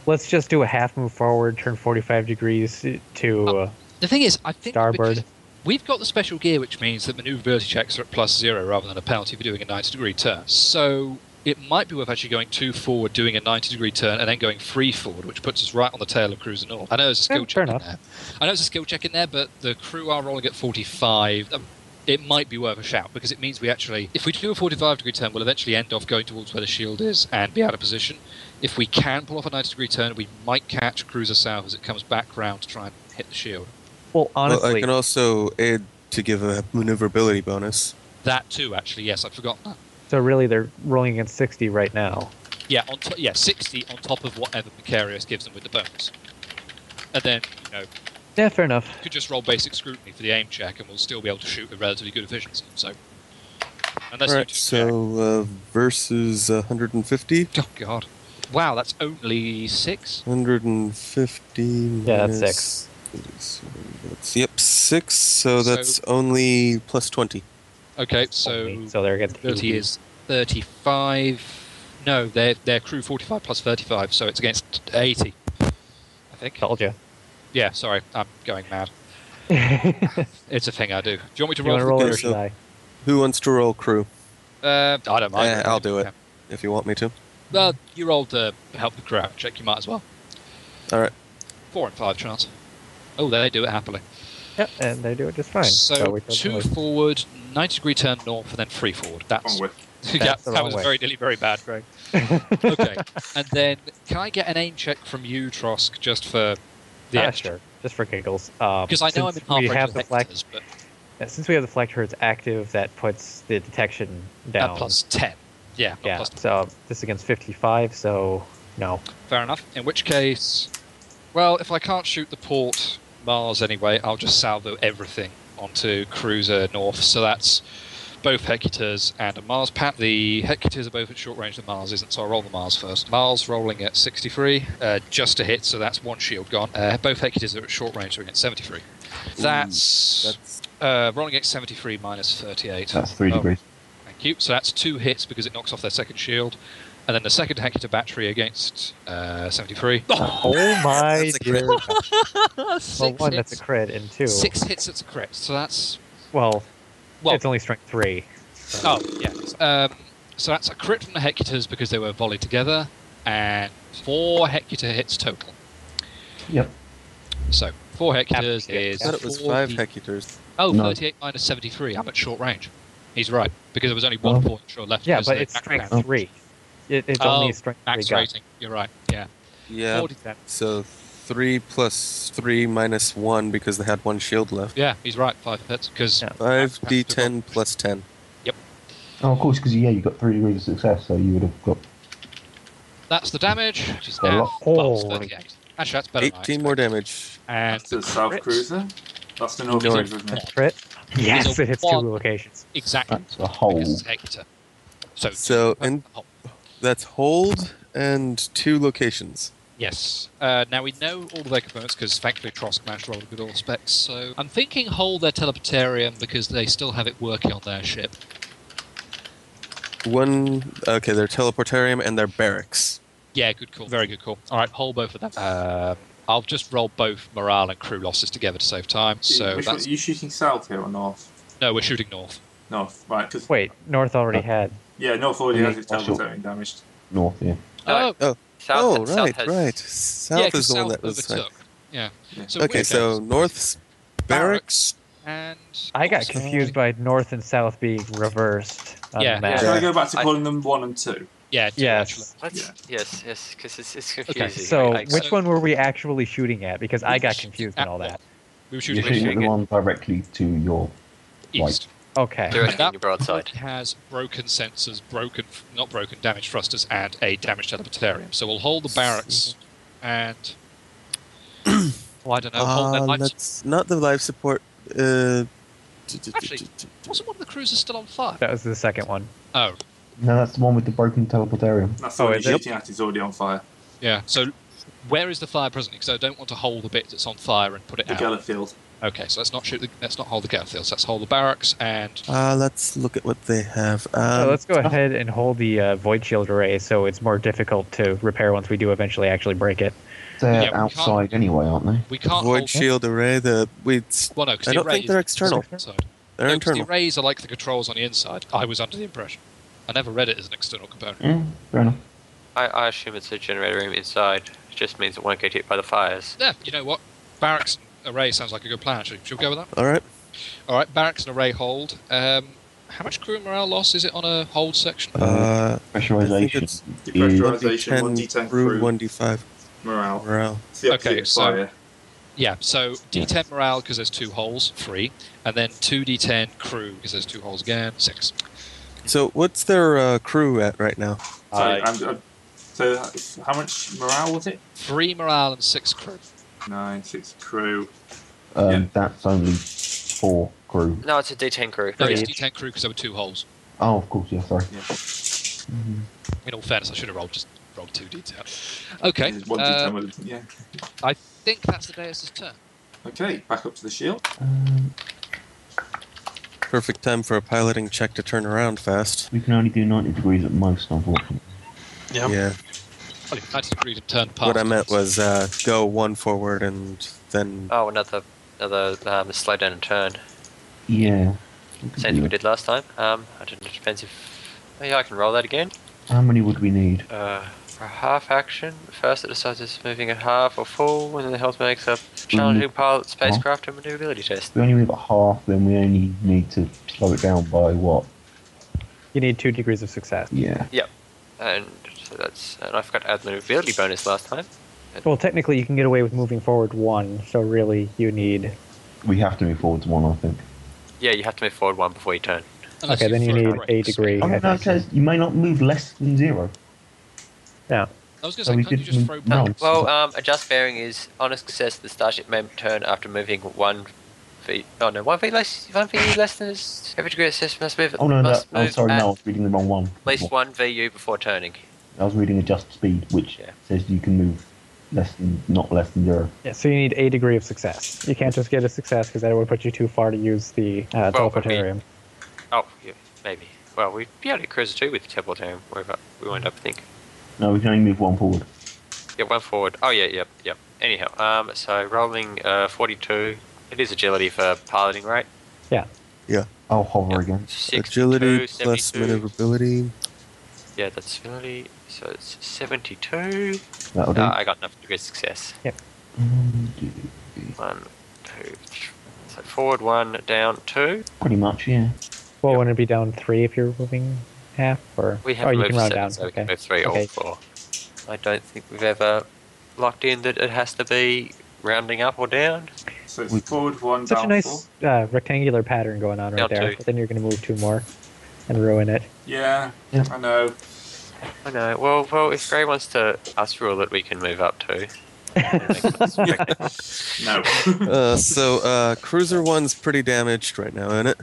Speaker 1: Let's just do a half move forward, turn forty-five degrees to.
Speaker 3: Oh.
Speaker 1: Uh,
Speaker 3: The thing is, I think
Speaker 1: Starboard.
Speaker 3: because We've got the special gear, which means that maneuverability checks are at plus zero rather than a penalty for doing a 90 degree turn. So it might be worth actually going two forward, doing a 90 degree turn, and then going three forward, which puts us right on the tail of Cruiser North. I know there's a skill
Speaker 1: Yeah,
Speaker 3: check
Speaker 1: fair
Speaker 3: in
Speaker 1: enough.
Speaker 3: there. I know there's a skill check in there, but the crew are rolling at 45. Um, It might be worth a shout because it means we actually, if we do a 45 degree turn, we'll eventually end off going towards where the shield is and be out of position. If we can pull off a 90 degree turn, we might catch Cruiser South as it comes back round to try and hit the shield.
Speaker 1: well,
Speaker 4: Well, I
Speaker 1: honestly,
Speaker 4: can also aid to give a maneuverability bonus.
Speaker 3: That too, actually, yes, I'd forgotten that.
Speaker 1: so really they're rolling against sixty right now.
Speaker 3: Yeah, on to- yeah, sixty on top of whatever Precarious gives them with the bonus. And then, you know, you
Speaker 1: Yeah, fair enough.
Speaker 3: could just roll basic scrutiny for the aim check and we'll still be able to shoot with relatively good efficiency. So unless
Speaker 4: All
Speaker 3: you
Speaker 4: right,
Speaker 3: just
Speaker 4: so uh, versus 150.
Speaker 3: check- Oh god. Wow, that's only six?
Speaker 4: 150
Speaker 1: Yeah, that's
Speaker 4: minus- that's- yep, six. So
Speaker 3: So-
Speaker 4: that's only plus 20.
Speaker 3: Okay,
Speaker 1: Only,
Speaker 3: so
Speaker 1: so they're against
Speaker 3: ability
Speaker 1: 80.
Speaker 3: is thirty five No, they're, they're crew 45 plus 35, so it's against 80, I think.
Speaker 1: Told you.
Speaker 3: Yeah, sorry, I'm going mad.
Speaker 1: you want
Speaker 3: It's a thing I do. Do you want me to
Speaker 1: to
Speaker 3: roll?
Speaker 1: roll
Speaker 3: for
Speaker 1: or
Speaker 4: Okay,
Speaker 1: should
Speaker 4: so-
Speaker 1: I?
Speaker 4: Who wants to roll crew?
Speaker 3: the- Uh, I don't mind.
Speaker 4: Eh, I'll do it
Speaker 3: Yeah.
Speaker 4: if you want me to.
Speaker 3: Well, you rolled uh, help the crew out check, you might as well.
Speaker 4: All right.
Speaker 3: Four and five chance. Oh, they do it happily.
Speaker 1: Yeah, and they do it just fine.
Speaker 3: So,
Speaker 1: we
Speaker 3: two
Speaker 1: That's
Speaker 3: forward, 90 degree turn north, and then three forward.
Speaker 2: Wrong
Speaker 3: That's,
Speaker 2: with.
Speaker 3: yeah,
Speaker 1: the
Speaker 3: that
Speaker 1: wrong
Speaker 3: was
Speaker 1: way.
Speaker 3: very nearly very bad, Greg. okay, and then can I get an aim check from you, Trosk, just for the
Speaker 1: ah,
Speaker 3: extra?
Speaker 1: sure. Just for giggles. Um,
Speaker 3: Because I know I'm
Speaker 1: since
Speaker 3: in half
Speaker 1: we
Speaker 3: range
Speaker 1: have
Speaker 3: of
Speaker 1: the
Speaker 3: Hector's,
Speaker 1: flag,
Speaker 3: but
Speaker 1: Since we have the flag turrets active, that puts the detection
Speaker 3: at
Speaker 1: down.
Speaker 3: plus 10. Yeah, at
Speaker 1: yeah,
Speaker 3: plus 10.
Speaker 1: so this is against 55, so no.
Speaker 3: Fair enough. In which case, well, if I can't shoot the port Mars anyway, I'll just salvo everything onto Cruiser North. So that's both Hecators and a Mars pat. The Hecators are both at short range, the Mars isn't, so I'll roll the Mars first. Mars rolling at 63, uh, just a hit, so that's one shield gone. Uh, both Hecators are at short range, so we get 73. That's,
Speaker 4: That's
Speaker 3: uh, rolling at 73 minus 38.
Speaker 7: That's three
Speaker 3: Oh,
Speaker 7: degrees.
Speaker 3: Thank you. So that's two hits because it knocks off their second shield. And then the second Hecator battery against uh, 73.
Speaker 1: Oh my
Speaker 4: that's a crit.
Speaker 1: dear. Well,
Speaker 3: six
Speaker 1: one,
Speaker 3: hits.
Speaker 1: that's a crit, and two.
Speaker 3: Six hits, that's a crit. So that's.
Speaker 1: Well,
Speaker 3: Well,
Speaker 1: it's only strength three.
Speaker 3: oh, yeah. Um, so that's a crit from the Hecators because they were volleyed together, and four Hecator hits total.
Speaker 7: Yep.
Speaker 3: So four Hecators
Speaker 1: Yeah,
Speaker 3: is.
Speaker 4: I thought it was
Speaker 3: 40
Speaker 4: five hectoliters.
Speaker 3: Oh,
Speaker 7: No.
Speaker 3: 38 minus 73. I'm at short range. He's right because there was only one
Speaker 7: Oh.
Speaker 3: point short left.
Speaker 1: Yeah,
Speaker 3: because
Speaker 1: but
Speaker 3: they
Speaker 1: it's
Speaker 3: knocked
Speaker 1: strength
Speaker 3: down.
Speaker 1: three. It, it's
Speaker 3: Oh,
Speaker 1: only strength three.
Speaker 3: Max
Speaker 1: guy.
Speaker 3: rating. You're right. Yeah.
Speaker 4: Yeah.
Speaker 3: 40
Speaker 4: So three plus three minus one because they had one shield left.
Speaker 3: Yeah, he's right. Five hits because
Speaker 1: Yeah.
Speaker 4: Five
Speaker 3: That's
Speaker 4: d10 plus ten.
Speaker 7: Oh, of course, because yeah, you got three degrees of success, so you would have got
Speaker 3: that's the damage, which is
Speaker 7: A
Speaker 3: now
Speaker 7: lot.
Speaker 3: plus
Speaker 1: Holy.
Speaker 3: 38. Actually, that's better. than I
Speaker 4: Eighteen more damage.
Speaker 3: And
Speaker 2: That's the South
Speaker 1: crit.
Speaker 2: Cruiser. That's the North
Speaker 4: North.
Speaker 2: Cruiser, isn't it?
Speaker 1: Crit?
Speaker 3: It's
Speaker 1: Yes,
Speaker 3: a
Speaker 1: it hits two
Speaker 3: one.
Speaker 1: locations.
Speaker 3: exactly.
Speaker 7: that's a
Speaker 3: Because
Speaker 7: hole.
Speaker 3: it's Hector. So,
Speaker 4: So and
Speaker 3: Oh,
Speaker 4: that's hold and two locations.
Speaker 3: yes. Uh, now we know all of their components because thankfully Trosk managed to roll a good all specs. So I'm thinking hold their teleportarium because they still have it working on their ship.
Speaker 4: One. Okay, their teleportarium and their barracks.
Speaker 3: Yeah, good call. Very good call. All right, hold both of them. Um, I'll just roll both morale and crew losses together to save time. So
Speaker 2: Which one-
Speaker 3: that's
Speaker 2: are you shooting south here or north?
Speaker 3: no, we're shooting north.
Speaker 2: North, right? 'cause-
Speaker 1: Wait, North already
Speaker 3: Oh.
Speaker 7: Uh,
Speaker 1: had.
Speaker 2: yeah, north already
Speaker 7: Yeah,
Speaker 2: has its
Speaker 7: I'll shoot.
Speaker 2: teleportation damaged.
Speaker 7: North, yeah.
Speaker 3: Oh,
Speaker 5: No, South,
Speaker 4: oh,
Speaker 5: South
Speaker 4: right,
Speaker 5: has
Speaker 4: right. South
Speaker 3: yeah,
Speaker 4: is the one that was.
Speaker 3: overtook. Yeah.
Speaker 2: Yeah.
Speaker 3: So
Speaker 4: Okay,
Speaker 3: we're
Speaker 4: so
Speaker 3: down.
Speaker 4: north's barracks.
Speaker 3: and
Speaker 1: I got
Speaker 3: also-
Speaker 1: confused by North and South being reversed. On
Speaker 3: Yeah.
Speaker 1: the
Speaker 5: Yeah.
Speaker 1: map.
Speaker 2: Should I go back to
Speaker 5: I-
Speaker 2: calling them one and two?
Speaker 3: Yeah. two, actually.
Speaker 1: Yes.
Speaker 5: Let's,
Speaker 2: Yeah.
Speaker 5: Yes, yes, because it's, it's confusing.
Speaker 3: Okay,
Speaker 1: So,
Speaker 5: I- I-
Speaker 1: which one were we actually shooting at? Because I got
Speaker 3: Shooting
Speaker 1: confused
Speaker 3: at
Speaker 1: and all
Speaker 3: what?
Speaker 1: that.
Speaker 3: We were
Speaker 7: You're
Speaker 3: shooting
Speaker 7: shooting at the
Speaker 5: it.
Speaker 7: one directly to your.
Speaker 3: east.
Speaker 1: Okay.
Speaker 5: Directly in your broadside.
Speaker 3: It has broken sensors, broken not broken damage thrusters, and a damaged teleportarium. So we'll hold the barracks and well, I don't know. Hold their
Speaker 4: Uh,
Speaker 3: lights.
Speaker 4: that's not the life support. Uh, d- d- d-
Speaker 3: Actually-
Speaker 4: d- d-
Speaker 3: Wasn't one of the cruisers still on fire?
Speaker 1: That was the second one.
Speaker 3: Oh,
Speaker 7: No, that's the one with the broken teleportarium.
Speaker 2: That's the
Speaker 1: Oh,
Speaker 2: one you're
Speaker 1: is it?
Speaker 2: shooting at. It's already on fire.
Speaker 3: yeah. So where is the fire presently? Because I don't want to hold the bit that's on fire and put it
Speaker 2: The
Speaker 3: out.
Speaker 2: Geller Field.
Speaker 3: Okay, so let's not shoot. The, let's not hold the gun fields. Let's hold the barracks and
Speaker 4: Uh, let's look at what they have. Um,
Speaker 1: so let's go ahead and hold the uh, void shield array, so it's more difficult to repair once we do eventually actually break it.
Speaker 7: They're
Speaker 3: Yeah, we
Speaker 7: outside anyway, aren't they?
Speaker 3: we can't
Speaker 4: void
Speaker 3: hold.
Speaker 4: shield array. The we. s-
Speaker 3: Well, no, 'cause
Speaker 4: I
Speaker 3: the
Speaker 4: don't think
Speaker 3: arrays-
Speaker 4: they're external.
Speaker 3: Sorry.
Speaker 4: They're
Speaker 3: No, 'cause
Speaker 4: internal.
Speaker 3: The arrays are like the controls on the inside. I was under the impression. I never read it as an external component.
Speaker 7: Yeah, fair enough.
Speaker 5: I, I assume it's a generator room inside. It just means it won't get hit by the fires.
Speaker 3: Yeah, you know what? Barracks and array sounds like a good plan, actually. Should we go with that?
Speaker 4: All right.
Speaker 3: All right, barracks and array hold. Um, how much crew morale loss is it on a hold section?
Speaker 4: Uh, I think
Speaker 7: Pressurization.
Speaker 4: it's
Speaker 7: is-
Speaker 2: Pressurization, 1d10
Speaker 4: through
Speaker 2: crew,
Speaker 4: 1d5
Speaker 2: morale.
Speaker 4: morale.
Speaker 2: It's the
Speaker 3: Okay,
Speaker 2: opposite of
Speaker 3: so-
Speaker 2: fire.
Speaker 3: Yeah, so D10 morale because there's two holes, three, and then two D10 crew because there's two holes again, six.
Speaker 4: So what's their uh, crew at right now?
Speaker 2: Sorry, I'm, I'm, uh, so, how much morale was it?
Speaker 3: Three morale and six crew.
Speaker 2: Nine, six crew.
Speaker 7: Um,
Speaker 2: Yeah.
Speaker 7: That's only four crew.
Speaker 5: No, it's a D10 crew.
Speaker 3: No, it's D10 crew because there were two holes.
Speaker 7: Oh, of course, yeah, sorry.
Speaker 2: Yeah.
Speaker 7: Mhm.
Speaker 3: In all fairness, I should have rolled just rolled two D10. Okay,
Speaker 2: It's One
Speaker 3: uh,
Speaker 2: D10 with- yeah.
Speaker 3: I think that's the Deus's turn.
Speaker 2: Okay, back up to the shield.
Speaker 7: Um,
Speaker 4: Perfect time for a piloting check to turn around fast.
Speaker 7: we can only do 90 degrees at most, unfortunately.
Speaker 6: Yeah.
Speaker 4: Yeah.
Speaker 3: Probably 90 degree to turn past.
Speaker 4: What I meant was uh, go one forward and then
Speaker 5: Oh, another another um, slow down and turn.
Speaker 7: Yeah.
Speaker 5: Same thing we did last time. Um, I didn't fancy. F- oh, yeah, I can roll that again.
Speaker 7: How many would we need?
Speaker 5: Uh, for a half action, first it decides it's moving at half or full, and then the health makes up challenging pilot spacecraft and maneuverability test.
Speaker 7: If we only move at half, then we only need to slow it down by what?
Speaker 1: You need two degrees of success.
Speaker 7: Yeah.
Speaker 5: And so that's and I forgot to add the maneuverability bonus last time.
Speaker 1: Well, technically, you can get away with moving forward one, so really, you need.
Speaker 7: We have to move forward to one, I think.
Speaker 5: Yeah, you have to move forward one before you turn.
Speaker 3: Unless
Speaker 1: okay, then you
Speaker 3: throw
Speaker 1: need
Speaker 3: it right.
Speaker 1: a degree.
Speaker 7: Oh, no, it says you may not move less than zero.
Speaker 1: Yeah.
Speaker 3: I was going
Speaker 7: So
Speaker 3: to
Speaker 7: we
Speaker 3: say, can't you
Speaker 7: didn't-
Speaker 3: just throw
Speaker 7: no.
Speaker 3: back?
Speaker 5: Well, um, adjust bearing is on a success. The starship may turn after moving one feet. Oh no, one feet less. One feet less than its every degree of success must move.
Speaker 7: Oh, no, that,
Speaker 5: must
Speaker 7: oh,
Speaker 5: move
Speaker 7: sorry,
Speaker 5: at
Speaker 7: no, I was reading the wrong one.
Speaker 5: least one VU before turning.
Speaker 7: I was reading adjust speed, which
Speaker 5: Yeah.
Speaker 7: says you can move less than, not less than zero.
Speaker 1: Yeah, so you need a degree of success. You can't just get a success because that would put you too far to use the uh,
Speaker 5: Well, but we-
Speaker 1: teleportarium.
Speaker 5: Oh, yeah, maybe. Well, we'd be able to cruise two with the teleportarium. Wherever we wind up, I think.
Speaker 7: No, we can only move one forward.
Speaker 5: Yeah, one forward. Oh yeah, yep, yep. Anyhow, um, so rolling uh, 42. It is agility for piloting, right?
Speaker 7: I'll hover again.
Speaker 5: Six,
Speaker 4: agility
Speaker 5: two,
Speaker 4: plus
Speaker 5: 72.
Speaker 4: maneuverability.
Speaker 5: Yeah, that's agility. So it's 72.
Speaker 7: That'll do.
Speaker 5: Uh, I got enough degree of success.
Speaker 7: One, two,
Speaker 5: One, two, three. So forward one, down two.
Speaker 7: Pretty much, yeah.
Speaker 1: Well, wouldn't it be down three if you're moving half? Or
Speaker 5: We have
Speaker 1: oh,
Speaker 5: to
Speaker 1: you
Speaker 5: move
Speaker 1: can round down.
Speaker 5: seven, so we
Speaker 1: okay.
Speaker 5: can move three
Speaker 1: Okay.
Speaker 5: or four. I don't think we've ever locked in that it has to be rounding up or down.
Speaker 2: So
Speaker 7: We-
Speaker 2: it's forward one,
Speaker 1: Such
Speaker 2: down
Speaker 1: a
Speaker 2: four.
Speaker 1: nice uh, rectangular pattern going on right
Speaker 5: Down
Speaker 1: there.
Speaker 5: two.
Speaker 1: But then you're going to move two more and ruin it.
Speaker 2: Yeah,
Speaker 7: Yeah.
Speaker 2: I know.
Speaker 5: I know. Well, well, if Gray wants to us rule it, we can move up too.
Speaker 2: No.
Speaker 4: uh, so uh, cruiser one's pretty damaged right now, isn't it?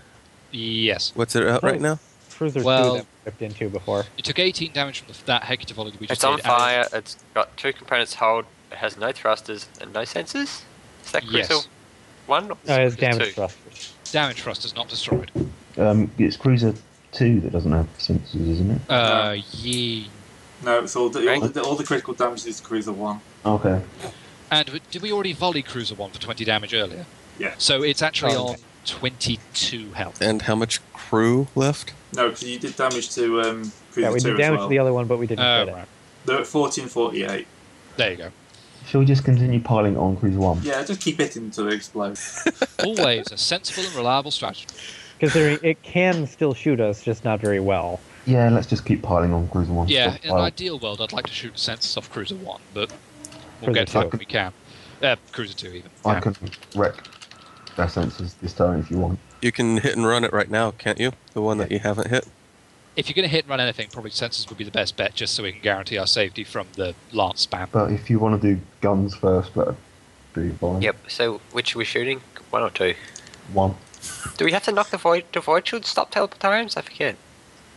Speaker 3: Yes.
Speaker 4: What's it at right now?
Speaker 1: Cruiser
Speaker 3: Well-
Speaker 1: two that we ripped into before.
Speaker 3: You took 18 damage from the, that hector volley we just
Speaker 5: it's
Speaker 1: Um,
Speaker 5: on
Speaker 3: did, and
Speaker 5: fire. It's got two components hold. It has no thrusters and no sensors. Is that
Speaker 3: Yes.
Speaker 5: crucial? One. Or
Speaker 1: No, it's
Speaker 5: Cruiser
Speaker 1: damage
Speaker 5: two?
Speaker 1: thrusters.
Speaker 3: it's damage thrusters not destroyed.
Speaker 7: Um, it's Cruiser 2 that doesn't have sensors, isn't it?
Speaker 3: Uh, ye.
Speaker 2: No, it's all the, all,
Speaker 5: Right.
Speaker 2: the, all the critical damage is cruiser one.
Speaker 7: Okay.
Speaker 3: And w- did we already volley Cruiser 1 for 20 damage earlier?
Speaker 2: Yeah.
Speaker 3: So it's actually
Speaker 1: Oh,
Speaker 3: on 22 health.
Speaker 4: And how much crew left?
Speaker 2: No, because you did damage to um, cruiser
Speaker 1: Yeah, we
Speaker 2: two
Speaker 1: did
Speaker 2: as
Speaker 1: damage
Speaker 2: well.
Speaker 1: to the other one, but we
Speaker 3: Oh,
Speaker 1: didn't crit it.
Speaker 3: right.
Speaker 2: They're at fourteen forty-eight.
Speaker 3: There you go.
Speaker 7: Shall we just continue piling on Cruiser 1?
Speaker 2: Yeah, just keep hitting until they explode.
Speaker 3: Always a sensible and reliable strategy.
Speaker 1: Considering it can still shoot us, just not very well.
Speaker 7: Yeah, let's just keep piling on Cruiser 1.
Speaker 3: Yeah, in an
Speaker 7: Well,
Speaker 3: ideal world, I'd like to shoot sensors off Cruiser 1, but we'll
Speaker 1: Cruiser
Speaker 3: get to that
Speaker 1: two.
Speaker 3: when we can. Uh, Cruiser 2, even.
Speaker 7: I can wreck their sensors this turn if you want.
Speaker 4: You can hit and run it right now, can't you? The one that you haven't hit.
Speaker 3: If you're going to hit and run anything, probably sensors would be the best bet, just so we can guarantee our safety from the lance spam.
Speaker 7: But if you want to do guns first, that'd be fine.
Speaker 5: Yep. So which are we shooting? One or two?
Speaker 7: One.
Speaker 5: Do we have to knock the void? Do void shields stop teleportariums? I forget.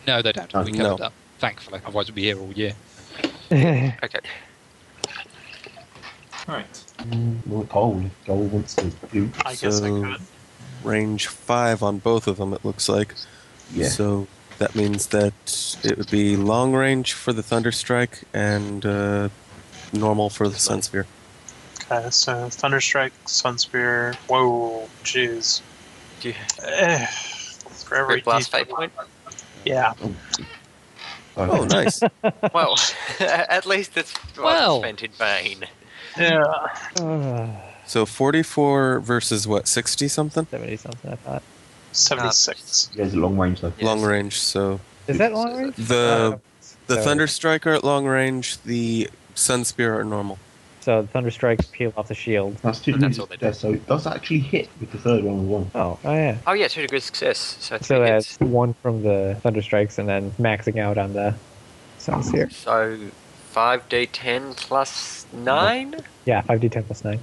Speaker 3: No, they don't.
Speaker 7: Uh,
Speaker 3: we
Speaker 4: no.
Speaker 3: covered that, thankfully. Otherwise, we'd be here all year.
Speaker 1: Ah,
Speaker 5: Okay.
Speaker 2: right.
Speaker 7: Mm, well, Cole, if Cole wants to do.
Speaker 6: I guess I
Speaker 4: So-
Speaker 6: could.
Speaker 4: Range five on both of them. It looks like.
Speaker 7: Yeah.
Speaker 4: So that means that it would be long range for the thunder strike and uh, normal for the sun sphere.
Speaker 6: Okay, so Thunderstrike, Sunspear. Whoa, jeez.
Speaker 5: Do you
Speaker 6: Eh, For every
Speaker 5: Great blast
Speaker 6: D-
Speaker 5: fate point?
Speaker 6: Yeah.
Speaker 4: Oh, nice.
Speaker 5: Well, at least it's well,
Speaker 3: Well.
Speaker 5: spent in vain.
Speaker 6: Yeah.
Speaker 1: Uh,
Speaker 4: So 44 versus what, 60 something?
Speaker 1: 70 something, I thought.
Speaker 6: 76.
Speaker 7: You guys at long range, though.
Speaker 5: Yes.
Speaker 4: Long range. So
Speaker 1: Is that long range? Uh,
Speaker 4: the the
Speaker 1: so-
Speaker 4: thunder strike are at long range. The sun spear are normal.
Speaker 1: So the thunder strikes peel off the shield.
Speaker 7: That's two
Speaker 5: But that's
Speaker 7: degrees
Speaker 5: all
Speaker 7: of
Speaker 5: they do.
Speaker 7: success, so it does actually hit with the third one as well.
Speaker 1: Oh, oh yeah.
Speaker 5: Oh yeah, two degrees success. So three
Speaker 1: So
Speaker 5: hits.
Speaker 1: that's one from the thunder strikes, and then maxing out on the sounds here.
Speaker 5: So five d ten plus nine.
Speaker 1: Yeah, five d ten plus nine,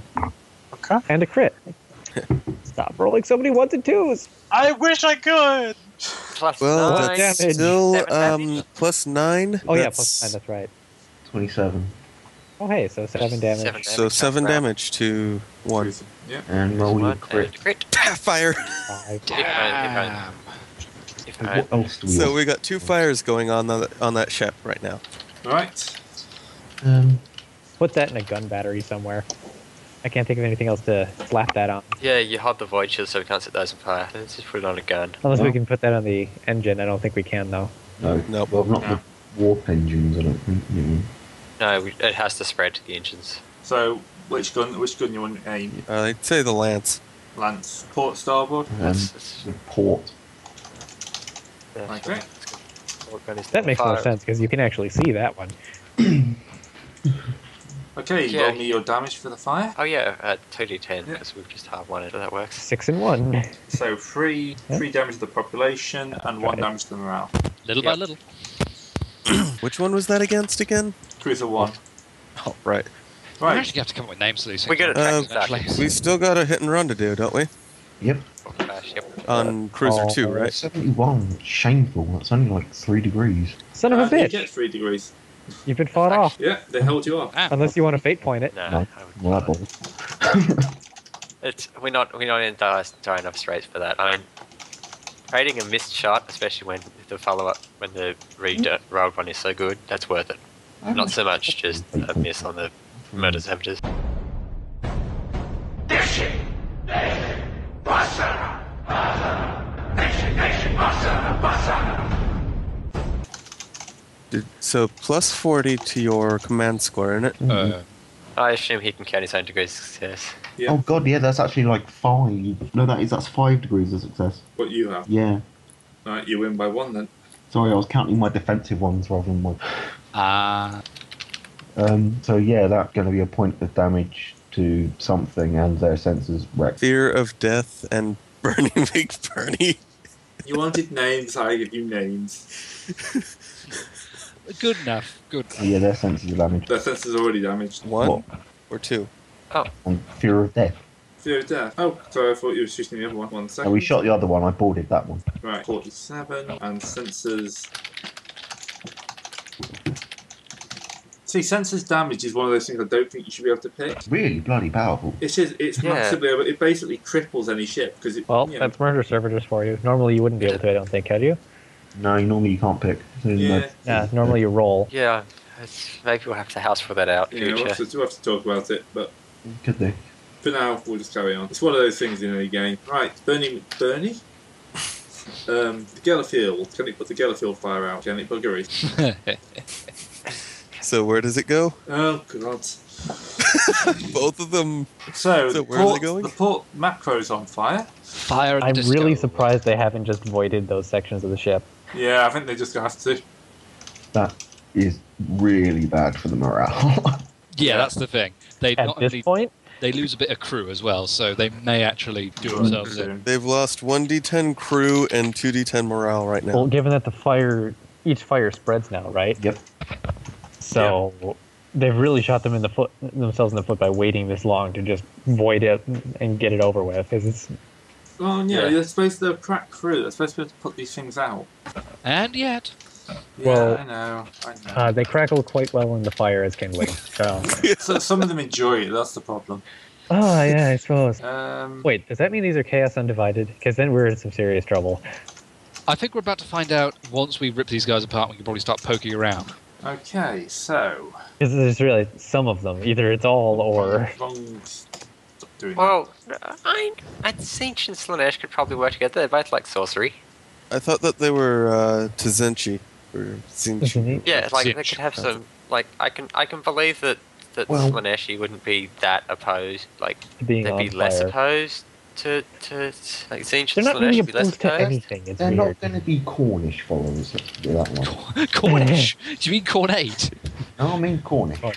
Speaker 6: Okay.
Speaker 1: and a crit. Stop rolling so many ones and twos.
Speaker 6: I wish I could!
Speaker 5: Plus
Speaker 4: Well,
Speaker 5: nine.
Speaker 4: that's
Speaker 1: damage.
Speaker 4: still
Speaker 5: Seven
Speaker 4: um,
Speaker 5: damage.
Speaker 4: plus nine.
Speaker 1: Oh yeah,
Speaker 4: That's-
Speaker 1: plus nine. That's right.
Speaker 7: 27.
Speaker 1: Oh hey, so seven damage.
Speaker 5: Seven damage.
Speaker 4: So seven
Speaker 5: Wow.
Speaker 4: damage to one.
Speaker 2: Cruiser. Yeah.
Speaker 7: And roll your
Speaker 5: One
Speaker 7: crit.
Speaker 5: and a crit.
Speaker 4: Ah, Fire.
Speaker 1: Five.
Speaker 5: Damn. If I,
Speaker 7: What else do we
Speaker 4: So
Speaker 7: want?
Speaker 4: we got two fires going on the, on that ship right now.
Speaker 2: Right.
Speaker 6: Um,
Speaker 1: Put that in a gun battery somewhere. I can't think of anything else to slap that on.
Speaker 5: Yeah, you hide the void shield so we can't set those on fire. Let's just put it on a gun.
Speaker 1: Unless we
Speaker 8: No.
Speaker 1: can put that on the engine. I don't think we can, though.
Speaker 7: Oh.
Speaker 8: No.
Speaker 4: Nope.
Speaker 8: Well, not
Speaker 2: No.
Speaker 8: the warp engines, I don't think. You
Speaker 5: No, we, it has to spread to the engines.
Speaker 2: So which gun? Which gun you want to aim?
Speaker 4: Uh, I'd say the lance.
Speaker 2: Lance, port, starboard.
Speaker 8: know. Um,
Speaker 5: That's, that's,
Speaker 8: the port.
Speaker 5: yeah,
Speaker 2: Okay.
Speaker 5: sure. That's good. What gun is
Speaker 1: That makes more
Speaker 5: Fire.
Speaker 1: sense because you can actually see that one.
Speaker 2: Okay,
Speaker 5: Yeah.
Speaker 2: roll me your damage for the fire.
Speaker 5: Oh yeah, uh, two d ten
Speaker 2: Yeah.
Speaker 5: because we've just halved one. So that works.
Speaker 1: Six and one.
Speaker 2: So three,
Speaker 1: Yeah.
Speaker 2: three damage to the population and one
Speaker 1: Okay.
Speaker 2: damage to the morale.
Speaker 3: Little
Speaker 5: Yeah.
Speaker 3: by little.
Speaker 4: Which one was that against again?
Speaker 2: Cruiser one.
Speaker 4: Oh, right.
Speaker 3: We're
Speaker 2: Right.
Speaker 3: actually gonna have to come up with names for these.
Speaker 5: We
Speaker 3: things,
Speaker 5: got
Speaker 3: aren't
Speaker 5: attacked
Speaker 4: Uh,
Speaker 5: back.
Speaker 3: actually.
Speaker 4: We still got a hit and run to do, don't we?
Speaker 7: Yep.
Speaker 5: Oh, gosh, yep.
Speaker 1: Uh,
Speaker 4: On Cruiser 2, right?
Speaker 7: 71. It's shameful. Oh, That's only like three degrees.
Speaker 1: Son of a
Speaker 2: Uh, You
Speaker 1: bitch!
Speaker 2: get three degrees.
Speaker 1: You've been fought off.
Speaker 2: Yeah, they held you up.
Speaker 3: Ah,
Speaker 1: Unless you want to fate point it.
Speaker 5: No,
Speaker 7: No.
Speaker 5: I would-
Speaker 7: Well, that bold.
Speaker 5: it's we're not we're not in dire, dire enough straits for that. I mean, trading a missed shot, especially when the follow up when the reader rolled one is so good, that's worth it. Not so much just a miss on the murder savages.
Speaker 4: Did, so plus 40 to your command score, isn't it?
Speaker 3: uh,
Speaker 5: I assume he can count his own degrees of success.
Speaker 2: Yeah.
Speaker 7: Oh god, yeah, that's actually like five. No, that is that's five degrees of success.
Speaker 2: What you have?
Speaker 7: Yeah.
Speaker 2: Right, you win by one then.
Speaker 7: Sorry, I was counting my defensive ones rather than my.
Speaker 3: ah,
Speaker 7: Um, so yeah, that's going to be a point of damage to something and their senses wrecked.
Speaker 4: Fear of death and burning big Bernie.
Speaker 2: You wanted names, I give you names.
Speaker 3: good enough. Good.
Speaker 7: So yeah, their senses are damaged.
Speaker 2: Their senses are already damaged.
Speaker 4: One
Speaker 7: What?
Speaker 4: or two?
Speaker 7: And fear of death.
Speaker 2: Fear of death. Oh, sorry, I thought you were shooting the other one. One
Speaker 7: So
Speaker 2: second.
Speaker 7: we shot the other one. I boarded that one.
Speaker 2: Right, 47 and sensors. See, sensors damage is one of those things I don't think you should be able to pick.
Speaker 7: Really bloody powerful.
Speaker 2: It is, it's
Speaker 5: Yeah.
Speaker 2: massively, over- it basically cripples any ship because it.
Speaker 1: Well,
Speaker 2: you know,
Speaker 1: that's murder servitors for you. Normally you wouldn't be able to, I don't think, could you?
Speaker 7: No, normally you can't pick. So, no.
Speaker 2: Yeah.
Speaker 1: Yeah, normally you roll.
Speaker 5: Yeah, it's, maybe we'll have to house for that out. in
Speaker 2: You know, we'll
Speaker 5: future.
Speaker 2: have, to, we'll have to talk about it, but
Speaker 7: Could do.
Speaker 2: for now, we'll just carry on. It's one of those things in any game. Right, Bernie McBurney? Um, the Gellerfield. Can it put the Gellerfield fire out? Can it buggery?
Speaker 4: So where does it go?
Speaker 2: Oh, God.
Speaker 4: Both of them.
Speaker 2: So,
Speaker 4: So
Speaker 2: the,
Speaker 4: where are they
Speaker 2: port,
Speaker 4: going?
Speaker 2: the port macro's on fire.
Speaker 3: Fire. and
Speaker 1: I'm
Speaker 3: disco.
Speaker 1: really surprised they haven't just voided those sections of the ship.
Speaker 2: Yeah, I think they're just going to have to.
Speaker 7: That is really bad for the morale.
Speaker 3: Yeah, that's the thing. They
Speaker 1: At
Speaker 3: not
Speaker 1: this
Speaker 3: only,
Speaker 1: point,
Speaker 3: they lose a bit of crew as well, so they may actually do
Speaker 2: Right,
Speaker 3: themselves in.
Speaker 2: soon.
Speaker 4: They've lost 1d10 crew and 2d10 morale right
Speaker 1: well,
Speaker 4: now.
Speaker 1: given that the fire, each fire spreads now, right?
Speaker 7: yep.
Speaker 1: So they've really shot them in the foot themselves in the foot by waiting this long to just void it and get it over with. 'cause it's
Speaker 2: Oh yeah,
Speaker 5: Yeah.
Speaker 2: they're supposed to crack crew. They're supposed to be able to put these things out.
Speaker 3: And yet,
Speaker 2: Yeah,
Speaker 1: Well-
Speaker 2: I know. I know.
Speaker 1: uh, they crackle quite well in the fire, as can wait. So,
Speaker 2: so some of them enjoy it. That's the problem.
Speaker 1: oh yeah, I suppose.
Speaker 2: Um,
Speaker 1: Wait, does that mean these are chaos undivided? Because then we're in some serious trouble.
Speaker 3: I think we're about to find out once we rip these guys apart, we can probably start poking around.
Speaker 2: Okay, so
Speaker 1: Because there's really some of them. Either it's all or.
Speaker 2: wrong. Stop doing that.
Speaker 5: Well, I I think and Slanesh could probably work together. They're both like sorcery.
Speaker 4: I thought that they were uh, Tazenchi. Or Zinchi.
Speaker 1: Tazenchi?
Speaker 5: Yeah, like they
Speaker 3: Zinch.
Speaker 5: could have some. Like I can I can believe that that
Speaker 7: Well-
Speaker 5: Slaneshi wouldn't be that opposed. Like
Speaker 1: being
Speaker 5: they'd
Speaker 1: on
Speaker 5: be
Speaker 1: fire.
Speaker 5: less opposed to to like Zinch
Speaker 1: They're
Speaker 5: and
Speaker 1: not really
Speaker 5: Slanesh would be less
Speaker 1: opposed to
Speaker 5: opposed.
Speaker 1: anything. It's
Speaker 7: They're
Speaker 1: weird.
Speaker 7: not going to be Cornish followers. Let's do that one.
Speaker 3: Cornish? do you mean cornate?
Speaker 7: No, I mean Cornish.
Speaker 8: Oh.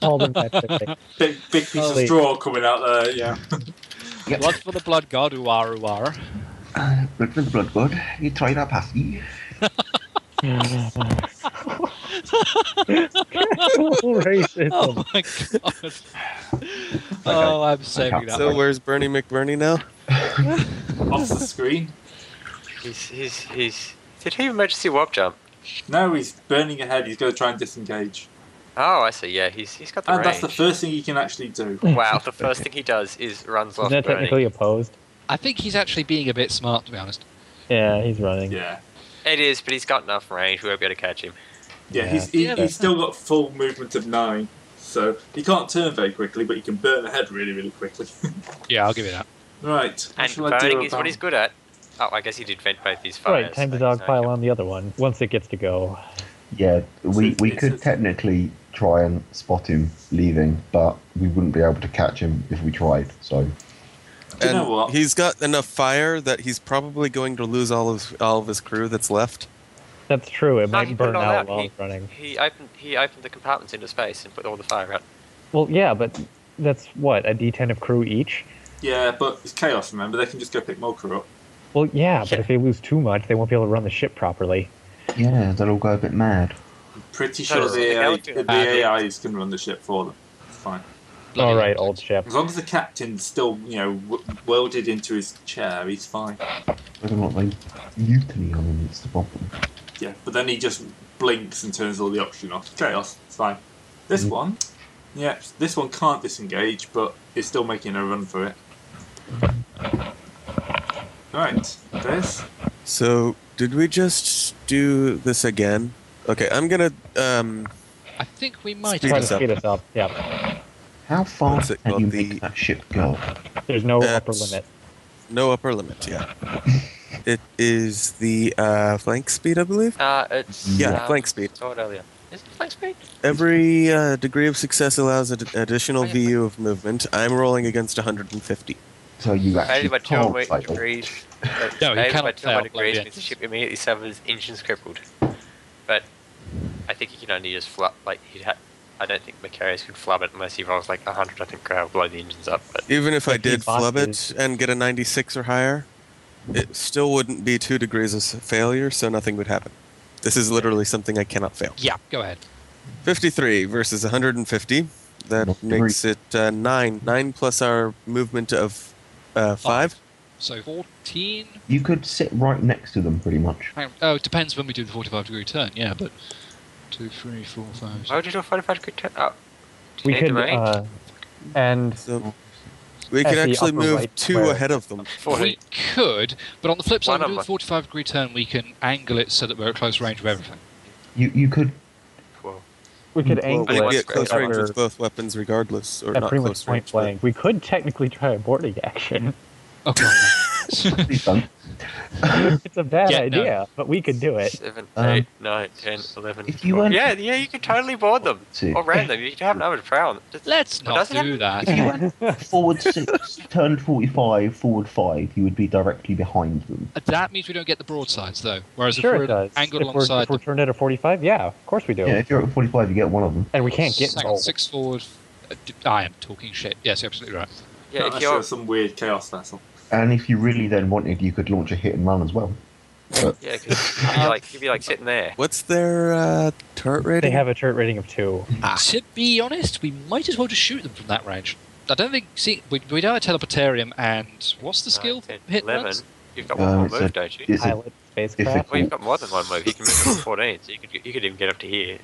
Speaker 1: Call them that thing.
Speaker 2: big big piece
Speaker 1: Holy-
Speaker 2: of straw coming out there. Yeah.
Speaker 7: Yep.
Speaker 3: Blood for the blood god, uwara uwara.
Speaker 7: Uh, blood for the blood god. You try that pasty.
Speaker 1: Racism.
Speaker 3: Oh my god. Oh, I'm saving that
Speaker 4: So
Speaker 3: one.
Speaker 4: where's Bernie McBurney now?
Speaker 2: Off the screen.
Speaker 5: He's he's he's. Did he emergency warp jump?
Speaker 2: No, he's burning ahead. He's going to try and disengage.
Speaker 5: Oh, I see. Yeah, he's he's got the
Speaker 2: And that's
Speaker 5: range.
Speaker 2: the first thing he can actually do.
Speaker 5: wow, the first thing he does is runs
Speaker 1: Isn't
Speaker 5: off
Speaker 1: that
Speaker 5: burning.
Speaker 1: technically opposed?
Speaker 3: I think he's actually being a bit smart, to be honest.
Speaker 1: Yeah, he's running.
Speaker 2: Yeah.
Speaker 5: It is, but he's got enough range. We won't be able to catch him.
Speaker 2: Yeah,
Speaker 4: Yeah.
Speaker 2: he's he,
Speaker 3: Yeah,
Speaker 2: he's
Speaker 3: that's-
Speaker 2: still got full movement of nine, so he can't turn very quickly, but he can burn ahead really, really quickly.
Speaker 3: Yeah, I'll give you that.
Speaker 2: right. what
Speaker 5: And
Speaker 2: shall I do
Speaker 5: burning is what
Speaker 2: about-
Speaker 5: he's good at. Oh, I guess he did vent both these fires.
Speaker 1: Right, time to
Speaker 5: so he's
Speaker 1: dogpile
Speaker 5: no-
Speaker 1: on the other one once it gets to go.
Speaker 8: Yeah, we, we
Speaker 2: it's a-
Speaker 8: could technically try and spot him leaving, but we wouldn't be able to catch him if we tried. So
Speaker 2: Do you
Speaker 4: and
Speaker 2: know what?
Speaker 4: he's got enough fire that he's probably going to lose all of all of his crew that's left.
Speaker 1: That's true. It
Speaker 5: No, he
Speaker 1: might
Speaker 5: put
Speaker 1: burn
Speaker 5: it all
Speaker 1: out,
Speaker 5: out.
Speaker 1: while
Speaker 5: He-
Speaker 1: it's running.
Speaker 5: He opened he opened the compartments into space and put all the fire out.
Speaker 1: Well, yeah, but that's what a D10 of crew each.
Speaker 2: Yeah, but it's chaos. Remember, they can just go pick Mulker up.
Speaker 1: Well, yeah, but
Speaker 5: Yeah.
Speaker 1: if they lose too much, they won't be able to run the ship properly.
Speaker 7: Yeah, they'll all go a bit mad.
Speaker 2: Pretty
Speaker 5: So
Speaker 2: sure
Speaker 5: does
Speaker 2: the
Speaker 5: the
Speaker 2: AI,
Speaker 5: Galactic.
Speaker 2: the
Speaker 3: Ah, yeah.
Speaker 2: AIs can run the ship for them. It's fine.
Speaker 3: Bloody
Speaker 1: All right,
Speaker 3: hell.
Speaker 1: old ship.
Speaker 2: As long as the captain's still, you know, w- welded into his chair, he's fine.
Speaker 7: Whether or not they mutiny on him, it's the problem.
Speaker 2: Yeah, but then he just blinks and turns all the oxygen off. Chaos. It's fine. This one, yeah, this one can't disengage, but is still making a run for it. Right, there's
Speaker 4: So did we just do this again? Okay, I'm gonna um
Speaker 3: I think we might.
Speaker 4: Speed
Speaker 1: Try to
Speaker 3: have-
Speaker 4: us up.
Speaker 1: speed us up. Yeah,
Speaker 7: How far
Speaker 4: What's it
Speaker 7: can you
Speaker 4: called?
Speaker 7: make
Speaker 4: The-
Speaker 7: that ship go?
Speaker 1: there's no upper
Speaker 4: That's-
Speaker 1: limit.
Speaker 4: no upper limit, yeah. it is the uh, flank speed, I believe.
Speaker 5: Uh, it's
Speaker 4: Yeah,
Speaker 5: um,
Speaker 4: flank speed.
Speaker 5: Saw it earlier. Is it flank speed?
Speaker 4: Every uh, degree of success allows an additional VU of movement. I'm rolling against 150.
Speaker 8: so you
Speaker 5: Failure by
Speaker 8: actually
Speaker 5: two hundred
Speaker 8: can't
Speaker 5: and eighty
Speaker 8: fail.
Speaker 5: degrees.
Speaker 3: No, you
Speaker 5: Failure by
Speaker 3: cannot
Speaker 5: two hundred
Speaker 3: fail, bloody
Speaker 5: degrees means the
Speaker 3: engines.
Speaker 5: ship immediately suffers engines crippled. But I think he can only just flub. Like he'd ha- I don't think Macarius could flub it unless he rolls like hundred. I think I'll blow the engines up. But
Speaker 4: Even if I
Speaker 1: Like the
Speaker 4: did flub it
Speaker 1: boxes.
Speaker 4: and get a 96 or higher, it still wouldn't be two degrees of s- failure, so nothing would happen. This is literally something I cannot fail.
Speaker 3: Yeah, go ahead.
Speaker 4: 53 versus 150. That
Speaker 7: Not three.
Speaker 4: makes it uh, 9. 9 plus our movement of uh, 5.
Speaker 3: So 14.
Speaker 7: You could sit right next to them, pretty much.
Speaker 3: Hang on. Oh, it depends when we do the 45 degree turn. Yeah, but two, three, four, five.
Speaker 5: why
Speaker 3: six-
Speaker 5: would you do a forty-five degree turn? Oh, do you
Speaker 1: We
Speaker 5: need
Speaker 1: could,
Speaker 5: the range?
Speaker 1: uh, and
Speaker 4: So we
Speaker 1: At
Speaker 4: could
Speaker 1: the
Speaker 4: actually
Speaker 1: upper
Speaker 4: move
Speaker 1: right
Speaker 4: 2
Speaker 1: square.
Speaker 4: ahead of them.
Speaker 5: Forty.
Speaker 3: We could, but on the flip
Speaker 5: Oh, One
Speaker 3: side,
Speaker 5: of
Speaker 3: we do the
Speaker 5: them.
Speaker 3: 45 degree turn, we can angle it so that we're at close range of everything.
Speaker 7: You you could
Speaker 5: Cool.
Speaker 1: we could
Speaker 4: Well,
Speaker 1: angle
Speaker 4: we
Speaker 1: it.
Speaker 5: Angle
Speaker 4: get
Speaker 5: it.
Speaker 4: close
Speaker 1: at
Speaker 4: range
Speaker 1: other-
Speaker 4: with both weapons regardless, or
Speaker 1: at
Speaker 4: not
Speaker 1: pretty much
Speaker 4: close
Speaker 1: point
Speaker 4: range.
Speaker 1: blank. We could technically try a boarding action.
Speaker 3: Oh, God. no.
Speaker 7: please don't.
Speaker 1: it's a bad
Speaker 3: Yeah, no.
Speaker 1: idea, but we could do it.
Speaker 5: Seven,
Speaker 7: Um,
Speaker 5: eight, nine, ten, eleven.
Speaker 7: if you
Speaker 5: 12.
Speaker 7: weren't-
Speaker 5: yeah, yeah, you could totally board them
Speaker 7: See.
Speaker 3: Oh,
Speaker 5: or ram them. You could have another prayer on. Just-
Speaker 3: Let's
Speaker 5: Well,
Speaker 3: not
Speaker 5: doesn't
Speaker 3: do
Speaker 5: it-
Speaker 3: that.
Speaker 7: If you went forward six, turned 45, forward five, you would be directly behind them.
Speaker 3: That means we don't get the broadsides, though. Whereas
Speaker 1: Sure,
Speaker 3: if
Speaker 1: it
Speaker 3: we're
Speaker 1: does.
Speaker 3: angled
Speaker 1: if, we're,
Speaker 3: alongside
Speaker 1: if we're turned at a 45, yeah, of course we do.
Speaker 7: Yeah, if you're at 45, you get one of them.
Speaker 1: And we can't get
Speaker 3: Hang on,
Speaker 1: rolled.
Speaker 3: six forward. uh, d- I am talking shit. Yes, you're absolutely right.
Speaker 5: Yeah, if
Speaker 2: sure
Speaker 5: you're
Speaker 2: some weird chaos vessel.
Speaker 7: And if you really then wanted, you could launch a hit and run as well.
Speaker 5: yeah, 'cause you'd be like you'd be like sitting there.
Speaker 4: What's their uh, turret
Speaker 1: They
Speaker 4: rating?
Speaker 1: have a turret rating of two.
Speaker 5: Ah.
Speaker 3: To be honest, we might as well just shoot them from that range. I don't think. See, we, we don't have teleportarium and what's the
Speaker 5: Nine,
Speaker 3: skill?
Speaker 5: ten,
Speaker 3: Hit
Speaker 5: eleven.
Speaker 3: runs?
Speaker 5: You've got one
Speaker 7: Uh,
Speaker 5: more
Speaker 7: it's a-
Speaker 5: move, don't you?
Speaker 7: It's a,
Speaker 1: Pilot spacecraft.
Speaker 5: Well, you've got more than one move. You can move up to fourteen, so you could you could even get up to here,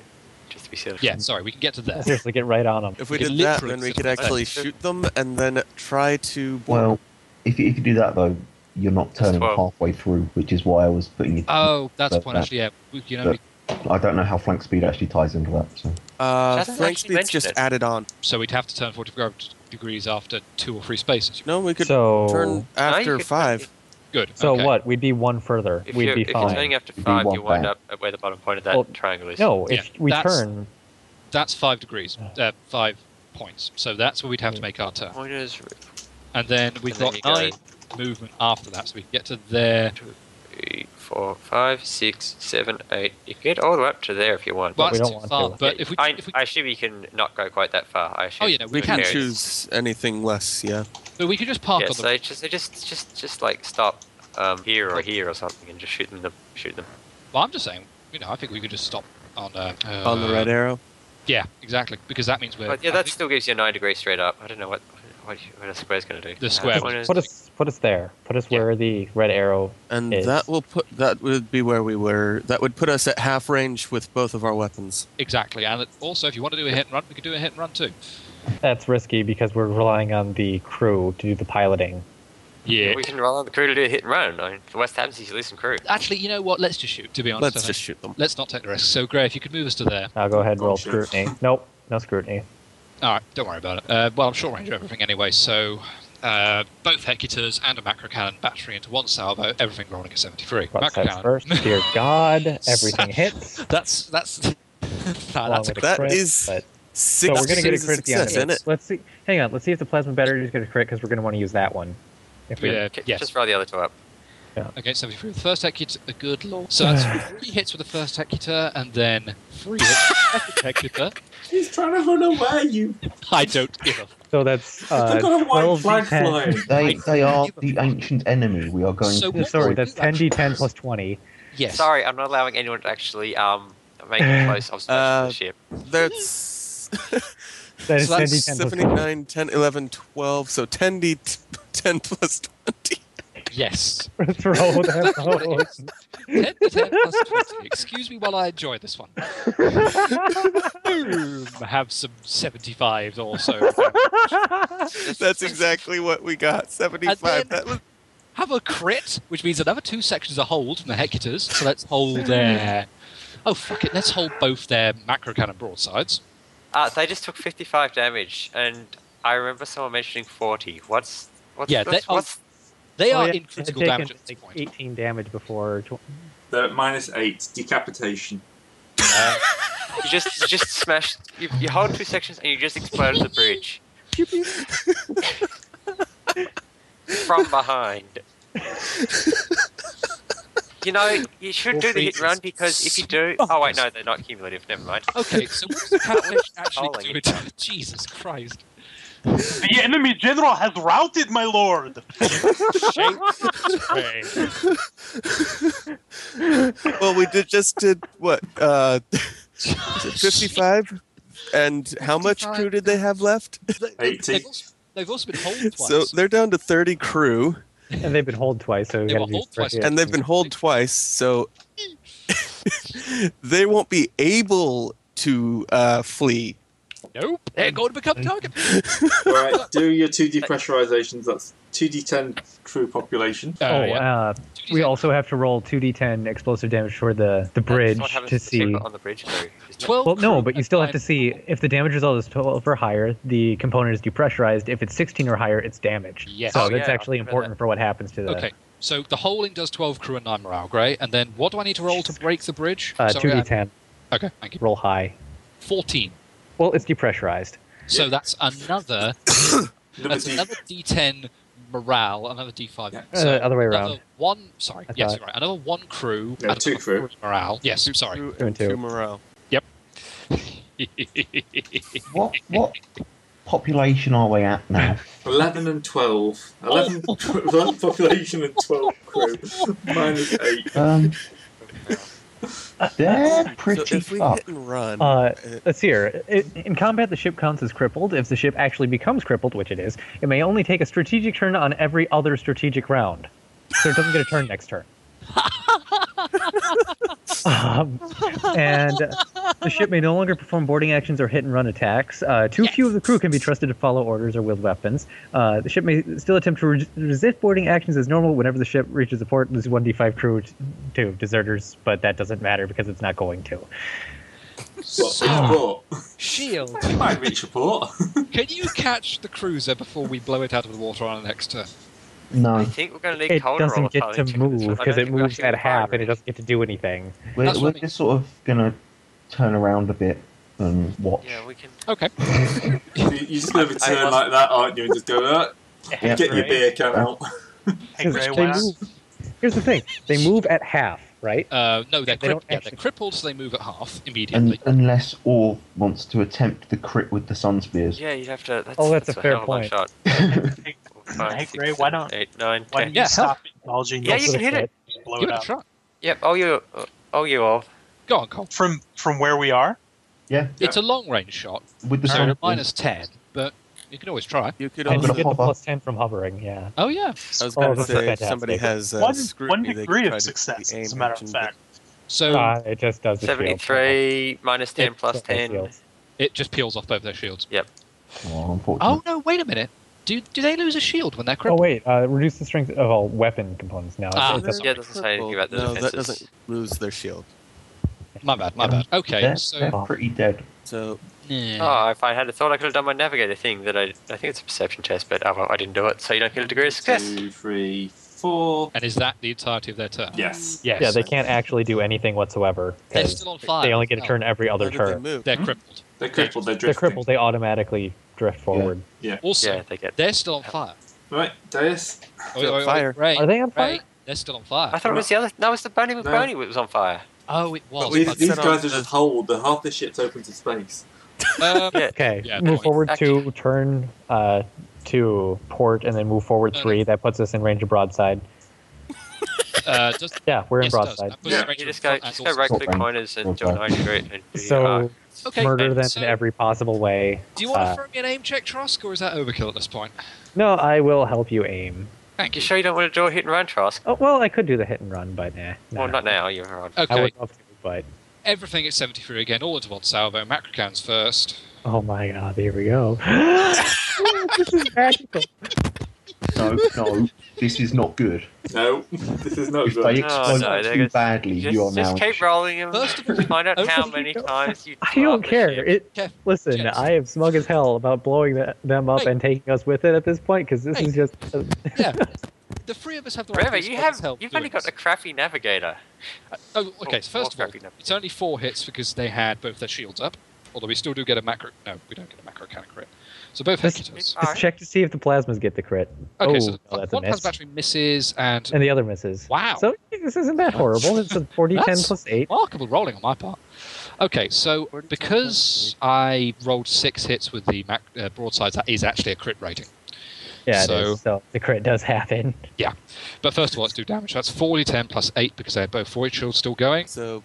Speaker 5: just to be silly.
Speaker 3: Yeah, sorry, we can get to there.
Speaker 1: Seriously, get right on them.
Speaker 4: If we
Speaker 3: We could
Speaker 4: did that,
Speaker 3: literally
Speaker 4: then we
Speaker 3: sit
Speaker 4: could
Speaker 3: on
Speaker 4: actually
Speaker 5: that.
Speaker 4: shoot them and then try to.
Speaker 7: well, if you, if you do that though, you're not turning
Speaker 5: twelve.
Speaker 7: halfway through, which is why I was putting it.
Speaker 3: Oh, that's a
Speaker 7: But
Speaker 3: point.
Speaker 7: that-
Speaker 3: Actually, yeah. We, you know,
Speaker 7: but-
Speaker 3: we,
Speaker 7: I don't know how flank speed actually ties into that. So
Speaker 4: uh,
Speaker 5: Doesn't
Speaker 4: flank
Speaker 5: actually
Speaker 4: speed's
Speaker 5: mention
Speaker 4: just
Speaker 5: it.
Speaker 4: added on.
Speaker 3: so we'd have to turn 45 degrees after two or three spaces.
Speaker 4: No, we could
Speaker 1: so,
Speaker 4: turn
Speaker 5: No, you
Speaker 4: after
Speaker 5: could-
Speaker 4: five.
Speaker 3: Good.
Speaker 1: so
Speaker 3: okay.
Speaker 1: what? We'd be one further.
Speaker 5: If,
Speaker 1: We'd
Speaker 5: you're,
Speaker 1: be
Speaker 5: if you're
Speaker 1: fine.
Speaker 5: turning after
Speaker 7: You'd be
Speaker 5: five,
Speaker 7: one
Speaker 5: you wind
Speaker 7: back.
Speaker 5: up at where the bottom point of that
Speaker 1: Well,
Speaker 5: triangle is.
Speaker 1: No, if
Speaker 3: Yeah,
Speaker 1: we
Speaker 3: that's-
Speaker 1: turn,
Speaker 3: That's five degrees, uh, five points. So that's where we'd have to make our turn.
Speaker 5: Pointers.
Speaker 3: And then we've
Speaker 5: And then
Speaker 3: got
Speaker 5: you go-
Speaker 3: nine movement after that, so we can get to there.
Speaker 5: Three, four, five, six, seven, eight. You can get all the way up to there if you want.
Speaker 3: Well,
Speaker 1: we
Speaker 3: that's
Speaker 1: don't
Speaker 3: too
Speaker 1: want
Speaker 3: far.
Speaker 1: to.
Speaker 3: But if we,
Speaker 5: I,
Speaker 3: if we,
Speaker 5: I assume you can not go quite that far. I assume.
Speaker 3: oh yeah, no,
Speaker 4: We
Speaker 3: we can.
Speaker 4: can
Speaker 5: Macarius.
Speaker 4: choose anything less, yeah.
Speaker 3: But we could just park
Speaker 5: yeah,
Speaker 3: on the.
Speaker 5: so just, so just, just, just like stop um, here or here or something, and just shoot them. The, shoot them.
Speaker 3: Well, I'm just saying. You know, I think we could just stop on. Uh, uh,
Speaker 4: on the red arrow.
Speaker 3: Yeah, exactly. Because that means we're.
Speaker 5: But yeah,
Speaker 3: I
Speaker 5: that
Speaker 3: think
Speaker 5: still gives you a nine degree straight up. I don't know what what, what a square's going to do.
Speaker 3: The square
Speaker 5: One is-
Speaker 1: put us put us there. Put us
Speaker 3: Yeah.
Speaker 1: where the red arrow.
Speaker 4: And
Speaker 1: Yes.
Speaker 4: that will put that would be where we were. That would put us at half range with both of our weapons.
Speaker 3: exactly, and it- also if you want to do a hit and run, we could do a hit and run too.
Speaker 1: That's risky because we're relying on the crew to do the piloting.
Speaker 3: Yeah.
Speaker 5: We can rely on the crew to do a hit and run. I mean, the West Ham's usually some crew.
Speaker 3: Actually, you know what? Let's just shoot. To be honest,
Speaker 4: Let's
Speaker 3: I think.
Speaker 4: just shoot them.
Speaker 3: Let's not take the risk. So, Gray, if you could move us to there.
Speaker 1: I'll go ahead and roll
Speaker 2: Gotcha.
Speaker 1: scrutiny. Nope, no scrutiny.
Speaker 3: All right, don't worry about it. Uh, well, I'm short range of everything anyway, so uh, both Hecutors and a macro cannon battery into one salvo, everything rolling at 73.
Speaker 1: Butt
Speaker 3: macro
Speaker 1: says
Speaker 3: cannon.
Speaker 1: first. Dear God, everything hits.
Speaker 3: That's that's nah,
Speaker 1: Along
Speaker 3: Ah, that's a,
Speaker 1: with a
Speaker 4: that
Speaker 1: crit,
Speaker 4: is-
Speaker 1: but- so
Speaker 4: Six
Speaker 1: we're gonna get a
Speaker 4: series of
Speaker 1: crit at the end.
Speaker 4: success, isn't it?
Speaker 1: Let's see. Hang on. Let's see if the plasma battery is going to crit because we're going to want to use that one. If we,
Speaker 3: yeah,
Speaker 5: Ju-
Speaker 3: yes.
Speaker 5: Just roll the other two up.
Speaker 3: Okay, 73. The first Hecutor, a good lord. So that's three hits with the first Hecutor, and then three hits with the second Hecutor.
Speaker 2: He's trying to run away, you.
Speaker 3: I don't give a
Speaker 1: So that's uh,
Speaker 2: Look at a white
Speaker 1: 12
Speaker 2: flag
Speaker 1: d10.
Speaker 2: flying.
Speaker 8: They, they are the ancient enemy. We are going
Speaker 3: So
Speaker 8: to
Speaker 1: Yeah, Sorry,
Speaker 8: destroy.
Speaker 1: that's 10d10 plus 20.
Speaker 3: Yes.
Speaker 5: Sorry, I'm not allowing anyone to actually um make a close observation of
Speaker 4: Uh,
Speaker 5: the ship.
Speaker 4: That's.
Speaker 1: That is
Speaker 4: so that's
Speaker 1: 10d10 plus
Speaker 4: 70, 9, 10, 11, 12. So 10 d 10 plus 20.
Speaker 3: Yes.
Speaker 1: 20. Throw that
Speaker 2: Oh,
Speaker 1: out.
Speaker 3: 10 to 10 plus 20. Excuse me while I enjoy this one. Boom! Have some 75s or so.
Speaker 4: That's exactly what we got. 75.
Speaker 3: And then-
Speaker 4: that was,
Speaker 3: Have a crit, which means another two sections are hold from the Hecutors. So let's hold their. Oh, fuck it. Let's hold both their macro cannon broadsides.
Speaker 5: Uh, they just took 55 damage, and I remember someone mentioning 40. What's what's
Speaker 3: Yeah,
Speaker 5: what's,
Speaker 3: they- oh,
Speaker 5: what's
Speaker 3: They
Speaker 1: Oh,
Speaker 3: are
Speaker 1: yeah, it
Speaker 3: in
Speaker 1: had
Speaker 3: critical
Speaker 1: taken,
Speaker 3: damage at this
Speaker 1: like,
Speaker 3: point.
Speaker 1: 18 damage before. Tw-
Speaker 2: They're at minus eight. Decapitation.
Speaker 5: you just you just smashed you, you hold two sections and you just exploded the bridge from behind. You know, you should do the hit run because if you do, oh wait, no, they're not cumulative. Never mind.
Speaker 3: Okay, so what does the Catwish actually
Speaker 5: Calling
Speaker 3: do?
Speaker 5: it
Speaker 3: It? Jesus Christ.
Speaker 6: The enemy general has routed, my lord.
Speaker 3: Shape spray.
Speaker 4: well, we did, just did what? Uh, 55? And how much
Speaker 3: 55.
Speaker 4: crew did they have left?
Speaker 2: Eighty.
Speaker 3: They've also, they've also been holed twice.
Speaker 4: So they're down to 30 crew,
Speaker 1: and they've been hold twice, so we
Speaker 3: They
Speaker 1: gotta
Speaker 3: were
Speaker 1: do
Speaker 3: hold twice,
Speaker 1: three.
Speaker 4: and they've been holed twice, so they won't be able to uh, flee.
Speaker 3: nope, they're going to
Speaker 1: Oh,
Speaker 3: become target.
Speaker 2: right, do your two depressurizations. That's two d10 crew population.
Speaker 3: Oh,
Speaker 1: Oh,
Speaker 3: yeah.
Speaker 1: uh, we also have to roll 2d10 explosive damage toward the, the
Speaker 5: That's
Speaker 1: bridge
Speaker 5: what happens
Speaker 1: to
Speaker 5: the people
Speaker 1: see.
Speaker 5: on the bridge. though, isn't it?
Speaker 3: 12
Speaker 1: Well, no,
Speaker 3: crew
Speaker 1: but you
Speaker 3: and
Speaker 1: still have to
Speaker 3: five-
Speaker 1: see if the damage result is 12 or higher, the component is depressurized. If it's 16 or higher, it's damaged.
Speaker 3: Yes.
Speaker 1: So
Speaker 5: Oh,
Speaker 1: that's
Speaker 5: yeah,
Speaker 1: actually
Speaker 5: I've read
Speaker 1: important for what happens to the
Speaker 3: Okay, so the holing does 12 crew and 9 morale, Grey. And then what do I need to roll to break the bridge?
Speaker 1: uh,
Speaker 3: Sorry,
Speaker 1: 2d10.
Speaker 3: I- okay, thank you.
Speaker 1: Roll high.
Speaker 3: 14.
Speaker 1: Well, it's depressurized.
Speaker 3: So that's another
Speaker 2: Another
Speaker 3: that's
Speaker 2: D-
Speaker 3: another d10 morale, another d5.
Speaker 2: Yeah.
Speaker 3: So
Speaker 1: Uh, other way
Speaker 3: another
Speaker 1: around.
Speaker 3: One, sorry,
Speaker 1: That's
Speaker 3: yes,
Speaker 1: right.
Speaker 3: you're right. Another one crew.
Speaker 2: No,
Speaker 3: and
Speaker 2: two
Speaker 3: another
Speaker 2: crew.
Speaker 3: Morale. Yes, sorry.
Speaker 4: Crew
Speaker 1: Two and two.
Speaker 4: crew morale.
Speaker 8: What what population are we at now?
Speaker 2: 11 and 12. 11, 11 population and 12 crew. Minus 8.
Speaker 8: Um, they're
Speaker 4: So
Speaker 8: pretty
Speaker 4: if we hit
Speaker 8: fucked.
Speaker 4: and run,
Speaker 1: Uh, let's see here. I in combat, the ship counts as crippled. If the ship actually becomes crippled, which it is, it may only take a strategic turn on every other strategic round. So it doesn't get a turn next turn. um, and the ship may no longer perform boarding actions or hit and run attacks. Uh, too few of the crew can be trusted to follow orders or wield weapons. Uh, the ship may still attempt to re- resist boarding actions as normal whenever the ship reaches the port. There's 1d5 crew t- to deserters, but that doesn't matter because it's not going to.
Speaker 2: What, report?
Speaker 3: Shield.
Speaker 2: You might reach a port.
Speaker 3: Can you catch the cruiser before we blow it out of the water on our next turn?
Speaker 5: I
Speaker 8: No,
Speaker 5: think we're going to need
Speaker 1: it
Speaker 5: cold roll
Speaker 1: doesn't
Speaker 5: if
Speaker 1: get
Speaker 5: I
Speaker 1: to
Speaker 5: check this
Speaker 1: move
Speaker 5: one. I
Speaker 1: because
Speaker 5: don't
Speaker 1: it
Speaker 5: think we
Speaker 1: moves
Speaker 5: actually
Speaker 1: at
Speaker 5: have fire
Speaker 1: half and it
Speaker 5: rate.
Speaker 1: doesn't get to do anything.
Speaker 8: we're,
Speaker 3: That's what I
Speaker 8: we're
Speaker 3: mean.
Speaker 8: just sort of gonna turn around a bit and watch.
Speaker 5: Yeah, we can.
Speaker 3: Okay.
Speaker 2: You- You're just going to
Speaker 5: I- I
Speaker 2: turn
Speaker 5: was-
Speaker 2: like that, aren't you? And just go, "Ah,
Speaker 8: Yeah,
Speaker 2: get your
Speaker 8: right.
Speaker 2: beer can out.
Speaker 6: Hey, Gray,
Speaker 1: they
Speaker 6: why not?
Speaker 1: move, here's the thing: they move at half, right?
Speaker 3: Uh, no, they're,
Speaker 1: They
Speaker 3: cri-
Speaker 1: don't
Speaker 3: yeah, they're
Speaker 1: actually-
Speaker 3: crippled, so they move at half immediately.
Speaker 8: And, unless Orr wants to attempt the crit with the sun spears.
Speaker 5: Yeah, you'd have to. That's,
Speaker 1: Oh, that's a fair
Speaker 5: hell of
Speaker 1: point.
Speaker 5: Shot.
Speaker 6: Hey,
Speaker 5: Four, five,
Speaker 6: Hey,
Speaker 5: six,
Speaker 6: Gray, why
Speaker 5: seven,
Speaker 6: not?
Speaker 5: Eight, nine,
Speaker 6: Why
Speaker 5: ten.
Speaker 6: don't
Speaker 3: Yeah,
Speaker 6: you
Speaker 3: hell.
Speaker 6: stop indulging?
Speaker 5: Yeah,
Speaker 6: Yeah,
Speaker 5: you can hit it.
Speaker 6: just blow
Speaker 3: Give
Speaker 6: it
Speaker 3: it a
Speaker 6: up.
Speaker 3: try.
Speaker 5: Yep. Oh, you. Oh, you all.
Speaker 3: Go on, Cole.
Speaker 6: From from where we are,
Speaker 8: Yeah,
Speaker 2: Yeah.
Speaker 3: It's a long range shot,
Speaker 8: with the
Speaker 3: so
Speaker 8: sun.
Speaker 3: minus ten, but you can always try.
Speaker 4: you could
Speaker 8: I'm
Speaker 1: And you
Speaker 8: gonna
Speaker 4: also.
Speaker 1: get the
Speaker 8: hover.
Speaker 1: plus ten from hovering. Yeah.
Speaker 3: Oh yeah.
Speaker 4: I was
Speaker 1: Oh,
Speaker 4: going to
Speaker 1: that's
Speaker 4: say if
Speaker 1: fantastic.
Speaker 4: somebody has uh,
Speaker 6: one one
Speaker 4: scrutiny, they
Speaker 6: degree
Speaker 4: could try to
Speaker 6: of success.
Speaker 4: aim
Speaker 6: As a matter of
Speaker 4: action,
Speaker 6: fact,
Speaker 3: So
Speaker 1: Uh, it just does. the shield.
Speaker 5: Seventy-three minus ten
Speaker 1: It
Speaker 5: plus
Speaker 1: just does
Speaker 5: ten.
Speaker 1: shields.
Speaker 3: it just peels off both their shields.
Speaker 8: Oh, unfortunately.
Speaker 3: Oh no! Wait a minute. Do do they lose a shield when they're
Speaker 1: Oh
Speaker 3: crippled?
Speaker 1: wait, uh, reduce the strength of all weapon components now.
Speaker 3: Ah.
Speaker 1: It's-
Speaker 5: Yeah, it doesn't say anything about the
Speaker 4: No, that
Speaker 5: defenses.
Speaker 4: doesn't lose their shield.
Speaker 3: My bad, my bad. Okay,
Speaker 7: they're,
Speaker 3: so
Speaker 7: they're pretty dead.
Speaker 4: So
Speaker 3: yeah.
Speaker 5: Oh, if I had a thought, I could have done my navigator thing. That I, I think it's a perception test, but oh, well, I didn't do it, so you don't get a degree of success.
Speaker 2: Two, three, four.
Speaker 3: and is that the entirety of their turn?
Speaker 2: Yes.
Speaker 1: yeah, they can't actually do anything whatsoever.
Speaker 3: They're
Speaker 1: 'cause
Speaker 3: still on fire.
Speaker 1: They only get a
Speaker 3: Oh,
Speaker 1: turn every
Speaker 4: where
Speaker 1: other
Speaker 4: did they
Speaker 1: turn.
Speaker 4: move?
Speaker 3: They're crippled.
Speaker 2: They're crippled. They're
Speaker 1: They're
Speaker 2: drifting.
Speaker 1: crippled. They automatically drift forward.
Speaker 3: Also,
Speaker 5: Yeah, they get.
Speaker 3: they're still on fire.
Speaker 2: Right, Deus.
Speaker 3: Oh,
Speaker 4: They're on fire.
Speaker 3: Ray,
Speaker 1: Are they on fire?
Speaker 3: Ray, they're still on fire.
Speaker 5: I thought it was the other. That was the Boney with
Speaker 2: No.
Speaker 5: Boney was on fire.
Speaker 3: Oh, it was.
Speaker 4: But we-
Speaker 2: These,
Speaker 3: Fuck.
Speaker 2: these
Speaker 4: set on
Speaker 2: guys are
Speaker 4: the-
Speaker 2: just holed. The half the ship's open to space.
Speaker 3: Um,
Speaker 5: Yeah.
Speaker 1: Okay,
Speaker 3: Yeah,
Speaker 1: move
Speaker 3: point.
Speaker 1: forward
Speaker 5: Actually-
Speaker 1: to turn uh, to port, and then move forward
Speaker 3: No, no.
Speaker 1: three. That puts us in range of broadside.
Speaker 3: uh, just,
Speaker 1: Yeah, we're in
Speaker 3: yes, it does.
Speaker 1: broadside.
Speaker 3: That puts us
Speaker 2: Yeah.
Speaker 3: right
Speaker 5: You
Speaker 3: to
Speaker 5: just
Speaker 3: the
Speaker 5: go,
Speaker 3: front
Speaker 5: just
Speaker 3: and
Speaker 5: go
Speaker 3: also-
Speaker 5: right click
Speaker 8: Fine.
Speaker 5: corners and do a
Speaker 8: Fine.
Speaker 5: 90 degree. And do
Speaker 1: So,
Speaker 5: arc.
Speaker 3: Okay,
Speaker 1: Murder
Speaker 3: and
Speaker 1: them
Speaker 3: so-
Speaker 1: in every possible way.
Speaker 3: Do you want
Speaker 1: Uh,
Speaker 3: to throw me an aim check, Trosk, or is that overkill at this point?
Speaker 1: No, I will help you aim.
Speaker 3: Thank
Speaker 5: You
Speaker 3: you.
Speaker 5: sure you don't want to do a hit and run, Trask?
Speaker 1: Oh, well, I could do the hit and run, but nah. nah.
Speaker 5: Well, not now. You're on.
Speaker 1: I
Speaker 3: Okay,
Speaker 1: would love to, but
Speaker 3: everything at 73 again, all into one salvo. Macrocans first.
Speaker 1: oh my god, here we go. this is magical.
Speaker 8: No, no, this is not good.
Speaker 2: No, this is not
Speaker 8: If they
Speaker 2: good.
Speaker 5: No,
Speaker 8: explode
Speaker 5: no, they're
Speaker 8: too
Speaker 5: just-
Speaker 8: badly,
Speaker 5: Just,
Speaker 8: you are now.
Speaker 5: just keep rolling them.
Speaker 3: First of all,
Speaker 5: Find out
Speaker 3: I
Speaker 5: how
Speaker 3: don't
Speaker 5: many
Speaker 1: know.
Speaker 5: times you.
Speaker 1: I don't
Speaker 5: plant the
Speaker 1: care.
Speaker 5: ship.
Speaker 1: It
Speaker 3: Jeff,
Speaker 1: listen,
Speaker 3: Jets.
Speaker 1: I am smug as hell about blowing the, them up
Speaker 3: Hey.
Speaker 1: and taking us with it at this point because this
Speaker 3: Hey.
Speaker 1: is just.
Speaker 3: yeah. The three of us have the right
Speaker 5: Remember,
Speaker 3: to
Speaker 5: you
Speaker 3: use
Speaker 5: have
Speaker 3: help
Speaker 5: you've
Speaker 3: doing
Speaker 5: only got
Speaker 3: this.
Speaker 5: a crappy navigator.
Speaker 3: Oh, okay. So
Speaker 5: Or
Speaker 3: first of all,
Speaker 5: crappy navigator.
Speaker 3: it's only four hits because they had both their shields up. Although we still do get a macro. No, we don't get a macro can crit. So both
Speaker 1: This-
Speaker 3: hit us.
Speaker 5: Alright.
Speaker 1: Check to see if the plasmas get the crit.
Speaker 3: Okay,
Speaker 1: oh,
Speaker 3: so
Speaker 1: well, that's a
Speaker 3: one has
Speaker 1: miss.
Speaker 3: battery misses and
Speaker 1: And the other misses.
Speaker 3: Wow.
Speaker 1: So this isn't that horrible. It's a 40 10
Speaker 3: That's-
Speaker 1: plus 8.
Speaker 3: remarkable rolling on my part. Okay, so because I rolled six hits with the mac- uh, broadsides, that is actually a crit rating.
Speaker 1: Yeah, it is.
Speaker 3: so-
Speaker 1: So the crit does happen.
Speaker 3: But first of all, let's do damage. That's 40, 10 plus 8 because they had both 40 shields still going.
Speaker 4: So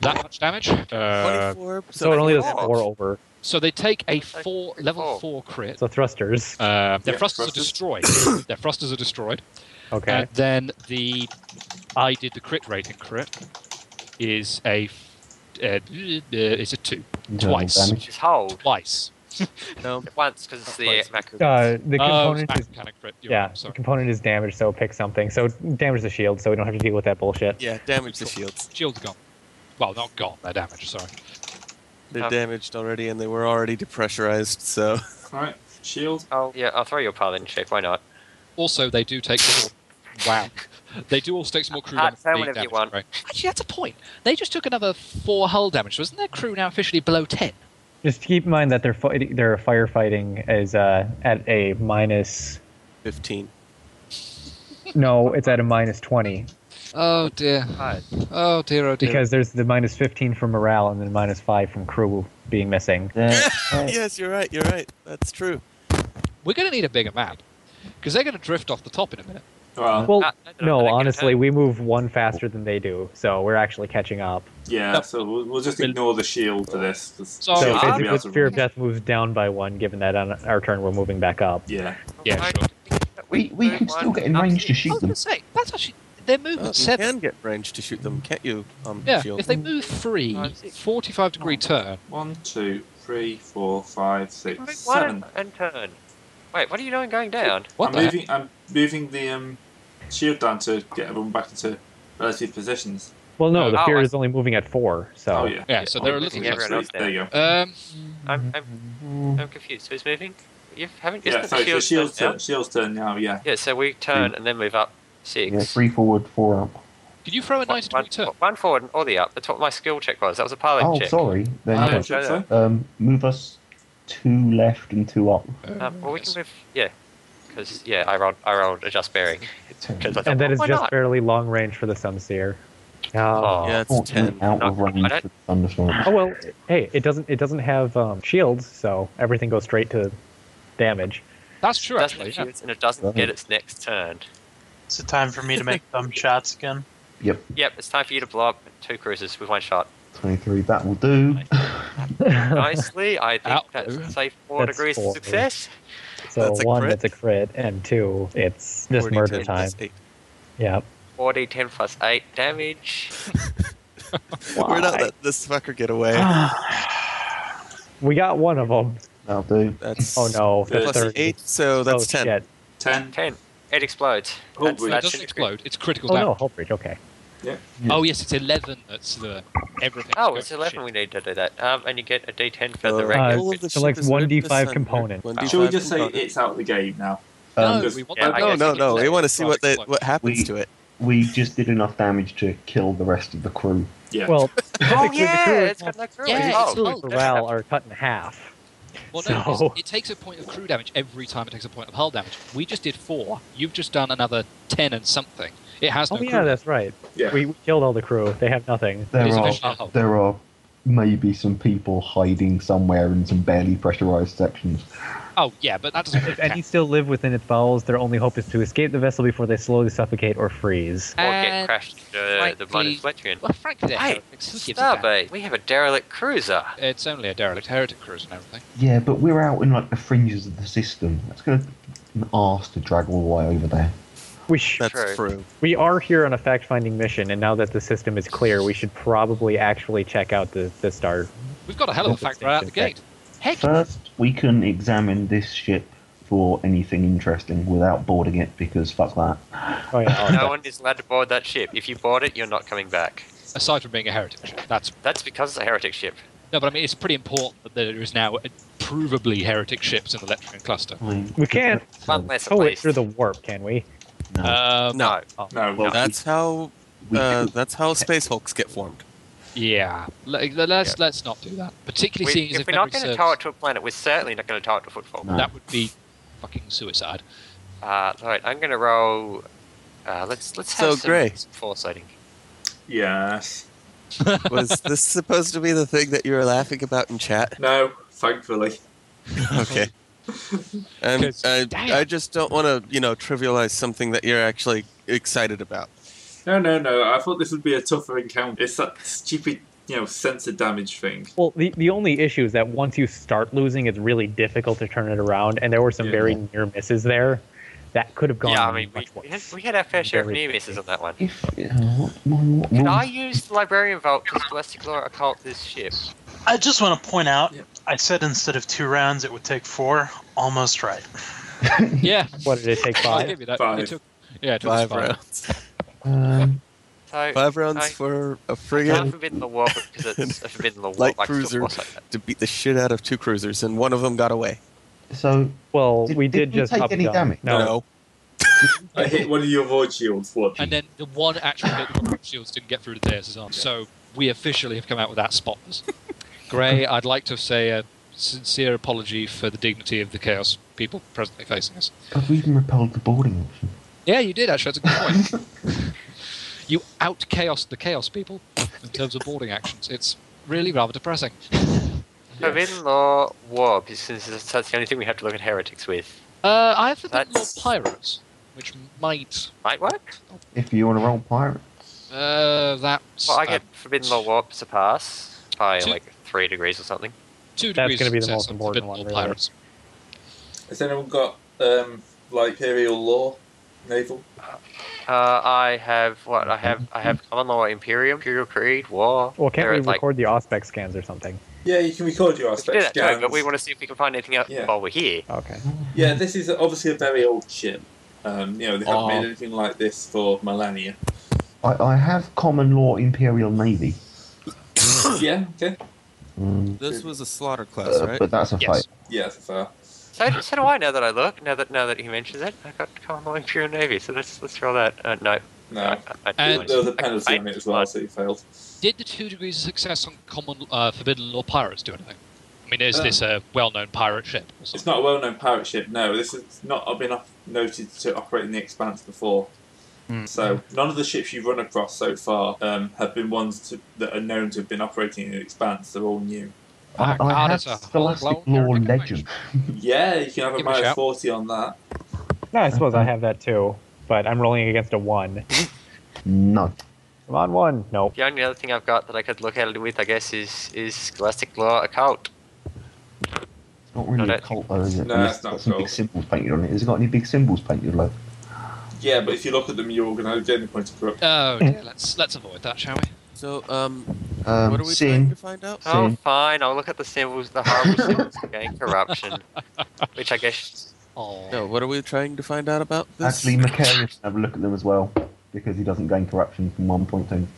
Speaker 3: That much damage. Uh,
Speaker 4: 24. So,
Speaker 1: So, it only does
Speaker 5: four.
Speaker 1: 4 over.
Speaker 3: so they take a
Speaker 5: Take
Speaker 3: four
Speaker 5: four.
Speaker 3: level 4 crit.
Speaker 1: So thrusters.
Speaker 3: Uh, their
Speaker 2: Yeah,
Speaker 3: thrusters are
Speaker 2: thrusters.
Speaker 3: destroyed. their thrusters are destroyed.
Speaker 1: Okay.
Speaker 3: And then the I did the crit rating crit is a f- uh, uh, it's a two
Speaker 7: Internal
Speaker 3: twice
Speaker 7: damage.
Speaker 5: Just hold
Speaker 3: twice.
Speaker 4: no,
Speaker 5: once because it's the
Speaker 4: Twice.
Speaker 5: macro.
Speaker 1: Uh, the
Speaker 3: Oh, it's
Speaker 1: component is.
Speaker 3: macro crit. You're
Speaker 1: Yeah,
Speaker 3: right,
Speaker 1: the
Speaker 3: sorry.
Speaker 1: component is damaged, so pick something. So damage the shield, so we don't have to deal with that bullshit.
Speaker 4: yeah, damage the shields.
Speaker 3: Shields are gone. Well, not gone. They're damaged. Sorry.
Speaker 4: They're
Speaker 5: Um,
Speaker 4: damaged already, and they were already depressurized. So
Speaker 2: Right, shield.
Speaker 5: oh yeah, I'll throw your pile in check. Why not?
Speaker 3: Also, they do take. More, wow. They do all take some more crew
Speaker 5: Ah,
Speaker 3: damage.
Speaker 5: say
Speaker 3: from the
Speaker 5: whatever you
Speaker 3: damage
Speaker 5: want.
Speaker 3: rate. Actually, that's a point. They just took another four hull damage. So isn't their crew now officially below ten?
Speaker 1: Just keep in mind that their fight, their firefighting is uh, at a minus.
Speaker 4: 15.
Speaker 1: No, it's at a minus twenty
Speaker 3: Oh dear.
Speaker 5: Right.
Speaker 3: Oh dear. Oh dear.
Speaker 1: because there's the minus fifteen from morale and then minus five from crew being missing.
Speaker 7: They're,
Speaker 4: yes, you're right. You're right. That's true.
Speaker 3: We're going to need a bigger map because they're going to drift off the top in a minute.
Speaker 2: Well,
Speaker 1: Well,
Speaker 5: Ah, no, no,
Speaker 1: no,
Speaker 5: they get
Speaker 1: honestly,
Speaker 5: hurt.
Speaker 1: we move one faster than they do, so we're actually catching up.
Speaker 2: yeah. So we'll, we'll just ignore the shield for this. 'cause
Speaker 3: So
Speaker 5: Oh,
Speaker 2: shield
Speaker 1: So
Speaker 3: Ah,
Speaker 2: should
Speaker 1: basically,
Speaker 2: be able
Speaker 1: with
Speaker 2: to
Speaker 1: fear
Speaker 2: run.
Speaker 1: of death moves down by one, given that on our turn we're moving back up.
Speaker 2: Yeah.
Speaker 3: Yeah,
Speaker 5: Right.
Speaker 3: sure.
Speaker 8: We, we can still get in range to
Speaker 3: I
Speaker 8: shoot
Speaker 3: was going
Speaker 8: them.
Speaker 3: to say that's actually their
Speaker 4: Oh, you
Speaker 3: movement seven.
Speaker 4: can get range to shoot them, can't you? Um,
Speaker 3: Yeah,
Speaker 4: shield.
Speaker 3: if they move three,
Speaker 5: Five, six.
Speaker 3: 45 degree
Speaker 5: Oh.
Speaker 3: turn.
Speaker 2: One, two, three, four, five, six,
Speaker 5: Why
Speaker 2: seven.
Speaker 5: and, and turn. Wait, what are you doing going down?
Speaker 3: What
Speaker 2: I'm
Speaker 3: the heck?
Speaker 2: moving. I'm moving the um, shield down to get everyone back into relative positions.
Speaker 1: Well, no,
Speaker 3: Oh,
Speaker 1: the
Speaker 5: oh,
Speaker 1: fear
Speaker 5: I-
Speaker 1: is only moving at four. So
Speaker 2: Oh yeah.
Speaker 3: Yeah, so
Speaker 2: I'm
Speaker 3: they're a
Speaker 2: moving
Speaker 3: little
Speaker 5: everyone
Speaker 2: upstairs.
Speaker 5: else down.
Speaker 2: There you go.
Speaker 3: Um,
Speaker 5: I'm, I'm,
Speaker 8: Mm-hmm.
Speaker 5: I'm confused. Who's moving? You haven't
Speaker 2: Yeah,
Speaker 5: just
Speaker 2: sorry, so
Speaker 5: the shield
Speaker 2: shield's turn,
Speaker 5: down?
Speaker 2: shield's turn now, yeah.
Speaker 5: Yeah, so we turn and then move up six.
Speaker 8: Yeah, three forward, four up.
Speaker 3: could you throw a 90
Speaker 5: one,
Speaker 3: degree turn?
Speaker 5: one- one forward and all the up. That's what my skill check was. That was a pilot
Speaker 8: Oh,
Speaker 5: check.
Speaker 8: sorry.
Speaker 5: Oh,
Speaker 8: Then
Speaker 5: okay.
Speaker 2: So,
Speaker 8: um, move us two left and two up.
Speaker 5: Um, well, we
Speaker 3: Yes.
Speaker 5: can move. Yeah, because yeah, I rolled. I rolled adjust bearing. 'Cause I thought,
Speaker 1: and that
Speaker 5: "Well,
Speaker 1: is
Speaker 5: why
Speaker 1: just
Speaker 5: not?"
Speaker 1: barely long range for the Sunseer. Uh,
Speaker 5: Oh,
Speaker 4: yeah, it's
Speaker 8: Unfortunately,
Speaker 4: 10.
Speaker 8: out of
Speaker 5: No, I
Speaker 8: range
Speaker 5: don't-
Speaker 8: for the thunderstorm.
Speaker 1: oh well, hey, it doesn't it doesn't have um, shields, so everything goes straight to damage.
Speaker 3: That's true,
Speaker 5: doesn't
Speaker 3: actually. yeah.
Speaker 5: shoot and it doesn't get its next turn.
Speaker 6: Is it time for me to make dumb shots again?
Speaker 8: Yep,
Speaker 5: Yep, it's time for you to blow up two cruisers with one shot.
Speaker 8: 23. That will do.
Speaker 5: Nicely, I think
Speaker 3: Ow.
Speaker 5: that's say four
Speaker 1: That's
Speaker 5: degrees
Speaker 1: four.
Speaker 5: of success.
Speaker 1: So
Speaker 4: That's a
Speaker 1: one,
Speaker 4: crit.
Speaker 1: that's a crit, and two, it's just
Speaker 4: 40,
Speaker 1: murder
Speaker 4: 10,
Speaker 1: time.
Speaker 4: plus eight.
Speaker 1: Yeah.
Speaker 5: 40, 10 plus 8 damage.
Speaker 1: Ah.
Speaker 4: We're not letting this fucker get away.
Speaker 1: we got one of them.
Speaker 7: That'll do.
Speaker 4: That's
Speaker 1: Oh no, that's
Speaker 2: Plus
Speaker 4: Plus
Speaker 2: the
Speaker 1: 30.
Speaker 4: eight, so that's
Speaker 1: oh,
Speaker 4: ten.
Speaker 1: shit.
Speaker 2: Ten.
Speaker 5: Ten. It explodes.
Speaker 2: Oh,
Speaker 5: That's-
Speaker 2: wait.
Speaker 3: It
Speaker 5: that
Speaker 3: doesn't
Speaker 5: should be-
Speaker 3: explode. It's critical
Speaker 1: Oh no,
Speaker 3: damage.
Speaker 1: Hope Bridge, okay.
Speaker 3: Oh yes, it's eleven. That's the everything.
Speaker 5: Oh, it's 11 we need to do that. Um, and you get a d10 for the
Speaker 4: Uh,
Speaker 5: regular.
Speaker 1: all
Speaker 5: bit.
Speaker 1: the- so like
Speaker 4: ship is
Speaker 1: 1d5
Speaker 4: 100%
Speaker 1: component.
Speaker 4: one D
Speaker 2: Should we
Speaker 4: five
Speaker 2: just say
Speaker 4: component.
Speaker 2: it's out of the game now?
Speaker 3: No,
Speaker 2: Um,
Speaker 3: we want
Speaker 5: yeah,
Speaker 3: that
Speaker 5: I
Speaker 4: No,
Speaker 5: guess
Speaker 4: no,
Speaker 5: it's
Speaker 4: no.
Speaker 5: like-
Speaker 4: We want to see what they,
Speaker 3: explode.
Speaker 4: what happens
Speaker 7: We-
Speaker 4: to it.
Speaker 7: We just did enough damage to kill the rest of the crew.
Speaker 2: Yeah.
Speaker 1: Well,
Speaker 5: Oh,
Speaker 1: technically
Speaker 5: yeah,
Speaker 1: the crew
Speaker 5: it's got no crew.
Speaker 3: Yeah,
Speaker 5: it's
Speaker 3: it's
Speaker 5: oh,
Speaker 3: full.
Speaker 1: the
Speaker 3: Oh,
Speaker 1: crew morale are cut in half.
Speaker 3: Well, no,
Speaker 1: So-
Speaker 3: because it takes a point of crew damage every time it takes a point of hull damage. We just did four. You've just done another ten and something. It has no
Speaker 1: Oh yeah,
Speaker 3: crew.
Speaker 1: that's right.
Speaker 2: yeah.
Speaker 1: We, we killed all the crew. They have nothing.
Speaker 3: It's
Speaker 7: There are,
Speaker 3: officially a hull.
Speaker 7: there are
Speaker 8: Maybe some people hiding somewhere in some barely pressurized sections.
Speaker 3: Oh yeah, but that doesn't.
Speaker 1: If
Speaker 3: really
Speaker 1: any
Speaker 3: count.
Speaker 1: still live within its bowels, their only hope is to escape the vessel before they slowly suffocate or freeze.
Speaker 5: Or
Speaker 3: And
Speaker 5: get crashed uh, the
Speaker 3: frankly-
Speaker 5: bloody Fletchian.
Speaker 3: Well, frankly, they're
Speaker 5: Hey,
Speaker 3: heretics. Who gives a damn?
Speaker 5: Starbase, we have a derelict cruiser.
Speaker 3: It's only a derelict heretic cruiser and everything.
Speaker 8: Yeah, but we're out in like the fringes of the system. That's gonna be an arse to drag all the way over there.
Speaker 1: We sh-
Speaker 4: That's
Speaker 5: True.
Speaker 4: true.
Speaker 1: we are here on a fact-finding mission, and now that the system is clear, we should probably actually check out the, the star.
Speaker 3: We've got a hell of a
Speaker 1: That's
Speaker 3: fact right out the
Speaker 1: distinct,
Speaker 3: gate. Heck,
Speaker 7: First, we can examine this ship for anything interesting without boarding it because fuck that.
Speaker 1: Oh yeah,
Speaker 5: No one is allowed to board that ship. If you board it, you're not coming back.
Speaker 3: aside from being a heretic ship, that's
Speaker 5: That's because it's a heretic ship.
Speaker 3: no. But I mean, it's pretty important that there is now a provably heretic ships in the Lectrian cluster.
Speaker 7: I mean,
Speaker 1: we can't
Speaker 5: Unless at
Speaker 1: tow it
Speaker 5: least.
Speaker 1: through the warp, can we?
Speaker 7: no.
Speaker 3: Um,
Speaker 5: No.
Speaker 2: No.
Speaker 7: Well,
Speaker 4: That's how.
Speaker 7: we
Speaker 4: Uh,
Speaker 7: can-
Speaker 4: that's how space hulks get formed.
Speaker 3: Yeah, Let, let's let's not do that. Particularly
Speaker 5: We-
Speaker 3: seeing as
Speaker 5: if
Speaker 3: if
Speaker 5: we're
Speaker 3: memory
Speaker 5: not going to
Speaker 3: serves,
Speaker 5: tow it to a planet, we're certainly not going to tow it to a footfall.
Speaker 7: No.
Speaker 3: that would be fucking suicide.
Speaker 5: Uh, right, I'm going to roll. Uh, let's let's have
Speaker 4: So,
Speaker 5: some
Speaker 4: Gray.
Speaker 5: foresighting.
Speaker 2: Yes.
Speaker 4: Was this supposed to be the thing that you were laughing about in chat?
Speaker 2: No. Thankfully.
Speaker 4: Okay. And
Speaker 3: 'Cause-
Speaker 4: I,
Speaker 3: damn.
Speaker 4: I just don't want to, you know, trivialize something that you're actually excited about.
Speaker 2: No, no, no. I thought this would be a tougher encounter. It's that stupid, you know, sensor damage thing.
Speaker 1: Well, the, the only issue is that once you start losing, it's really difficult to turn it around, and there were some
Speaker 2: Yeah.
Speaker 1: very near misses there. That could have gone
Speaker 5: yeah, I mean, we,
Speaker 1: much
Speaker 5: we,
Speaker 1: worse.
Speaker 5: had, we had our fair share of
Speaker 1: Very
Speaker 5: near misses on that one.
Speaker 7: If uh, what, what,
Speaker 5: Can
Speaker 7: what-
Speaker 5: I use the librarian vault to Scholastic Law occult this ship?
Speaker 6: I just want to point out,
Speaker 2: Yeah.
Speaker 6: I said instead of two rounds, it would take four. Almost right.
Speaker 3: Yeah,
Speaker 1: What did it take
Speaker 5: Oh,
Speaker 3: I'll
Speaker 1: five?
Speaker 3: give you that.
Speaker 2: Five.
Speaker 3: It took, yeah, it took us
Speaker 4: Five
Speaker 3: five.
Speaker 4: rounds.
Speaker 7: um,
Speaker 5: So
Speaker 4: Five rounds
Speaker 5: I-
Speaker 4: for a
Speaker 5: Not
Speaker 4: frigate
Speaker 5: forbidden the warp because it's a forbidden the warp.
Speaker 4: Light
Speaker 5: like, still
Speaker 4: cruiser.
Speaker 5: force like that.
Speaker 4: to beat the shit out of two cruisers, and one of them got away.
Speaker 7: so
Speaker 1: Well,
Speaker 7: Did-
Speaker 1: we
Speaker 7: did
Speaker 1: did,
Speaker 7: we
Speaker 1: just
Speaker 7: take
Speaker 1: up
Speaker 7: any
Speaker 1: gun.
Speaker 7: damage?
Speaker 1: No.
Speaker 2: I hit one of your void shields. What?
Speaker 3: And then the one actual bit that the shields didn't get through to theirs is on. So we officially have come out with that spotless. Gray, I'd like to say a sincere apology for the dignity of the chaos people presently facing us.
Speaker 8: But we even repelled the boarding option.
Speaker 3: Yeah, you did actually. That's a good point. you out chaos the chaos people in terms of boarding actions. It's really rather depressing.
Speaker 5: Forbidden law warp is since that's that's the only thing we have to look at heretics with.
Speaker 3: Uh, I have the more
Speaker 5: That's-
Speaker 3: pirates, which might
Speaker 5: Might work.
Speaker 8: If you want to roll pirate,
Speaker 3: uh, that's
Speaker 5: Well, I
Speaker 3: uh,
Speaker 5: get forbidden law warp to pass by
Speaker 3: Two-
Speaker 5: like three degrees or something.
Speaker 3: two
Speaker 1: That's
Speaker 3: degrees.
Speaker 1: gonna be the
Speaker 3: of
Speaker 1: most
Speaker 3: success on
Speaker 1: important
Speaker 3: forbidden
Speaker 1: one,
Speaker 3: law
Speaker 1: really.
Speaker 3: Pirates.
Speaker 2: Has anyone got um, like imperial law, naval?
Speaker 5: Uh, I have what I have. I have common law, imperium, imperial creed, war.
Speaker 1: Well, can't
Speaker 5: They're
Speaker 1: we
Speaker 5: at, like-
Speaker 1: record the aspect scans or something?
Speaker 2: Yeah, you can record your
Speaker 5: we can do
Speaker 2: aspect
Speaker 5: that, no,
Speaker 2: scans.
Speaker 5: but we want to see if we can find anything else
Speaker 2: Yeah.
Speaker 5: while we're here.
Speaker 1: Okay.
Speaker 2: Yeah, this is obviously a very old ship. Um, you know, they haven't
Speaker 4: Oh.
Speaker 2: made anything like this for millennia.
Speaker 8: I, I have common law imperial navy,
Speaker 2: yeah. Okay.
Speaker 8: Mm,
Speaker 4: This was a slaughter class,
Speaker 8: uh,
Speaker 4: right?
Speaker 8: but that's a
Speaker 3: Yes.
Speaker 8: fight.
Speaker 2: Yeah, that's fair.
Speaker 5: So, so do I. Now that I look, now that now that he mentions it, I got common law, imperial navy. So let's let's roll that. Uh, no,
Speaker 2: No.
Speaker 5: I, I,
Speaker 3: And-
Speaker 2: There was a penalty on it as well, so you failed.
Speaker 3: Did the two degrees of success on common uh, forbidden law pirates do anything? I mean, is
Speaker 2: Uh,
Speaker 3: this a well-known pirate ship? Or
Speaker 2: It's
Speaker 3: something?
Speaker 2: not a well-known pirate ship. No, this has not been op- noted to operate in the Expanse before.
Speaker 4: Hmm.
Speaker 2: So none of the ships you've run across so far um, have been ones to, that are known to have been operating in the Expanse. They're all new.
Speaker 3: My
Speaker 8: I, I have
Speaker 3: God, it's a whole
Speaker 8: scholastic
Speaker 3: blown
Speaker 8: law
Speaker 3: heretical
Speaker 8: legend.
Speaker 2: yeah, you can have a
Speaker 3: Give it a
Speaker 2: minus
Speaker 3: shout.
Speaker 2: forty on that.
Speaker 1: No, I suppose I have that too, but I'm rolling against a one.
Speaker 8: No,
Speaker 1: I'm on one. Nope.
Speaker 5: The only other thing I've got that I could look at it with, I guess, is is Scholastic Law Occult.
Speaker 8: it's not
Speaker 5: No,
Speaker 8: really a
Speaker 5: that-
Speaker 8: cult though, is it?
Speaker 2: No,
Speaker 8: Unless
Speaker 2: it's
Speaker 8: it's
Speaker 2: not
Speaker 8: got some big
Speaker 2: cult.
Speaker 8: symbols painted on it. Has it got any big symbols painted on it?
Speaker 2: Yeah, but if you look at them, you're going to gain the point of corruption.
Speaker 3: Oh dear, let's let's avoid that, shall we?
Speaker 4: So, um,
Speaker 8: Um,
Speaker 4: what are we
Speaker 8: seeing-
Speaker 4: trying to find out?
Speaker 8: Huh?
Speaker 5: Oh,
Speaker 8: See.
Speaker 5: fine. I'll look at the symbols, the horrible symbols of gang corruption, which I guess
Speaker 3: Oh,
Speaker 4: No, what are we trying to find out about this?
Speaker 8: Actually, Macarius can have a look at them as well because he doesn't gain corruption from one point thing.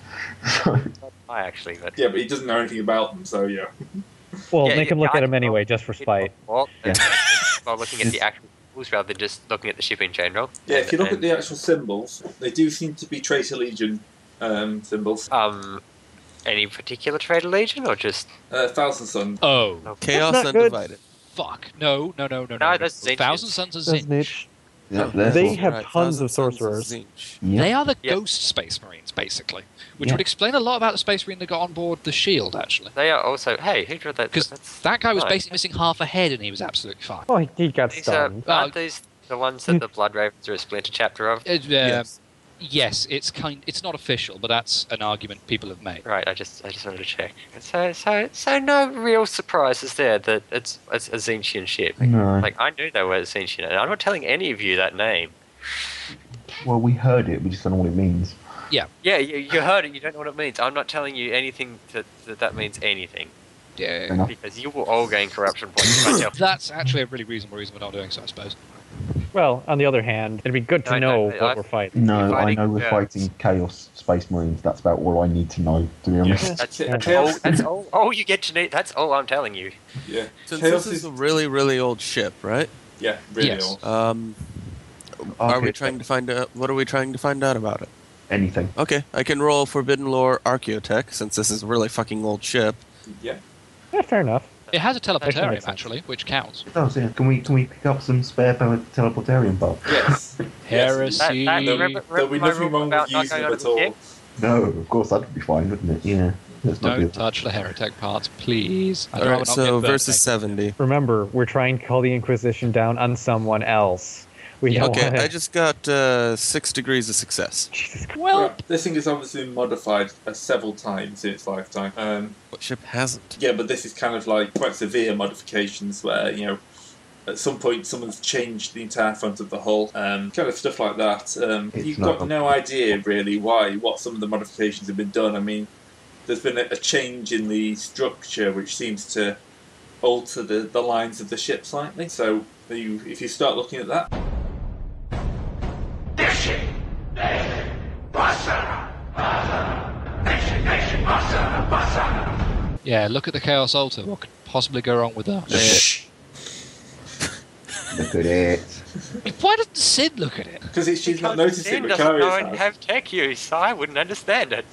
Speaker 8: So,
Speaker 5: I actually, but
Speaker 2: Yeah, but he doesn't know anything about them, so yeah.
Speaker 1: Well,
Speaker 5: Yeah,
Speaker 1: make
Speaker 5: yeah,
Speaker 1: him look
Speaker 5: I
Speaker 1: at him
Speaker 5: can-
Speaker 1: anyway, just for spite.
Speaker 5: Well,
Speaker 8: Yeah.
Speaker 5: while looking at the actual symbols rather than just looking at the ship in general.
Speaker 2: Yeah, if you look at
Speaker 5: And-
Speaker 2: the actual symbols, they do seem to be Traitor Legion um, symbols.
Speaker 5: um, any particular trade legion or just
Speaker 2: Uh, Thousand Sun.
Speaker 3: oh,
Speaker 4: Chaos
Speaker 1: That's not good.
Speaker 4: Undivided.
Speaker 3: fuck! No, no, no, no, no.
Speaker 5: No, that's Zinch.
Speaker 3: Thousand Sons of Zinch.
Speaker 8: yeah,
Speaker 1: They
Speaker 8: therefore-
Speaker 4: Oh, Right,
Speaker 1: have tons
Speaker 4: Thousand
Speaker 1: of
Speaker 4: Sons
Speaker 1: sorcerers.
Speaker 4: Zinch.
Speaker 8: Yeah.
Speaker 3: They are the
Speaker 5: Yeah.
Speaker 3: ghost space marines, basically, which
Speaker 8: Yeah.
Speaker 3: would explain a lot about the space marine that got on board the Shield, E actually.
Speaker 5: they are also hey who drew that?
Speaker 3: Because
Speaker 5: That's,
Speaker 3: that guy was
Speaker 5: Right.
Speaker 3: basically missing half a head, and he was absolutely fine.
Speaker 1: Oh, he, he got
Speaker 5: these are
Speaker 1: stunned.
Speaker 5: aren't these the ones that the Blood Ravens are a splinter chapter of?
Speaker 3: Uh, uh,
Speaker 4: Yes.
Speaker 3: Yes, it's kind. It's not official, but that's an argument people have made.
Speaker 5: Right, I just I just wanted to check. So so so no real surprises there that it's it's a Zinchian ship.
Speaker 8: No.
Speaker 5: Like I knew they were Zinchian, and I'm not telling any of you that name.
Speaker 8: well, we heard it. We just don't know what it means.
Speaker 5: Yeah, you, you heard it. You don't know what it means. I'm not telling you anything that that, that means anything
Speaker 3: Yeah.
Speaker 8: Enough.
Speaker 5: because you will all gain corruption points. if I tell-
Speaker 3: That's actually a really reasonable reason we're not doing so, I suppose.
Speaker 1: Well, on the other hand, it'd be good to
Speaker 5: I- I-
Speaker 1: know
Speaker 5: I-
Speaker 1: what we're fighting.
Speaker 8: No,
Speaker 5: We're
Speaker 8: I
Speaker 5: fighting
Speaker 8: know we're
Speaker 5: chaos.
Speaker 8: fighting chaos space marines. That's about all I need to know. To be honest,
Speaker 2: Yeah.
Speaker 5: That's,
Speaker 2: Yeah.
Speaker 5: that's
Speaker 2: Chaos-
Speaker 5: all. That's all. All you get to need. That's all I'm telling you.
Speaker 2: Yeah.
Speaker 4: Since
Speaker 2: Chaos
Speaker 4: this is
Speaker 2: is.
Speaker 4: a really, really old ship, right?
Speaker 2: Yeah, really
Speaker 3: Yes.
Speaker 2: old.
Speaker 4: Um, are
Speaker 8: Okay,
Speaker 4: we trying to find out? What are we trying to find out about it?
Speaker 8: anything?
Speaker 4: Okay, I can roll Forbidden Lore Archaeotech since this is a really fucking old ship.
Speaker 2: Yeah.
Speaker 1: Yeah, fair enough.
Speaker 3: It has a
Speaker 8: Actually makes
Speaker 3: teleportarium
Speaker 8: sense.
Speaker 3: actually, which counts.
Speaker 8: It does. Oh, Yeah. Can we can we pick up some spare tele- teleportarium bulb?
Speaker 2: Yes. Yes.
Speaker 5: That,
Speaker 3: Heresy.
Speaker 5: that, remember,
Speaker 2: There'll be
Speaker 5: remember my
Speaker 2: nothing
Speaker 5: rule
Speaker 2: wrong
Speaker 5: about
Speaker 2: with
Speaker 5: not
Speaker 2: using
Speaker 5: going
Speaker 2: it
Speaker 5: under
Speaker 2: at
Speaker 5: the
Speaker 2: all.
Speaker 5: ship?
Speaker 8: No, of course that'd be fine, wouldn't it? Yeah. Let's not do
Speaker 3: Don't
Speaker 8: that.
Speaker 3: touch the heretic parts, please. I'd
Speaker 4: All
Speaker 3: rather
Speaker 4: right,
Speaker 3: not
Speaker 4: so
Speaker 3: get burned
Speaker 4: versus seventy.
Speaker 1: Remember, we're trying to call the Inquisition down on someone else. We
Speaker 3: Yeah,
Speaker 1: don't
Speaker 4: Okay,
Speaker 1: want
Speaker 4: I just got uh, six degrees of success.
Speaker 1: Jesus Christ.
Speaker 3: Well,
Speaker 2: Right, This thing has obviously been modified uh, several times in its lifetime. Um,
Speaker 4: What ship hasn't?
Speaker 2: yeah, but this is kind of like quite severe modifications where, you know, at some point someone's changed the entire front of the hull, um, kind of stuff like that. Um,
Speaker 8: It's
Speaker 2: you've
Speaker 8: not-
Speaker 2: got no idea really why, what some of the modifications have been done. I mean, there's been a, a change in the structure which seems to alter the, the lines of the ship slightly. So you, if you start looking at that,
Speaker 3: yeah. Look at the Chaos Altar. What could possibly go wrong with that?
Speaker 8: Look at it.
Speaker 3: Why doesn't Sid look at it?
Speaker 2: because she's not
Speaker 5: Because
Speaker 2: noticed it,
Speaker 5: Zen doesn't know
Speaker 2: Macarius
Speaker 5: and
Speaker 2: has.
Speaker 5: have tech use, so I wouldn't understand it.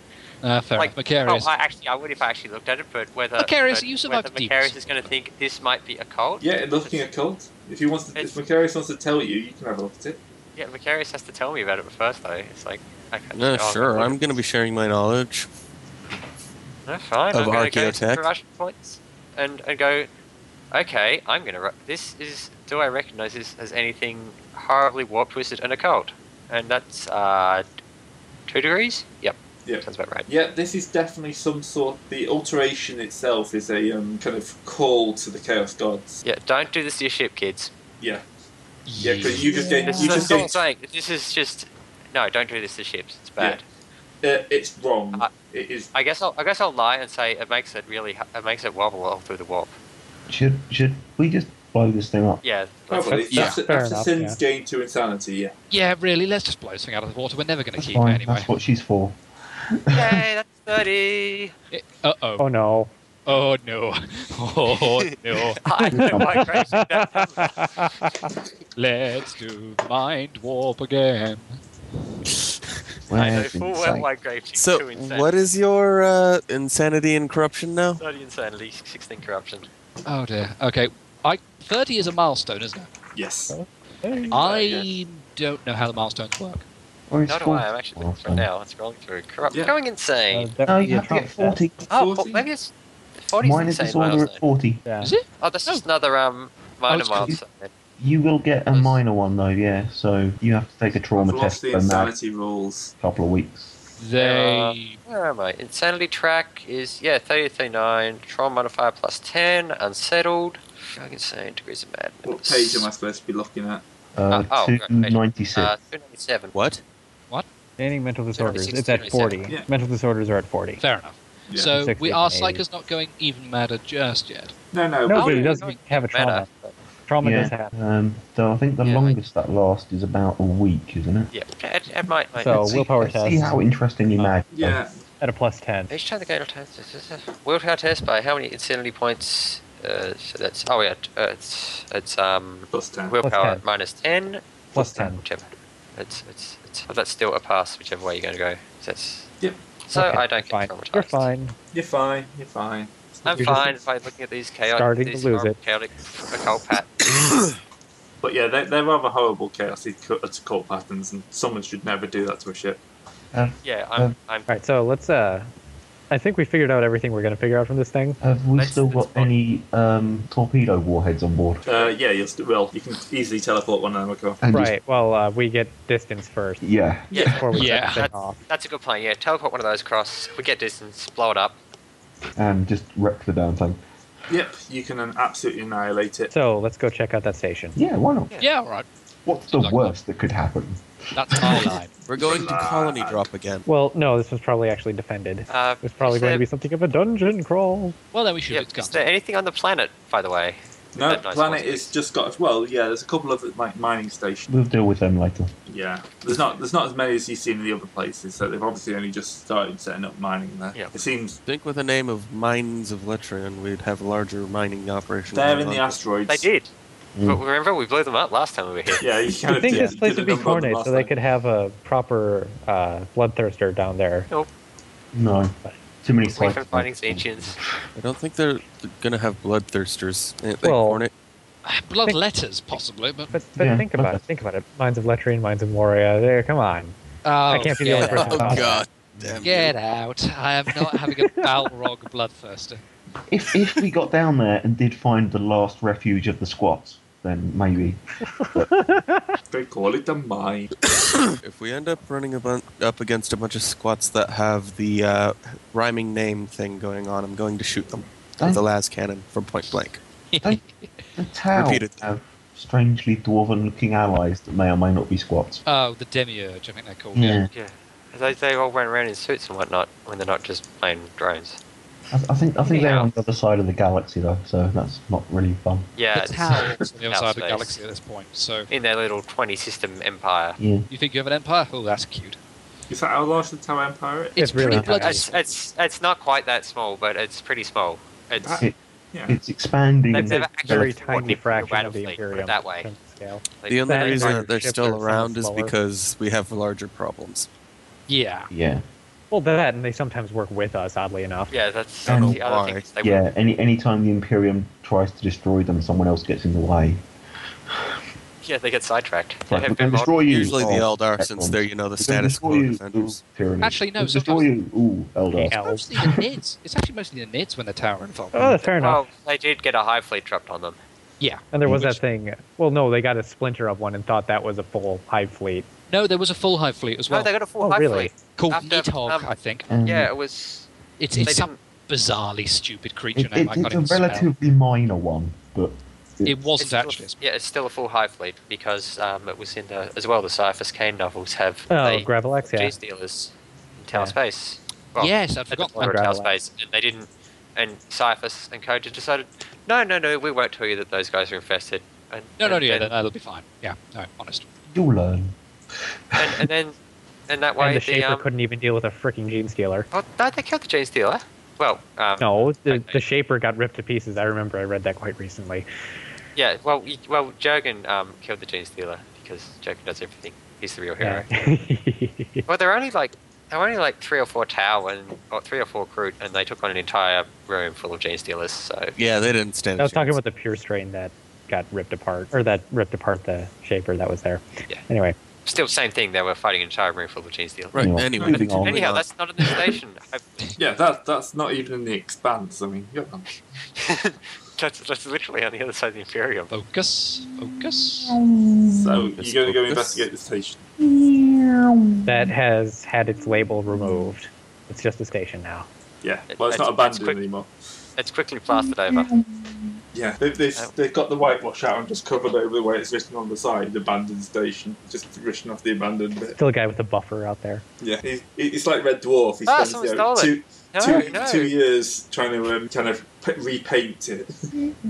Speaker 3: Uh, fair
Speaker 5: Like,
Speaker 3: enough. Macarius.
Speaker 5: Oh, I actually, I would if I actually looked at it, but whether
Speaker 3: Macarius,
Speaker 5: but
Speaker 3: you survived
Speaker 5: whether
Speaker 3: the deep.
Speaker 5: Macarius is going to think this might be a cult.
Speaker 2: Yeah, and looking at cult. If you want, to, if Macarius wants to tell you, you can have a look at it.
Speaker 5: Yeah, Macarius has to tell me about it first, though. It's like, I can't.
Speaker 4: No,
Speaker 5: oh,
Speaker 4: sure.
Speaker 5: look,
Speaker 4: I'm going to be sharing my knowledge.
Speaker 5: No, fine.
Speaker 4: of
Speaker 5: I'm going to go
Speaker 4: Archaeotech.
Speaker 5: to corruption points and and go. Okay, I'm going to. Re- this is. Do I recognize this as anything horribly warped, twisted, and occult? And that's uh, two degrees. Yep.
Speaker 2: Yep.
Speaker 5: Sounds about right.
Speaker 2: Yeah, this is definitely some sort. The alteration itself is a um, kind of call to the chaos gods.
Speaker 5: Yeah. Don't do this to your ship, kids.
Speaker 2: Yeah, yeah, because you just gain,
Speaker 5: This
Speaker 2: you
Speaker 5: is
Speaker 2: just
Speaker 5: that's all
Speaker 2: gain.
Speaker 5: I'm saying. This is just. No, don't do this to ships. It's bad.
Speaker 2: Uh, it's wrong.
Speaker 5: Uh,
Speaker 2: it is.
Speaker 5: I guess I'll. I guess I'll lie and say it makes it really. h- It makes it wobble all through the warp.
Speaker 8: Should should we just blow this thing up?
Speaker 5: Yeah. that's it.
Speaker 2: Probably.
Speaker 1: yeah,
Speaker 2: after,
Speaker 1: fair
Speaker 2: after
Speaker 1: enough,
Speaker 2: sin's gain to insanity, yeah.
Speaker 3: Yeah, really. Let's just blow this thing out of the water. We're never going to
Speaker 8: That's
Speaker 3: keep
Speaker 8: fine.
Speaker 3: it anyway.
Speaker 8: That's what she's for.
Speaker 5: Yay! That's thirty.
Speaker 3: Uh oh.
Speaker 1: Oh no.
Speaker 3: Oh no. Oh no.
Speaker 5: I know my crazy.
Speaker 1: Uh,
Speaker 3: Let's do mind warp again.
Speaker 5: I know
Speaker 8: Where's
Speaker 5: full
Speaker 8: the
Speaker 5: well
Speaker 8: sake?
Speaker 5: my grave is
Speaker 4: So,
Speaker 5: too insane.
Speaker 4: what is your uh, insanity and corruption now?
Speaker 5: 30 insanity, 16 corruption.
Speaker 3: Oh dear. Okay. I thirty is a milestone, isn't it?
Speaker 2: Yes. Mm, uh,
Speaker 3: I don't know how the milestones work.
Speaker 8: Or it's
Speaker 5: Not do
Speaker 8: full-
Speaker 5: I, I'm actually looking for it
Speaker 8: Awesome.
Speaker 5: now. It's scrolling through. Corrupt.
Speaker 2: Yeah.
Speaker 5: Going
Speaker 1: Uh,
Speaker 5: insane.
Speaker 1: that-
Speaker 8: No, you
Speaker 1: yeah,
Speaker 8: have to get
Speaker 1: Trump, yeah.
Speaker 8: 40.
Speaker 5: oh,
Speaker 2: 40?
Speaker 5: well, maybe it's 40 is
Speaker 8: Mine is
Speaker 5: insane
Speaker 8: disorder at
Speaker 5: milestone.
Speaker 8: 40.
Speaker 1: Yeah.
Speaker 3: Is it?
Speaker 5: Oh, that's
Speaker 3: Oh.
Speaker 5: just another um, minor
Speaker 3: it's good.
Speaker 5: milestone.
Speaker 8: You will get a
Speaker 3: Yes.
Speaker 8: minor one though, yeah. So you have to take a trauma test
Speaker 2: Velocity
Speaker 8: for that
Speaker 2: insanity rules.
Speaker 8: couple of weeks.
Speaker 3: They.
Speaker 5: Where am I? Insanity track is, yeah, 30, 39, Tron modifier plus 10, unsettled. Going insane, degrees of madness.
Speaker 2: What page am I supposed to be looking at?
Speaker 8: Uh,
Speaker 5: oh, right, right.
Speaker 8: 296.
Speaker 5: Uh, 297.
Speaker 4: What?
Speaker 1: Any mental disorders, it's
Speaker 5: 16,
Speaker 1: at 40.
Speaker 2: Yeah.
Speaker 1: Mental disorders are at 40.
Speaker 3: Fair enough.
Speaker 2: Yeah.
Speaker 3: So
Speaker 1: Six,
Speaker 3: we
Speaker 1: eight,
Speaker 3: are
Speaker 1: eight.
Speaker 3: Psycho's not going even madder just yet.
Speaker 2: No, no.
Speaker 1: No,
Speaker 2: but-
Speaker 1: but he
Speaker 3: yeah,
Speaker 1: doesn't have a trauma.
Speaker 5: Matter.
Speaker 1: but Trauma
Speaker 7: yeah.
Speaker 1: does happen.
Speaker 7: Um, though I think the
Speaker 5: Yeah, I-
Speaker 7: longest that lasts is about a week, isn't it?
Speaker 5: Yeah, it, it might. might
Speaker 1: So
Speaker 7: Let's see-
Speaker 1: willpower
Speaker 7: let's See
Speaker 1: test
Speaker 7: how interesting you made.
Speaker 2: yeah.
Speaker 1: at a plus ten.
Speaker 5: Each time the gate test, willpower test by how many insanity points? Uh, so that's oh yeah, t- uh, it's it's um
Speaker 2: Plus 10.
Speaker 5: willpower
Speaker 1: 10.
Speaker 5: minus ten. Uh,
Speaker 1: Plus ten.
Speaker 5: Whichever. It's it's it's but that's still a pass whichever way you're going to go. So that's
Speaker 2: Yep.
Speaker 5: So
Speaker 1: Okay,
Speaker 5: I don't get
Speaker 1: fine.
Speaker 5: traumatized.
Speaker 1: You're fine.
Speaker 2: You're fine. You're fine.
Speaker 5: I'm
Speaker 1: You're just
Speaker 5: fine by looking at these chaotic,
Speaker 1: starting to
Speaker 5: these
Speaker 1: lose
Speaker 5: horrible
Speaker 1: it.
Speaker 5: chaotic occult pat.
Speaker 2: But yeah, they're, they're rather horrible chaotic co- occult patterns, and someone should never do that to a ship.
Speaker 5: Yeah, I'm I'm
Speaker 1: All Um, right, so let's. uh I think we figured out everything we're gonna figure out from this thing.
Speaker 7: Have we
Speaker 5: Let's-
Speaker 7: still
Speaker 5: let's
Speaker 7: got
Speaker 5: vote.
Speaker 7: any um, torpedo warheads on board?
Speaker 2: Uh, yeah, you'll st- well, you can easily teleport one of them.
Speaker 8: And just-
Speaker 1: Right. Well, uh, we get distance first
Speaker 8: yeah.
Speaker 5: yeah.
Speaker 1: before we
Speaker 3: Yeah.
Speaker 1: set the thing
Speaker 5: That's,
Speaker 1: off.
Speaker 5: that's a good plan. Yeah, teleport one of those across. We get distance, blow it up.
Speaker 8: And just wreck the damn thing.
Speaker 2: Yep, you can um, absolutely annihilate it.
Speaker 1: So let's go check out that station.
Speaker 8: Yeah, why not?
Speaker 5: Yeah.
Speaker 3: Yeah, all right.
Speaker 8: What's the
Speaker 3: Like-
Speaker 8: worst that could happen?
Speaker 3: That's our line.
Speaker 4: We're going to colony drop again.
Speaker 1: Well, no, this was probably actually defended.
Speaker 5: Uh,
Speaker 1: It's probably
Speaker 5: is
Speaker 1: going to
Speaker 5: there-
Speaker 1: be something of a dungeon crawl.
Speaker 3: Well, then we should
Speaker 5: yeah,
Speaker 3: have
Speaker 5: Is there anything on the planet, by the way?
Speaker 2: No,
Speaker 5: That nice
Speaker 2: planet
Speaker 5: one.
Speaker 2: is just got well. Yeah, there's a couple of like mining stations.
Speaker 7: We'll deal with them later.
Speaker 2: Yeah, there's not there's not as many as you see in the other places. So they've obviously only just started setting up mining there.
Speaker 5: Yep.
Speaker 2: It seems
Speaker 4: think with the name of Mines of Letrian, we'd have a larger mining operation.
Speaker 2: they're
Speaker 4: going
Speaker 2: in the
Speaker 4: on.
Speaker 2: asteroids.
Speaker 5: They did.
Speaker 7: Mm.
Speaker 1: Hmm.
Speaker 5: But remember, we blew them up last time we were here.
Speaker 2: Yeah, you kind
Speaker 1: I
Speaker 2: of
Speaker 1: think
Speaker 2: did-
Speaker 1: this place
Speaker 2: did
Speaker 1: would
Speaker 2: a
Speaker 1: be
Speaker 2: number on them
Speaker 1: cornered,
Speaker 2: last
Speaker 1: so they
Speaker 2: time.
Speaker 1: could have a proper uh, bloodthirster down there.
Speaker 7: No. Too many
Speaker 5: Away from
Speaker 7: sites.
Speaker 5: fighting Xentians.
Speaker 4: I don't think they're going to have bloodthirsters. Eh, Like
Speaker 1: Well-
Speaker 4: Hornet.
Speaker 3: Blood letters, possibly, but
Speaker 1: But, but
Speaker 7: Yeah,
Speaker 1: think about
Speaker 7: okay.
Speaker 1: it. Think about it. Minds of Letrian, Minds of Moria. There, come on.
Speaker 3: I
Speaker 1: can't be the only person.
Speaker 4: Oh, God. Damn.
Speaker 3: Get out! I am not having a Balrog bloodthirster.
Speaker 7: If, if we got down there and did find the last refuge of the squats, then maybe.
Speaker 2: They call it a mine.
Speaker 4: If we end up running a bun- up against a bunch of squats that have the uh, rhyming name thing going on, I'm going to shoot them with the last cannon from point blank.
Speaker 7: The Tau
Speaker 4: Repeat it.
Speaker 7: have strangely dwarven looking allies that may or may not be squats.
Speaker 3: Oh, the Demiurge, I think they're called.
Speaker 7: Yeah.
Speaker 5: Yeah. They, they all went around in suits and whatnot when they're not just playing drones.
Speaker 7: I, I think I think they're
Speaker 5: Yeah.
Speaker 7: on the other side of the galaxy though, so that's not really fun.
Speaker 5: Yeah.
Speaker 3: the
Speaker 5: it's-
Speaker 3: towers on the other
Speaker 5: Outer
Speaker 3: side of the
Speaker 5: space.
Speaker 3: galaxy at this point. So
Speaker 5: In their little 20 system empire.
Speaker 7: Yeah.
Speaker 3: you think you have an empire? Oh, that's cute.
Speaker 2: Is that how large the Tower Empire is?
Speaker 1: It's
Speaker 3: It's, pretty
Speaker 1: really
Speaker 3: bloody.
Speaker 1: nice.
Speaker 5: It's, it's, it's not quite that small, but it's pretty small. It's.
Speaker 3: Uh,
Speaker 2: Ah.
Speaker 7: It,
Speaker 2: Yeah.
Speaker 7: it's expanding.
Speaker 5: They've never actually
Speaker 1: Very
Speaker 5: fought
Speaker 1: tiny
Speaker 5: people
Speaker 1: fraction of
Speaker 5: radically,
Speaker 1: the
Speaker 5: put it
Speaker 1: Imperium.
Speaker 5: That way.
Speaker 1: in terms of scale.
Speaker 5: Like,
Speaker 4: The only
Speaker 1: That
Speaker 4: reason
Speaker 1: entire
Speaker 4: that they're
Speaker 1: ship
Speaker 4: still
Speaker 1: is
Speaker 4: around is
Speaker 1: smaller.
Speaker 4: because we have larger problems.
Speaker 3: Yeah.
Speaker 7: Yeah.
Speaker 1: Well, that, and they sometimes work with us, oddly enough.
Speaker 5: Yeah, that's
Speaker 4: I don't know
Speaker 5: the other
Speaker 4: why.
Speaker 5: thing. is They wouldn't
Speaker 7: Yeah. Any any time the Imperium tries to destroy them, someone else gets in the way.
Speaker 5: Yeah, they get sidetracked. They
Speaker 7: Right,
Speaker 5: have
Speaker 7: we're
Speaker 5: been
Speaker 7: gonna destroy
Speaker 5: mod-
Speaker 7: you.
Speaker 4: Usually the
Speaker 7: Oh,
Speaker 4: Eldar, since
Speaker 7: excellent.
Speaker 4: they're you know the
Speaker 7: We're gonna
Speaker 4: status
Speaker 7: destroy
Speaker 4: quo
Speaker 7: you,
Speaker 4: defenders.
Speaker 7: ooh, Imperium.
Speaker 3: Actually, no,
Speaker 7: We'll Destroy you, ooh,
Speaker 1: The
Speaker 7: Eldar.
Speaker 1: elves.
Speaker 3: Mostly the Nids. It's actually mostly the Nids when the tower involved.
Speaker 1: Oh, that's fair enough.
Speaker 5: Well, they did get a high fleet dropped on them.
Speaker 3: Yeah.
Speaker 1: And there was that thing. Well, no, they got a splinter of one and thought that was a full high fleet.
Speaker 3: No, there was a full high fleet as
Speaker 5: No,
Speaker 3: well.
Speaker 5: they got a full
Speaker 1: Oh,
Speaker 5: high
Speaker 1: really? Mm.
Speaker 5: fleet.
Speaker 3: called
Speaker 5: after,
Speaker 3: Nidhogg,
Speaker 5: um,
Speaker 3: I think.
Speaker 7: Um,
Speaker 5: Yeah, it was.
Speaker 3: It's,
Speaker 5: they
Speaker 3: it's some
Speaker 5: didn't-
Speaker 3: bizarrely stupid creature
Speaker 7: It,
Speaker 3: name.
Speaker 7: it,
Speaker 3: I can't
Speaker 7: it's a
Speaker 3: even spell.
Speaker 7: relatively minor one, but
Speaker 3: It wasn't
Speaker 5: it's still-
Speaker 3: actually.
Speaker 5: yeah, it's still a full high fleet because um, it was in the as well. The Cyphers Kane novels have
Speaker 1: Oh,
Speaker 5: the
Speaker 1: Gravelax, yeah.
Speaker 5: cheese dealers in Tower
Speaker 1: Yeah.
Speaker 5: Space.
Speaker 3: yes, I'd
Speaker 5: at the
Speaker 3: forgotten
Speaker 5: corner
Speaker 3: that.
Speaker 5: of Tower
Speaker 1: Gravelax.
Speaker 5: Space, and they didn't. And Cyphers and Koja decided, no, no, no, we won't tell you that those guys are infested. And,
Speaker 3: No, no, no,
Speaker 5: and
Speaker 3: yeah,
Speaker 5: then-
Speaker 3: that'll be fine. Yeah, no, honest.
Speaker 7: you'll learn.
Speaker 5: and, and then, and that way
Speaker 1: and the Shaper
Speaker 5: um,
Speaker 1: couldn't even deal with a freaking gene stealer.
Speaker 5: Oh, no, they killed the James Dealer. Well, um,
Speaker 1: No, the,
Speaker 5: okay.
Speaker 1: the Shaper got ripped to pieces. I remember I read that quite recently.
Speaker 5: yeah, well, y- well, Jurgen um, killed the James Dealer because Jurgen does everything. He's the real hero.
Speaker 1: Yeah.
Speaker 5: Well, there were only like there were only like three or four Tau and or three or four Groot, and they took on an entire room full of James Dealers. So
Speaker 4: Yeah, they didn't stand.
Speaker 1: I
Speaker 4: a
Speaker 1: was talking
Speaker 4: chance.
Speaker 1: about the pure strain that got ripped apart, or that ripped apart the Shaper that was there.
Speaker 5: Yeah.
Speaker 1: Anyway,
Speaker 5: still, same thing. They were fighting an entire room full of James Dealers.
Speaker 4: right.
Speaker 7: Anyway,
Speaker 4: Anyway,
Speaker 7: moving on.
Speaker 5: Anyhow, that's not in the station. hopefully.
Speaker 2: Yeah, that that's not even in the expanse. I mean, yeah.
Speaker 5: that's, that's literally on the other side of the Imperium.
Speaker 3: Focus, focus.
Speaker 2: So you're going to go
Speaker 4: This-
Speaker 2: investigate the station.
Speaker 1: that has had its label removed. It's just a station now.
Speaker 2: Yeah, well, it's
Speaker 5: That's-
Speaker 2: not
Speaker 5: that's
Speaker 2: abandoned
Speaker 5: quick.
Speaker 2: anymore.
Speaker 5: It's quickly plastered over.
Speaker 2: Yeah, they've, they've,
Speaker 5: Oh.
Speaker 2: they've got the whitewash out and just covered over the way it's written on the side, abandoned station, just written off the abandoned bit.
Speaker 1: Still a guy with a buffer out there.
Speaker 2: Yeah, he, he- it's like Red Dwarf. He
Speaker 5: Ah,
Speaker 2: spends
Speaker 5: someone
Speaker 2: you know,
Speaker 5: stole it.
Speaker 2: two,
Speaker 5: No,
Speaker 2: two,
Speaker 5: no.
Speaker 2: two years trying to um, kind of p- repaint it.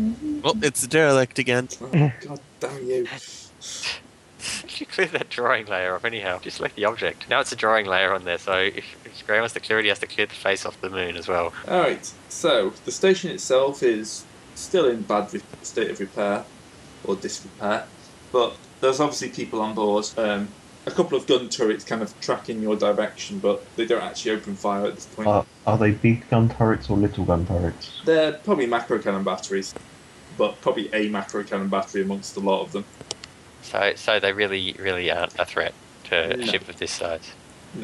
Speaker 4: Well, it's a derelict again.
Speaker 2: Oh, God damn you.
Speaker 5: If you clear that drawing layer off anyhow, just select the object. Now it's a drawing layer on there, so if, if Graham wants to clear it, he has to clear the face off the moon as well.
Speaker 2: Alright, so the station itself is still in bad re- state of repair or disrepair, but there's obviously people on board. Um, a couple of gun turrets kind of tracking your direction, but they don't actually open fire at this point.
Speaker 7: Are, Uh, are they big gun turrets or little gun turrets?
Speaker 2: They're probably macro cannon batteries, but probably a macro cannon battery amongst a lot of them.
Speaker 5: So, so they really, really aren't a threat to
Speaker 2: No.
Speaker 5: a ship of this size.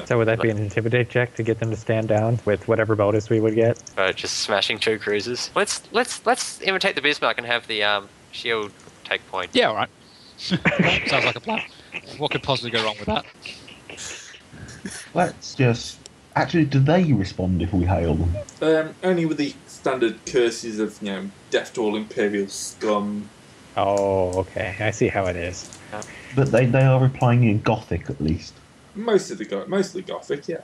Speaker 1: So would that be an intimidate check to get them to stand down with whatever bonus we would get?
Speaker 5: So just smashing two cruisers. Let's let's let's imitate the Bismarck and have the um, shield take point.
Speaker 3: Yeah, all right. Sounds like a plan. What could possibly go wrong with that?
Speaker 7: Let's just. Actually, do they respond if we hail them?
Speaker 2: Um, only with the standard curses of, you know, death to all Imperial scum.
Speaker 1: Oh, okay. I see how it is.
Speaker 7: But they, they are replying in Gothic at least.
Speaker 2: Most of the go- mostly Gothic, yeah.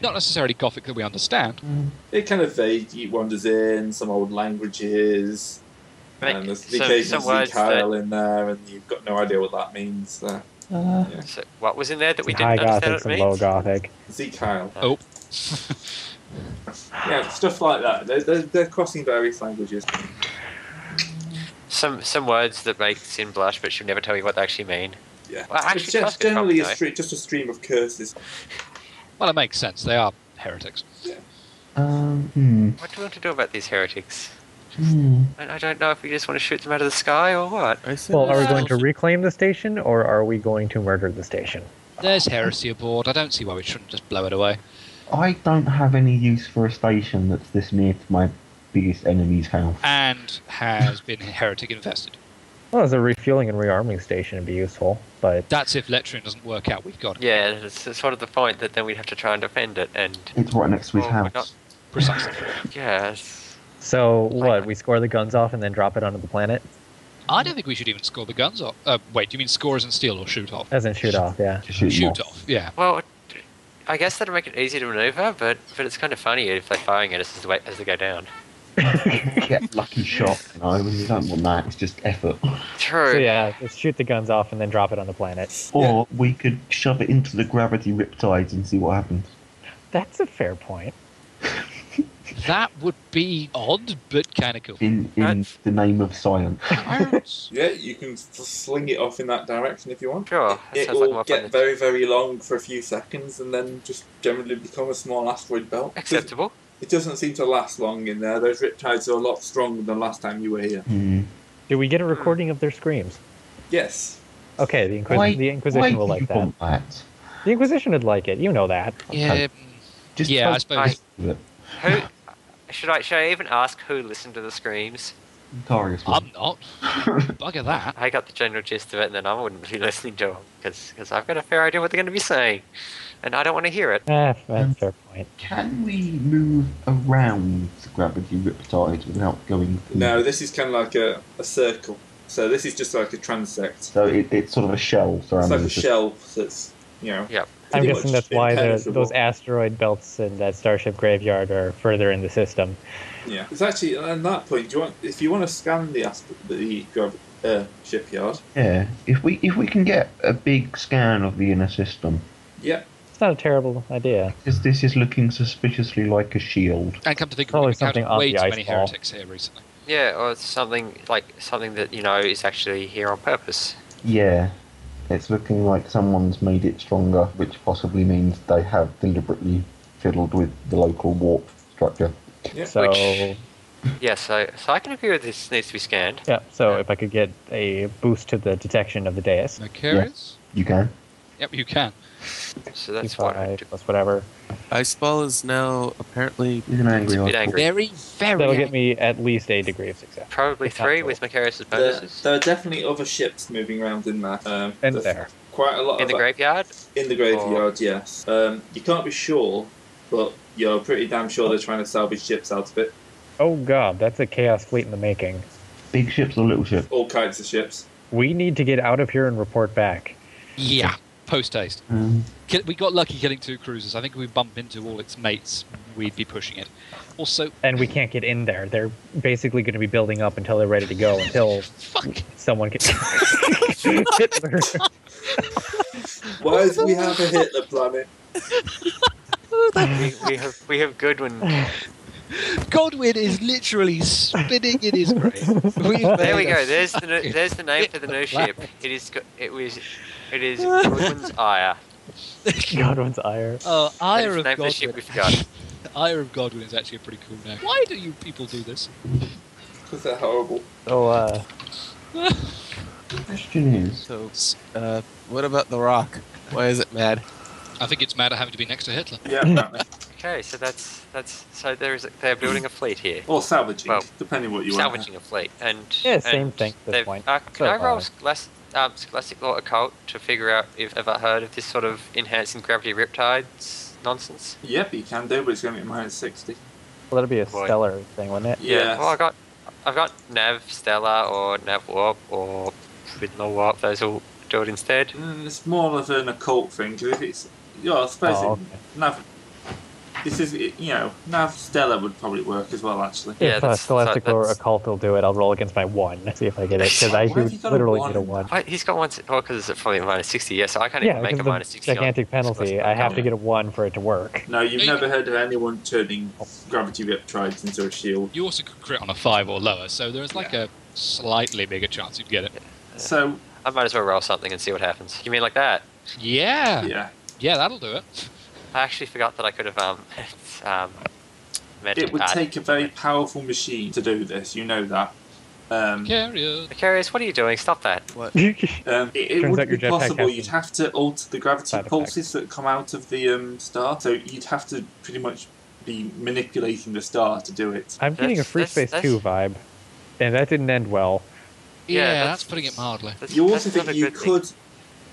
Speaker 3: Not necessarily Gothic that we understand.
Speaker 2: It kind of vague. It wanders in some old languages,
Speaker 5: Make-
Speaker 2: and Um, there's the
Speaker 5: so,
Speaker 2: occasional
Speaker 5: some words
Speaker 2: Kyle
Speaker 5: that,
Speaker 2: in there, and you've got no idea what that means. Uh,
Speaker 7: Uh,
Speaker 5: so what was in there that we
Speaker 1: High
Speaker 5: didn't understand
Speaker 1: Gothic
Speaker 5: what it
Speaker 1: and low
Speaker 5: means?
Speaker 1: Gothic.
Speaker 2: Zeke Kyle,
Speaker 5: Oh.
Speaker 2: yeah, stuff like that. They're, they're, they're crossing various languages.
Speaker 5: Some some words that make Sin blush, but she'll never tell you what they actually mean.
Speaker 2: Yeah,
Speaker 5: Well, actually,
Speaker 2: it's just
Speaker 5: Tusker
Speaker 2: generally a
Speaker 5: probably,
Speaker 2: stre- just a stream of curses.
Speaker 3: Well, it makes sense. They are heretics.
Speaker 7: um, hmm,
Speaker 5: What do we want to do about these heretics?
Speaker 7: hmm.
Speaker 5: I, I don't know if we just want to shoot them out of the sky or what.
Speaker 4: I said
Speaker 1: Well, are we
Speaker 4: it's
Speaker 1: going to
Speaker 4: also-
Speaker 1: reclaim the station or are we going to murder the station?
Speaker 3: There's heresy aboard. I don't see why we shouldn't just blow it away.
Speaker 7: I don't have any use for a station that's this near to my biggest enemy's house.
Speaker 3: And has been heretic invested.
Speaker 1: Well, as a refueling and rearming station would be useful, but
Speaker 3: That's if Letrian doesn't work out. We've got it.
Speaker 5: Yeah, that's, that's sort of the point that then we'd have to try and defend it, and
Speaker 7: It's right next to his
Speaker 5: Oh, we're
Speaker 7: house.
Speaker 5: not-
Speaker 3: Precisely.
Speaker 5: yeah, it's-
Speaker 1: so what? We score the guns off and then drop it onto the planet?
Speaker 3: I don't think we should even score the guns off. Uh, wait, do you mean score as in steal or shoot off?
Speaker 1: Doesn't shoot off, yeah.
Speaker 7: to shoot,
Speaker 3: Shoot
Speaker 7: them
Speaker 3: off, yeah.
Speaker 5: well, I guess that'd make it easy to maneuver, but but it's kind of funny if they're firing at us as, the way, as they go down.
Speaker 7: off. Get lucky shot. No, you don't want that. It's just effort.
Speaker 5: True.
Speaker 1: So yeah, let's shoot the guns off and then drop it on the planet.
Speaker 7: Or we could shove it into the gravity riptides and see what happens.
Speaker 1: That's a fair point.
Speaker 3: That would be odd, but kind of cool.
Speaker 7: In in
Speaker 5: That's-
Speaker 7: the name of science.
Speaker 3: Pirates.
Speaker 2: Yeah, you can s- sling it off in that direction if you want.
Speaker 5: Sure. That
Speaker 2: It
Speaker 5: sounds like
Speaker 2: will
Speaker 5: more fun
Speaker 2: get
Speaker 5: than-
Speaker 2: very, very long for a few seconds and then just generally become a small asteroid belt. Doesn't-
Speaker 5: acceptable.
Speaker 2: It doesn't seem to last long in there. Those riptides are a lot stronger than last time you were here.
Speaker 7: Hmm.
Speaker 1: Do we get a recording of their screams?
Speaker 2: Yes,
Speaker 1: Okay, the, Inquis-
Speaker 7: Why-
Speaker 1: the
Speaker 7: why
Speaker 1: Inquisition will
Speaker 7: do you
Speaker 1: like that.
Speaker 7: want that?
Speaker 1: The Inquisition would like it. You know that.
Speaker 3: Yeah,
Speaker 7: Just
Speaker 3: yeah, I
Speaker 7: trust
Speaker 3: suppose.
Speaker 7: with it.
Speaker 5: Who should I should I even ask who listened to the screams?
Speaker 7: Darius will.
Speaker 3: I'm not. Bugger that.
Speaker 5: I got the general gist of it, and then I wouldn't be listening to them because I've got a fair idea what they're going to be saying, and I don't want to hear it.
Speaker 1: Eh,
Speaker 7: Hmm.
Speaker 1: that's a fair point.
Speaker 7: Can we move around the gravity riptide without going through?
Speaker 2: No, this is kind of like a, a circle. So this is just like a transect.
Speaker 7: So it, it's sort of a shell
Speaker 2: It's
Speaker 7: surrounding
Speaker 2: like a
Speaker 7: us.
Speaker 2: shell that's, you know.
Speaker 5: Yep.
Speaker 1: I'm
Speaker 2: pretty
Speaker 1: guessing
Speaker 2: much
Speaker 1: that's why the,
Speaker 2: impenetrable.
Speaker 1: those asteroid belts in that starship graveyard are further in the system.
Speaker 2: Yeah, it's actually at that point. Do you want if you want to scan the asp- the grav- uh, shipyard?
Speaker 7: Yeah. If we if we can get a big scan of the inner system,
Speaker 2: Yeah,
Speaker 1: It's not a terrible idea.
Speaker 7: because this is looking suspiciously like a shield.
Speaker 3: And come to think of it,
Speaker 1: Probably
Speaker 3: we've
Speaker 1: something
Speaker 3: encountered
Speaker 1: off
Speaker 3: way
Speaker 1: the
Speaker 3: too
Speaker 1: ice
Speaker 3: many
Speaker 1: wall.
Speaker 3: heretics here recently.
Speaker 5: Yeah, or something like something that you know is actually here on purpose.
Speaker 7: Yeah. It's looking like someone's made it stronger, which possibly means they have deliberately fiddled with the local warp structure.
Speaker 2: yeah.
Speaker 1: So,
Speaker 5: Which- Yeah, so so I can agree with this needs to be scanned.
Speaker 1: yeah, so if I could get a boost to the detection of the dais,
Speaker 3: Macarius?
Speaker 7: You can.
Speaker 3: Yep, you can.
Speaker 5: So that's what I
Speaker 1: D5
Speaker 5: do.
Speaker 1: plus whatever.
Speaker 4: Ice ball is now apparently
Speaker 7: He's an
Speaker 5: It's
Speaker 7: angry
Speaker 5: a bit
Speaker 7: eyeball.
Speaker 5: angry.
Speaker 3: Very, very.
Speaker 1: That'll get me at least a degree of success.
Speaker 5: Probably
Speaker 1: It's not
Speaker 5: three
Speaker 1: cool.
Speaker 5: with Macarius's
Speaker 2: there,
Speaker 5: bonuses
Speaker 2: there are definitely other ships moving around in there. Um,
Speaker 1: And
Speaker 2: there's
Speaker 1: there.
Speaker 2: quite a lot
Speaker 5: in the
Speaker 2: of-
Speaker 5: graveyard.
Speaker 2: in the graveyard. Yes, um, you can't be sure, but you're pretty damn sure they're trying to salvage ships out of it.
Speaker 1: Oh god, that's a chaos fleet in the making.
Speaker 7: Big ships or little ships?
Speaker 2: All kinds of ships.
Speaker 1: We need to get out of here and report back.
Speaker 3: Yeah, post haste.
Speaker 7: Um,
Speaker 3: Kill- We got lucky killing two cruisers. I think if we bump into all its mates, we'd be pushing it. Also,
Speaker 1: and we can't get in there. They're basically going to be building up until they're ready to go. Until
Speaker 3: fuck.
Speaker 1: someone gets Hitler.
Speaker 2: Why do we have a Hitler planet?
Speaker 5: we, we have we have Goodwin.
Speaker 3: Godwin is literally spinning in his grave. We've
Speaker 5: There we
Speaker 3: made
Speaker 5: go.
Speaker 3: a
Speaker 5: There's the new, there's the name for the new ship. It is go- it was it is Goodwin's ire. Uh,
Speaker 1: Godwin's ire.
Speaker 3: Oh,
Speaker 5: That
Speaker 3: Ire
Speaker 5: is
Speaker 3: of
Speaker 5: the name for the
Speaker 3: Godwin.
Speaker 5: ship we forgot.
Speaker 3: Ire of Godwin is actually a pretty cool name. Why do you people do this?
Speaker 2: Because they're horrible.
Speaker 1: So uh,
Speaker 7: question is,
Speaker 4: So, uh, what about The Rock? Why is it mad?
Speaker 3: I think it's mad at having to be next to Hitler.
Speaker 2: Yeah, apparently.
Speaker 5: Okay, so that's that's so there is they're building a fleet here.
Speaker 2: or salvaging,
Speaker 5: Well,
Speaker 2: depending what you
Speaker 5: salvaging a fleet and
Speaker 1: Yeah,
Speaker 5: and
Speaker 1: same thing at this
Speaker 5: they've-
Speaker 1: point.
Speaker 5: Uh, can
Speaker 1: So
Speaker 5: I roll
Speaker 1: far.
Speaker 5: scholastic, um, scholastic law occult to figure out if ever heard of this sort of enhancing gravity riptides nonsense?
Speaker 2: want. Yep, you can do, but it's going to be minus 60.
Speaker 1: well, that'd be a
Speaker 5: Boy.
Speaker 1: stellar thing, wouldn't it?
Speaker 2: Yeah.
Speaker 5: Well, I got I've got Nav Stellar or Nav Warp or with no Warp. Those will do it instead.
Speaker 2: Mm, it's more of an occult thing, because if it's. Yeah, I suppose
Speaker 1: Oh,
Speaker 2: it, Nav. This is, it- you know, Nav Stella would probably work as well, actually.
Speaker 5: Yeah,
Speaker 1: if uh,
Speaker 5: that's-
Speaker 1: Scholastic
Speaker 5: that-
Speaker 1: or
Speaker 5: that's-
Speaker 1: Occult will do it, I'll roll against my one, see if I get it, because I
Speaker 2: Why have you
Speaker 1: would
Speaker 2: got a
Speaker 1: literally
Speaker 2: one?
Speaker 1: get a one.
Speaker 5: Wait, he's got one. Oh, because it's probably a minus sixty. Yeah, so I can't
Speaker 1: Yeah,
Speaker 5: even make
Speaker 1: because
Speaker 5: a
Speaker 1: the
Speaker 5: minus sixty. on
Speaker 1: gigantic penalty.
Speaker 5: scholastic
Speaker 1: I have
Speaker 5: occult.
Speaker 1: to get a one for it to work.
Speaker 2: No, you've
Speaker 3: Hey.
Speaker 2: never heard of anyone turning gravity riptides into a shield.
Speaker 3: You also could crit on a five or lower, so there's like a slightly bigger chance you'd get it.
Speaker 2: So,
Speaker 5: I might as well roll something and see what happens. You mean like that?
Speaker 3: Yeah, yeah,
Speaker 2: yeah.
Speaker 3: that'll do it.
Speaker 5: I actually forgot that I could have um, um mentioned
Speaker 2: It would
Speaker 5: that.
Speaker 2: take a very powerful machine to do this, you know that. Um,
Speaker 3: Carrier.
Speaker 5: Macarius, what are you doing? Stop that.
Speaker 2: Um,
Speaker 4: What?
Speaker 2: it it
Speaker 1: Turns out
Speaker 2: would be
Speaker 1: your jetpack
Speaker 2: possible.
Speaker 1: has
Speaker 2: You'd
Speaker 1: some
Speaker 2: have to alter the gravity
Speaker 1: side
Speaker 2: pulses that come out of the um, star, so you'd have to pretty much be manipulating the star to do it.
Speaker 1: I'm getting a
Speaker 5: That's-
Speaker 1: Free
Speaker 5: that's-
Speaker 1: Space
Speaker 5: that's-
Speaker 1: 2 vibe, and that didn't end well.
Speaker 5: Yeah,
Speaker 3: Yeah,
Speaker 5: that's-
Speaker 3: that's, putting it mildly.
Speaker 5: That's,
Speaker 2: You
Speaker 5: that's
Speaker 2: also
Speaker 5: not
Speaker 2: think
Speaker 5: a
Speaker 2: you
Speaker 5: good thing.
Speaker 2: could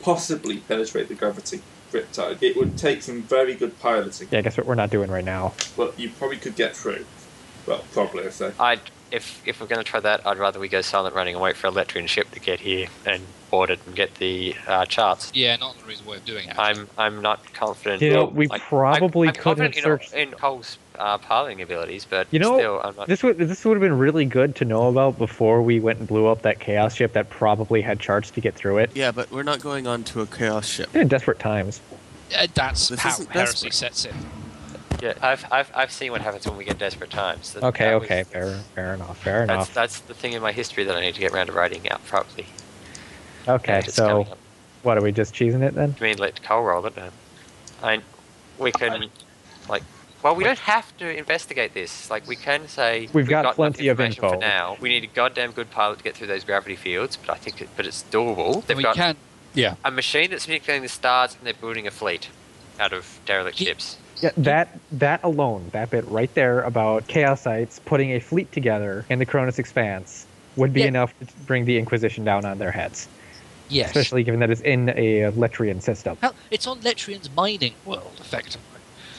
Speaker 2: possibly penetrate the gravity riptide. It would take some very good piloting,
Speaker 1: Yeah, guess what we're not doing right now.
Speaker 2: but you probably could get through. Well, probably, I say.
Speaker 5: I'd if if we're going to try that, I'd rather we go silent running and wait for Electrian ship to get here and board it and get the uh, charts.
Speaker 3: Yeah, not the reason way of doing it.
Speaker 5: I'm I'm not confident.
Speaker 1: You know, we
Speaker 5: like,
Speaker 1: probably
Speaker 5: I'm, I'm
Speaker 1: could have
Speaker 5: confident
Speaker 1: searched.
Speaker 5: in, in Cole's uh, piloting abilities, but
Speaker 1: You know,
Speaker 5: still, I'm not.
Speaker 1: This would this would have been really good to know about before we went and blew up that chaos ship that probably had charts to get through it.
Speaker 4: Yeah, but we're not going on to a chaos ship.
Speaker 1: We're in desperate times.
Speaker 3: Uh, that's
Speaker 4: This
Speaker 3: how
Speaker 4: isn't
Speaker 3: heresy
Speaker 4: desperate.
Speaker 3: sets in.
Speaker 5: Yeah, I've, I've I've seen what happens when we get desperate times. That-
Speaker 1: Okay,
Speaker 5: that was-
Speaker 1: okay, fair, fair enough, fair
Speaker 5: That's
Speaker 1: enough.
Speaker 5: that's the thing in my history that I need to get round to writing out properly.
Speaker 1: okay,
Speaker 5: And it's
Speaker 1: so
Speaker 5: coming up.
Speaker 1: what are we just cheesing it then?
Speaker 5: I mean, let Cole roll it. uh, I, we can, like, well, we don't have to investigate this. Like, we can say
Speaker 1: We've got plenty of
Speaker 5: enough information
Speaker 1: info.
Speaker 5: for now. We need a goddamn good pilot to get through those gravity fields, but I think, it, but it's doable. They've
Speaker 3: we
Speaker 5: got
Speaker 3: can. Yeah,
Speaker 5: a machine that's manipulating the stars, and they're building a fleet out of derelict
Speaker 3: Ye-
Speaker 5: ships.
Speaker 1: Yeah, that that alone, that bit right there about chaosites putting a fleet together in the Cronus Expanse would be
Speaker 3: Yeah.
Speaker 1: enough to bring the Inquisition down on their heads,
Speaker 3: yes.
Speaker 1: especially given that it's in a Letrian system.
Speaker 3: Hell, it's on Letrian's mining world, effectively.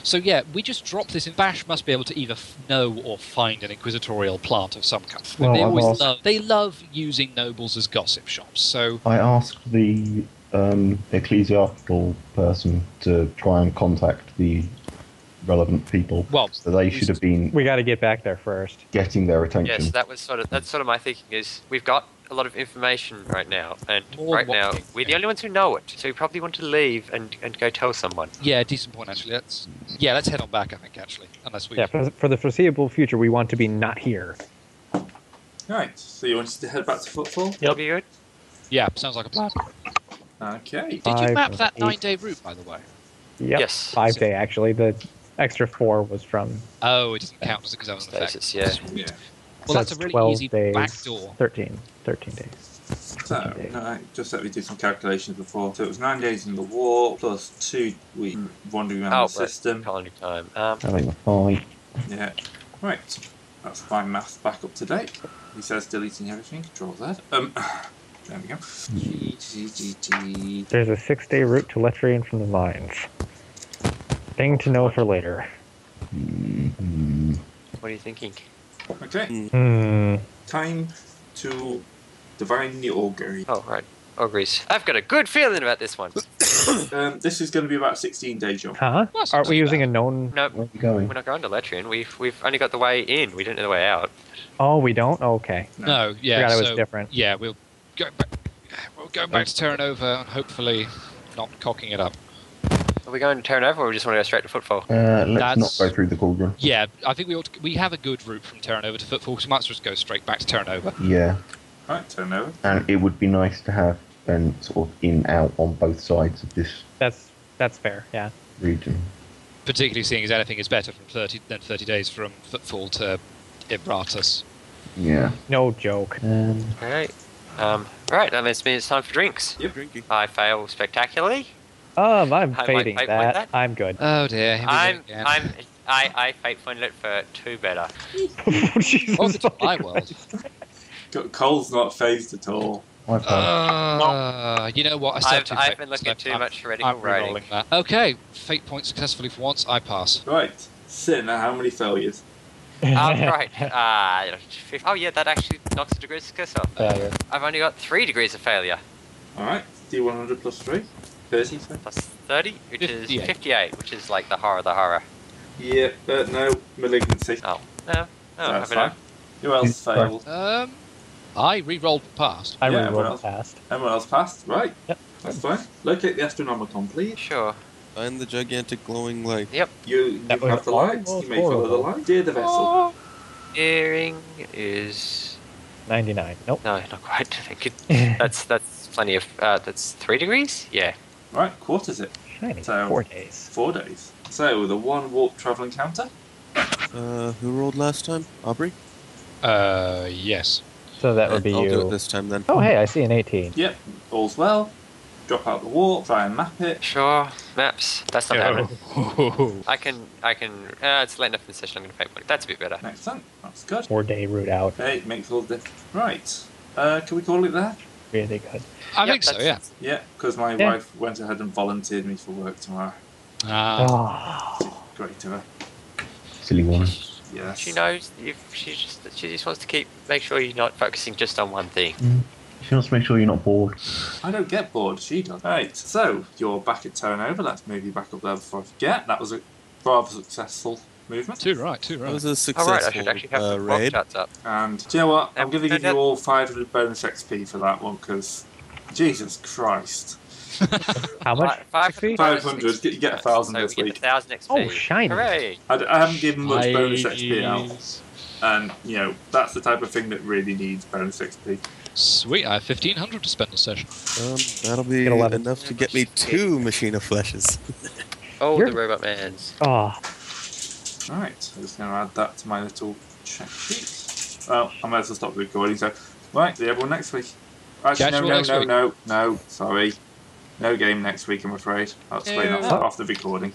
Speaker 3: So yeah, we just drop this in. Bash must be able to either f- know or find an inquisitorial plant of some kind.
Speaker 7: Well,
Speaker 3: they
Speaker 7: I've
Speaker 3: always
Speaker 7: asked-
Speaker 3: love. They love using nobles as gossip shops. So
Speaker 7: I asked.
Speaker 8: Ask the um, ecclesiastical person to try and contact the relevant people.
Speaker 3: Well,
Speaker 8: so they should have been
Speaker 1: We got to get back there first.
Speaker 8: getting their attention.
Speaker 5: Yeah, so that was sort of that's sort of my thinking is we've got a lot of information right now, and
Speaker 3: More
Speaker 5: right now
Speaker 3: watching.
Speaker 5: we're the only ones who know it. So we probably want to leave and and go tell someone.
Speaker 3: yeah, decent point actually. Let's yeah, let's head on back. I think actually, unless we
Speaker 1: Yeah, for, for the foreseeable future, we want to be not here.
Speaker 2: Right, so you wanted to head back to football?
Speaker 5: That'll be good.
Speaker 3: Yeah, sounds like a plan.
Speaker 2: Okay.
Speaker 3: Did you
Speaker 1: Five
Speaker 3: map
Speaker 1: or
Speaker 3: that
Speaker 1: eight.
Speaker 3: nine-day route, by the way?
Speaker 1: Yep.
Speaker 5: Yes.
Speaker 1: Five day actually. The extra four was from
Speaker 3: Oh, it doesn't count because I was an effect.
Speaker 5: Stasis, yeah.
Speaker 2: Yeah.
Speaker 3: Well,
Speaker 1: so
Speaker 3: that's a
Speaker 1: it's
Speaker 3: really
Speaker 1: 12
Speaker 3: easy
Speaker 1: days,
Speaker 3: backdoor.
Speaker 1: 13, 13 days.
Speaker 2: So, no, I just let me do some calculations before. So it was nine days in the war, plus two weeks wandering around
Speaker 5: Oh,
Speaker 2: the
Speaker 5: but
Speaker 2: system.
Speaker 5: colony time. Um,
Speaker 8: I think we're fine.
Speaker 2: Yeah. Right. That's my maths back up to date. He says deleting everything. Control Z. Um. There we go. G, G, G, G.
Speaker 1: There's a six day route to Letrian from the mines. Thing to know for later.
Speaker 8: Mm-hmm.
Speaker 5: what are you thinking?
Speaker 2: Okay.
Speaker 1: Hmm.
Speaker 2: Time to divine the augury.
Speaker 5: Oh, right. Ogres. I've got a good feeling about this one.
Speaker 2: um, this is going to be about 16 days, John.
Speaker 1: Huh?
Speaker 3: That's
Speaker 1: Aren't
Speaker 3: not
Speaker 1: we
Speaker 3: too
Speaker 1: using
Speaker 3: bad.
Speaker 1: a known?
Speaker 8: Where
Speaker 5: Nope.
Speaker 8: are we going?
Speaker 5: We're not going to Letrian. We've we've only got the way in. We don't know the way out.
Speaker 1: Oh, we don't. Okay.
Speaker 3: No, yeah.
Speaker 1: Forgot it
Speaker 3: so,
Speaker 1: was different.
Speaker 3: Yeah, we'll go back. We'll go back to Terranova and hopefully not cocking it up.
Speaker 5: Are we going to Terra Nova or we just want to go straight to Footfall?
Speaker 8: Uh, let's
Speaker 3: That's-
Speaker 8: not go through the cauldron.
Speaker 3: Yeah, I think we ought to, we have a good route from Terranova to Footfall. so We might as well just go straight back to Terranova.
Speaker 8: Yeah,
Speaker 2: Right, turn over.
Speaker 8: and it would be nice to have been sort of in out on both sides of this
Speaker 1: That's that's fair. Yeah.
Speaker 8: region.
Speaker 3: Particularly seeing as anything is better from thirty than thirty days from Footfall to Ibratus.
Speaker 8: Yeah.
Speaker 1: No joke.
Speaker 8: Um,
Speaker 5: All right. Um, all right. That means me it's time for drinks.
Speaker 2: Yep.
Speaker 4: Drinking.
Speaker 5: I fail spectacularly.
Speaker 1: Um, I'm
Speaker 5: I- I-
Speaker 1: fading
Speaker 5: I- I-
Speaker 1: that.
Speaker 5: that-
Speaker 1: I'm good.
Speaker 3: Oh dear. here we go
Speaker 5: I'm
Speaker 3: again.
Speaker 5: I'm I I fate funded it for two better.
Speaker 1: Jesus
Speaker 3: Welcome to
Speaker 1: fucking
Speaker 3: my world.
Speaker 2: Co- Cole's not phased at all.
Speaker 8: I've got
Speaker 3: Uh, you know what? I still have
Speaker 5: I've,
Speaker 3: two
Speaker 5: I've
Speaker 3: fate
Speaker 5: been
Speaker 3: points
Speaker 5: looking
Speaker 3: left.
Speaker 5: too
Speaker 3: I'm-
Speaker 5: much for
Speaker 3: I'm
Speaker 5: radical
Speaker 3: re-rolling
Speaker 5: writing.
Speaker 3: that. Okay, fate point successfully for once. I pass.
Speaker 2: Right, Sin, now how many failures?
Speaker 5: Oh, right. Uh, oh, yeah, that actually knocks the degrees of success off.
Speaker 1: failure.
Speaker 5: I've only got three degrees of failure.
Speaker 2: Alright, D100 plus 3. 30, so.
Speaker 5: Plus 30, which is
Speaker 3: 58.
Speaker 5: 58, which is like the horror, the horror.
Speaker 2: Yeah, uh, no, malignancy.
Speaker 5: Oh, no. No, I
Speaker 2: That's
Speaker 5: haven't.
Speaker 2: fine. Who else
Speaker 8: Sorry.
Speaker 2: failed?
Speaker 3: Um, I re-rolled past.
Speaker 1: I
Speaker 2: Yeah,
Speaker 1: re-rolled
Speaker 2: well.
Speaker 1: fast.
Speaker 2: Everyone else passed? Right.
Speaker 1: Yep.
Speaker 2: That's fine. Locate the Astronomicon, please.
Speaker 5: Sure.
Speaker 4: Find the gigantic glowing light.
Speaker 2: You, you
Speaker 1: That was
Speaker 2: have the lights.
Speaker 1: almost
Speaker 2: You may follow the
Speaker 1: horrible.
Speaker 2: light. Dear the vessel.
Speaker 5: Oh, Earring is.
Speaker 1: Ninety-nine. Nope.
Speaker 5: No, not quite. Thank you. That's that's plenty of. Uh, that's three degrees? Yeah.
Speaker 2: Right, quarters it.
Speaker 1: Shiny.
Speaker 2: So-
Speaker 1: Four days.
Speaker 2: Four days. So, the one warp travel encounter.
Speaker 4: Uh, who rolled last time? Aubrey.
Speaker 3: Uh, yes.
Speaker 1: So that would be
Speaker 4: I'll do it
Speaker 1: you.
Speaker 4: this time then.
Speaker 1: Oh hey, I see an eighteen.
Speaker 2: Yep, all's well. Drop out the warp, try and map it.
Speaker 5: Sure. Maps. That's not happening.
Speaker 3: Oh.
Speaker 5: I can. I can. Uh, it's late enough in the session. I'm going to pay one. That's a bit better.
Speaker 2: Excellent. That's good.
Speaker 1: Four day route out.
Speaker 2: Hey, makes all the difference. Right. Uh, can we call it that?
Speaker 1: Really good.
Speaker 3: I
Speaker 5: Yep,
Speaker 3: think so. Yeah.
Speaker 5: that's-
Speaker 2: Yeah, because my
Speaker 1: Yeah.
Speaker 2: wife went ahead and volunteered me for work tomorrow.
Speaker 5: Uh,
Speaker 3: Ah,
Speaker 1: Oh,
Speaker 2: Great of her.
Speaker 8: silly woman.
Speaker 2: Yes.
Speaker 5: She knows. If she just. She just wants to keep. Make sure you're not focusing just on one thing.
Speaker 8: She wants to make sure you're not bored.
Speaker 2: I don't get bored. She does. Right. So you're back at Terranova. Let's move you back up there before I forget. That was a rather successful movement.
Speaker 3: two right, two
Speaker 4: That
Speaker 3: right.
Speaker 4: was a
Speaker 5: All
Speaker 4: successful
Speaker 5: right. I should actually have
Speaker 4: uh,
Speaker 5: the block
Speaker 4: raid.
Speaker 5: charts up.
Speaker 2: And do you know what? I'm
Speaker 5: Um,
Speaker 2: going to give
Speaker 5: no,
Speaker 2: you
Speaker 5: no.
Speaker 2: all 500 bonus XP for that one because Jesus Christ.
Speaker 1: how much?
Speaker 5: Fi- Five,
Speaker 1: XP?
Speaker 2: 500, get- you get a thousand
Speaker 5: so
Speaker 2: this
Speaker 5: we
Speaker 2: week.
Speaker 5: Get a thousand XP.
Speaker 1: Oh, shiny.
Speaker 5: Hooray!
Speaker 2: I, d- I haven't given much bonus XP out,
Speaker 3: Jeez.
Speaker 2: and you know that's the type of thing that really needs bonus XP.
Speaker 3: Sweet, I have fifteen hundred to spend this session.
Speaker 4: Um, that'll be
Speaker 1: Get 11.
Speaker 4: enough to get me two machine of fleshes.
Speaker 5: Oh,
Speaker 1: You're-
Speaker 5: the robot man's.
Speaker 1: Oh,
Speaker 2: Right, I'm just going to add that to my little check sheet. Well, I might as well stop recording. So, right, see everyone next week. Actually,
Speaker 3: Catch you all
Speaker 2: no,
Speaker 3: next
Speaker 2: no, no,
Speaker 3: week.
Speaker 2: no, no. Sorry, no game next week. I'm afraid. I'll explain that
Speaker 3: Ew.
Speaker 2: after the recording.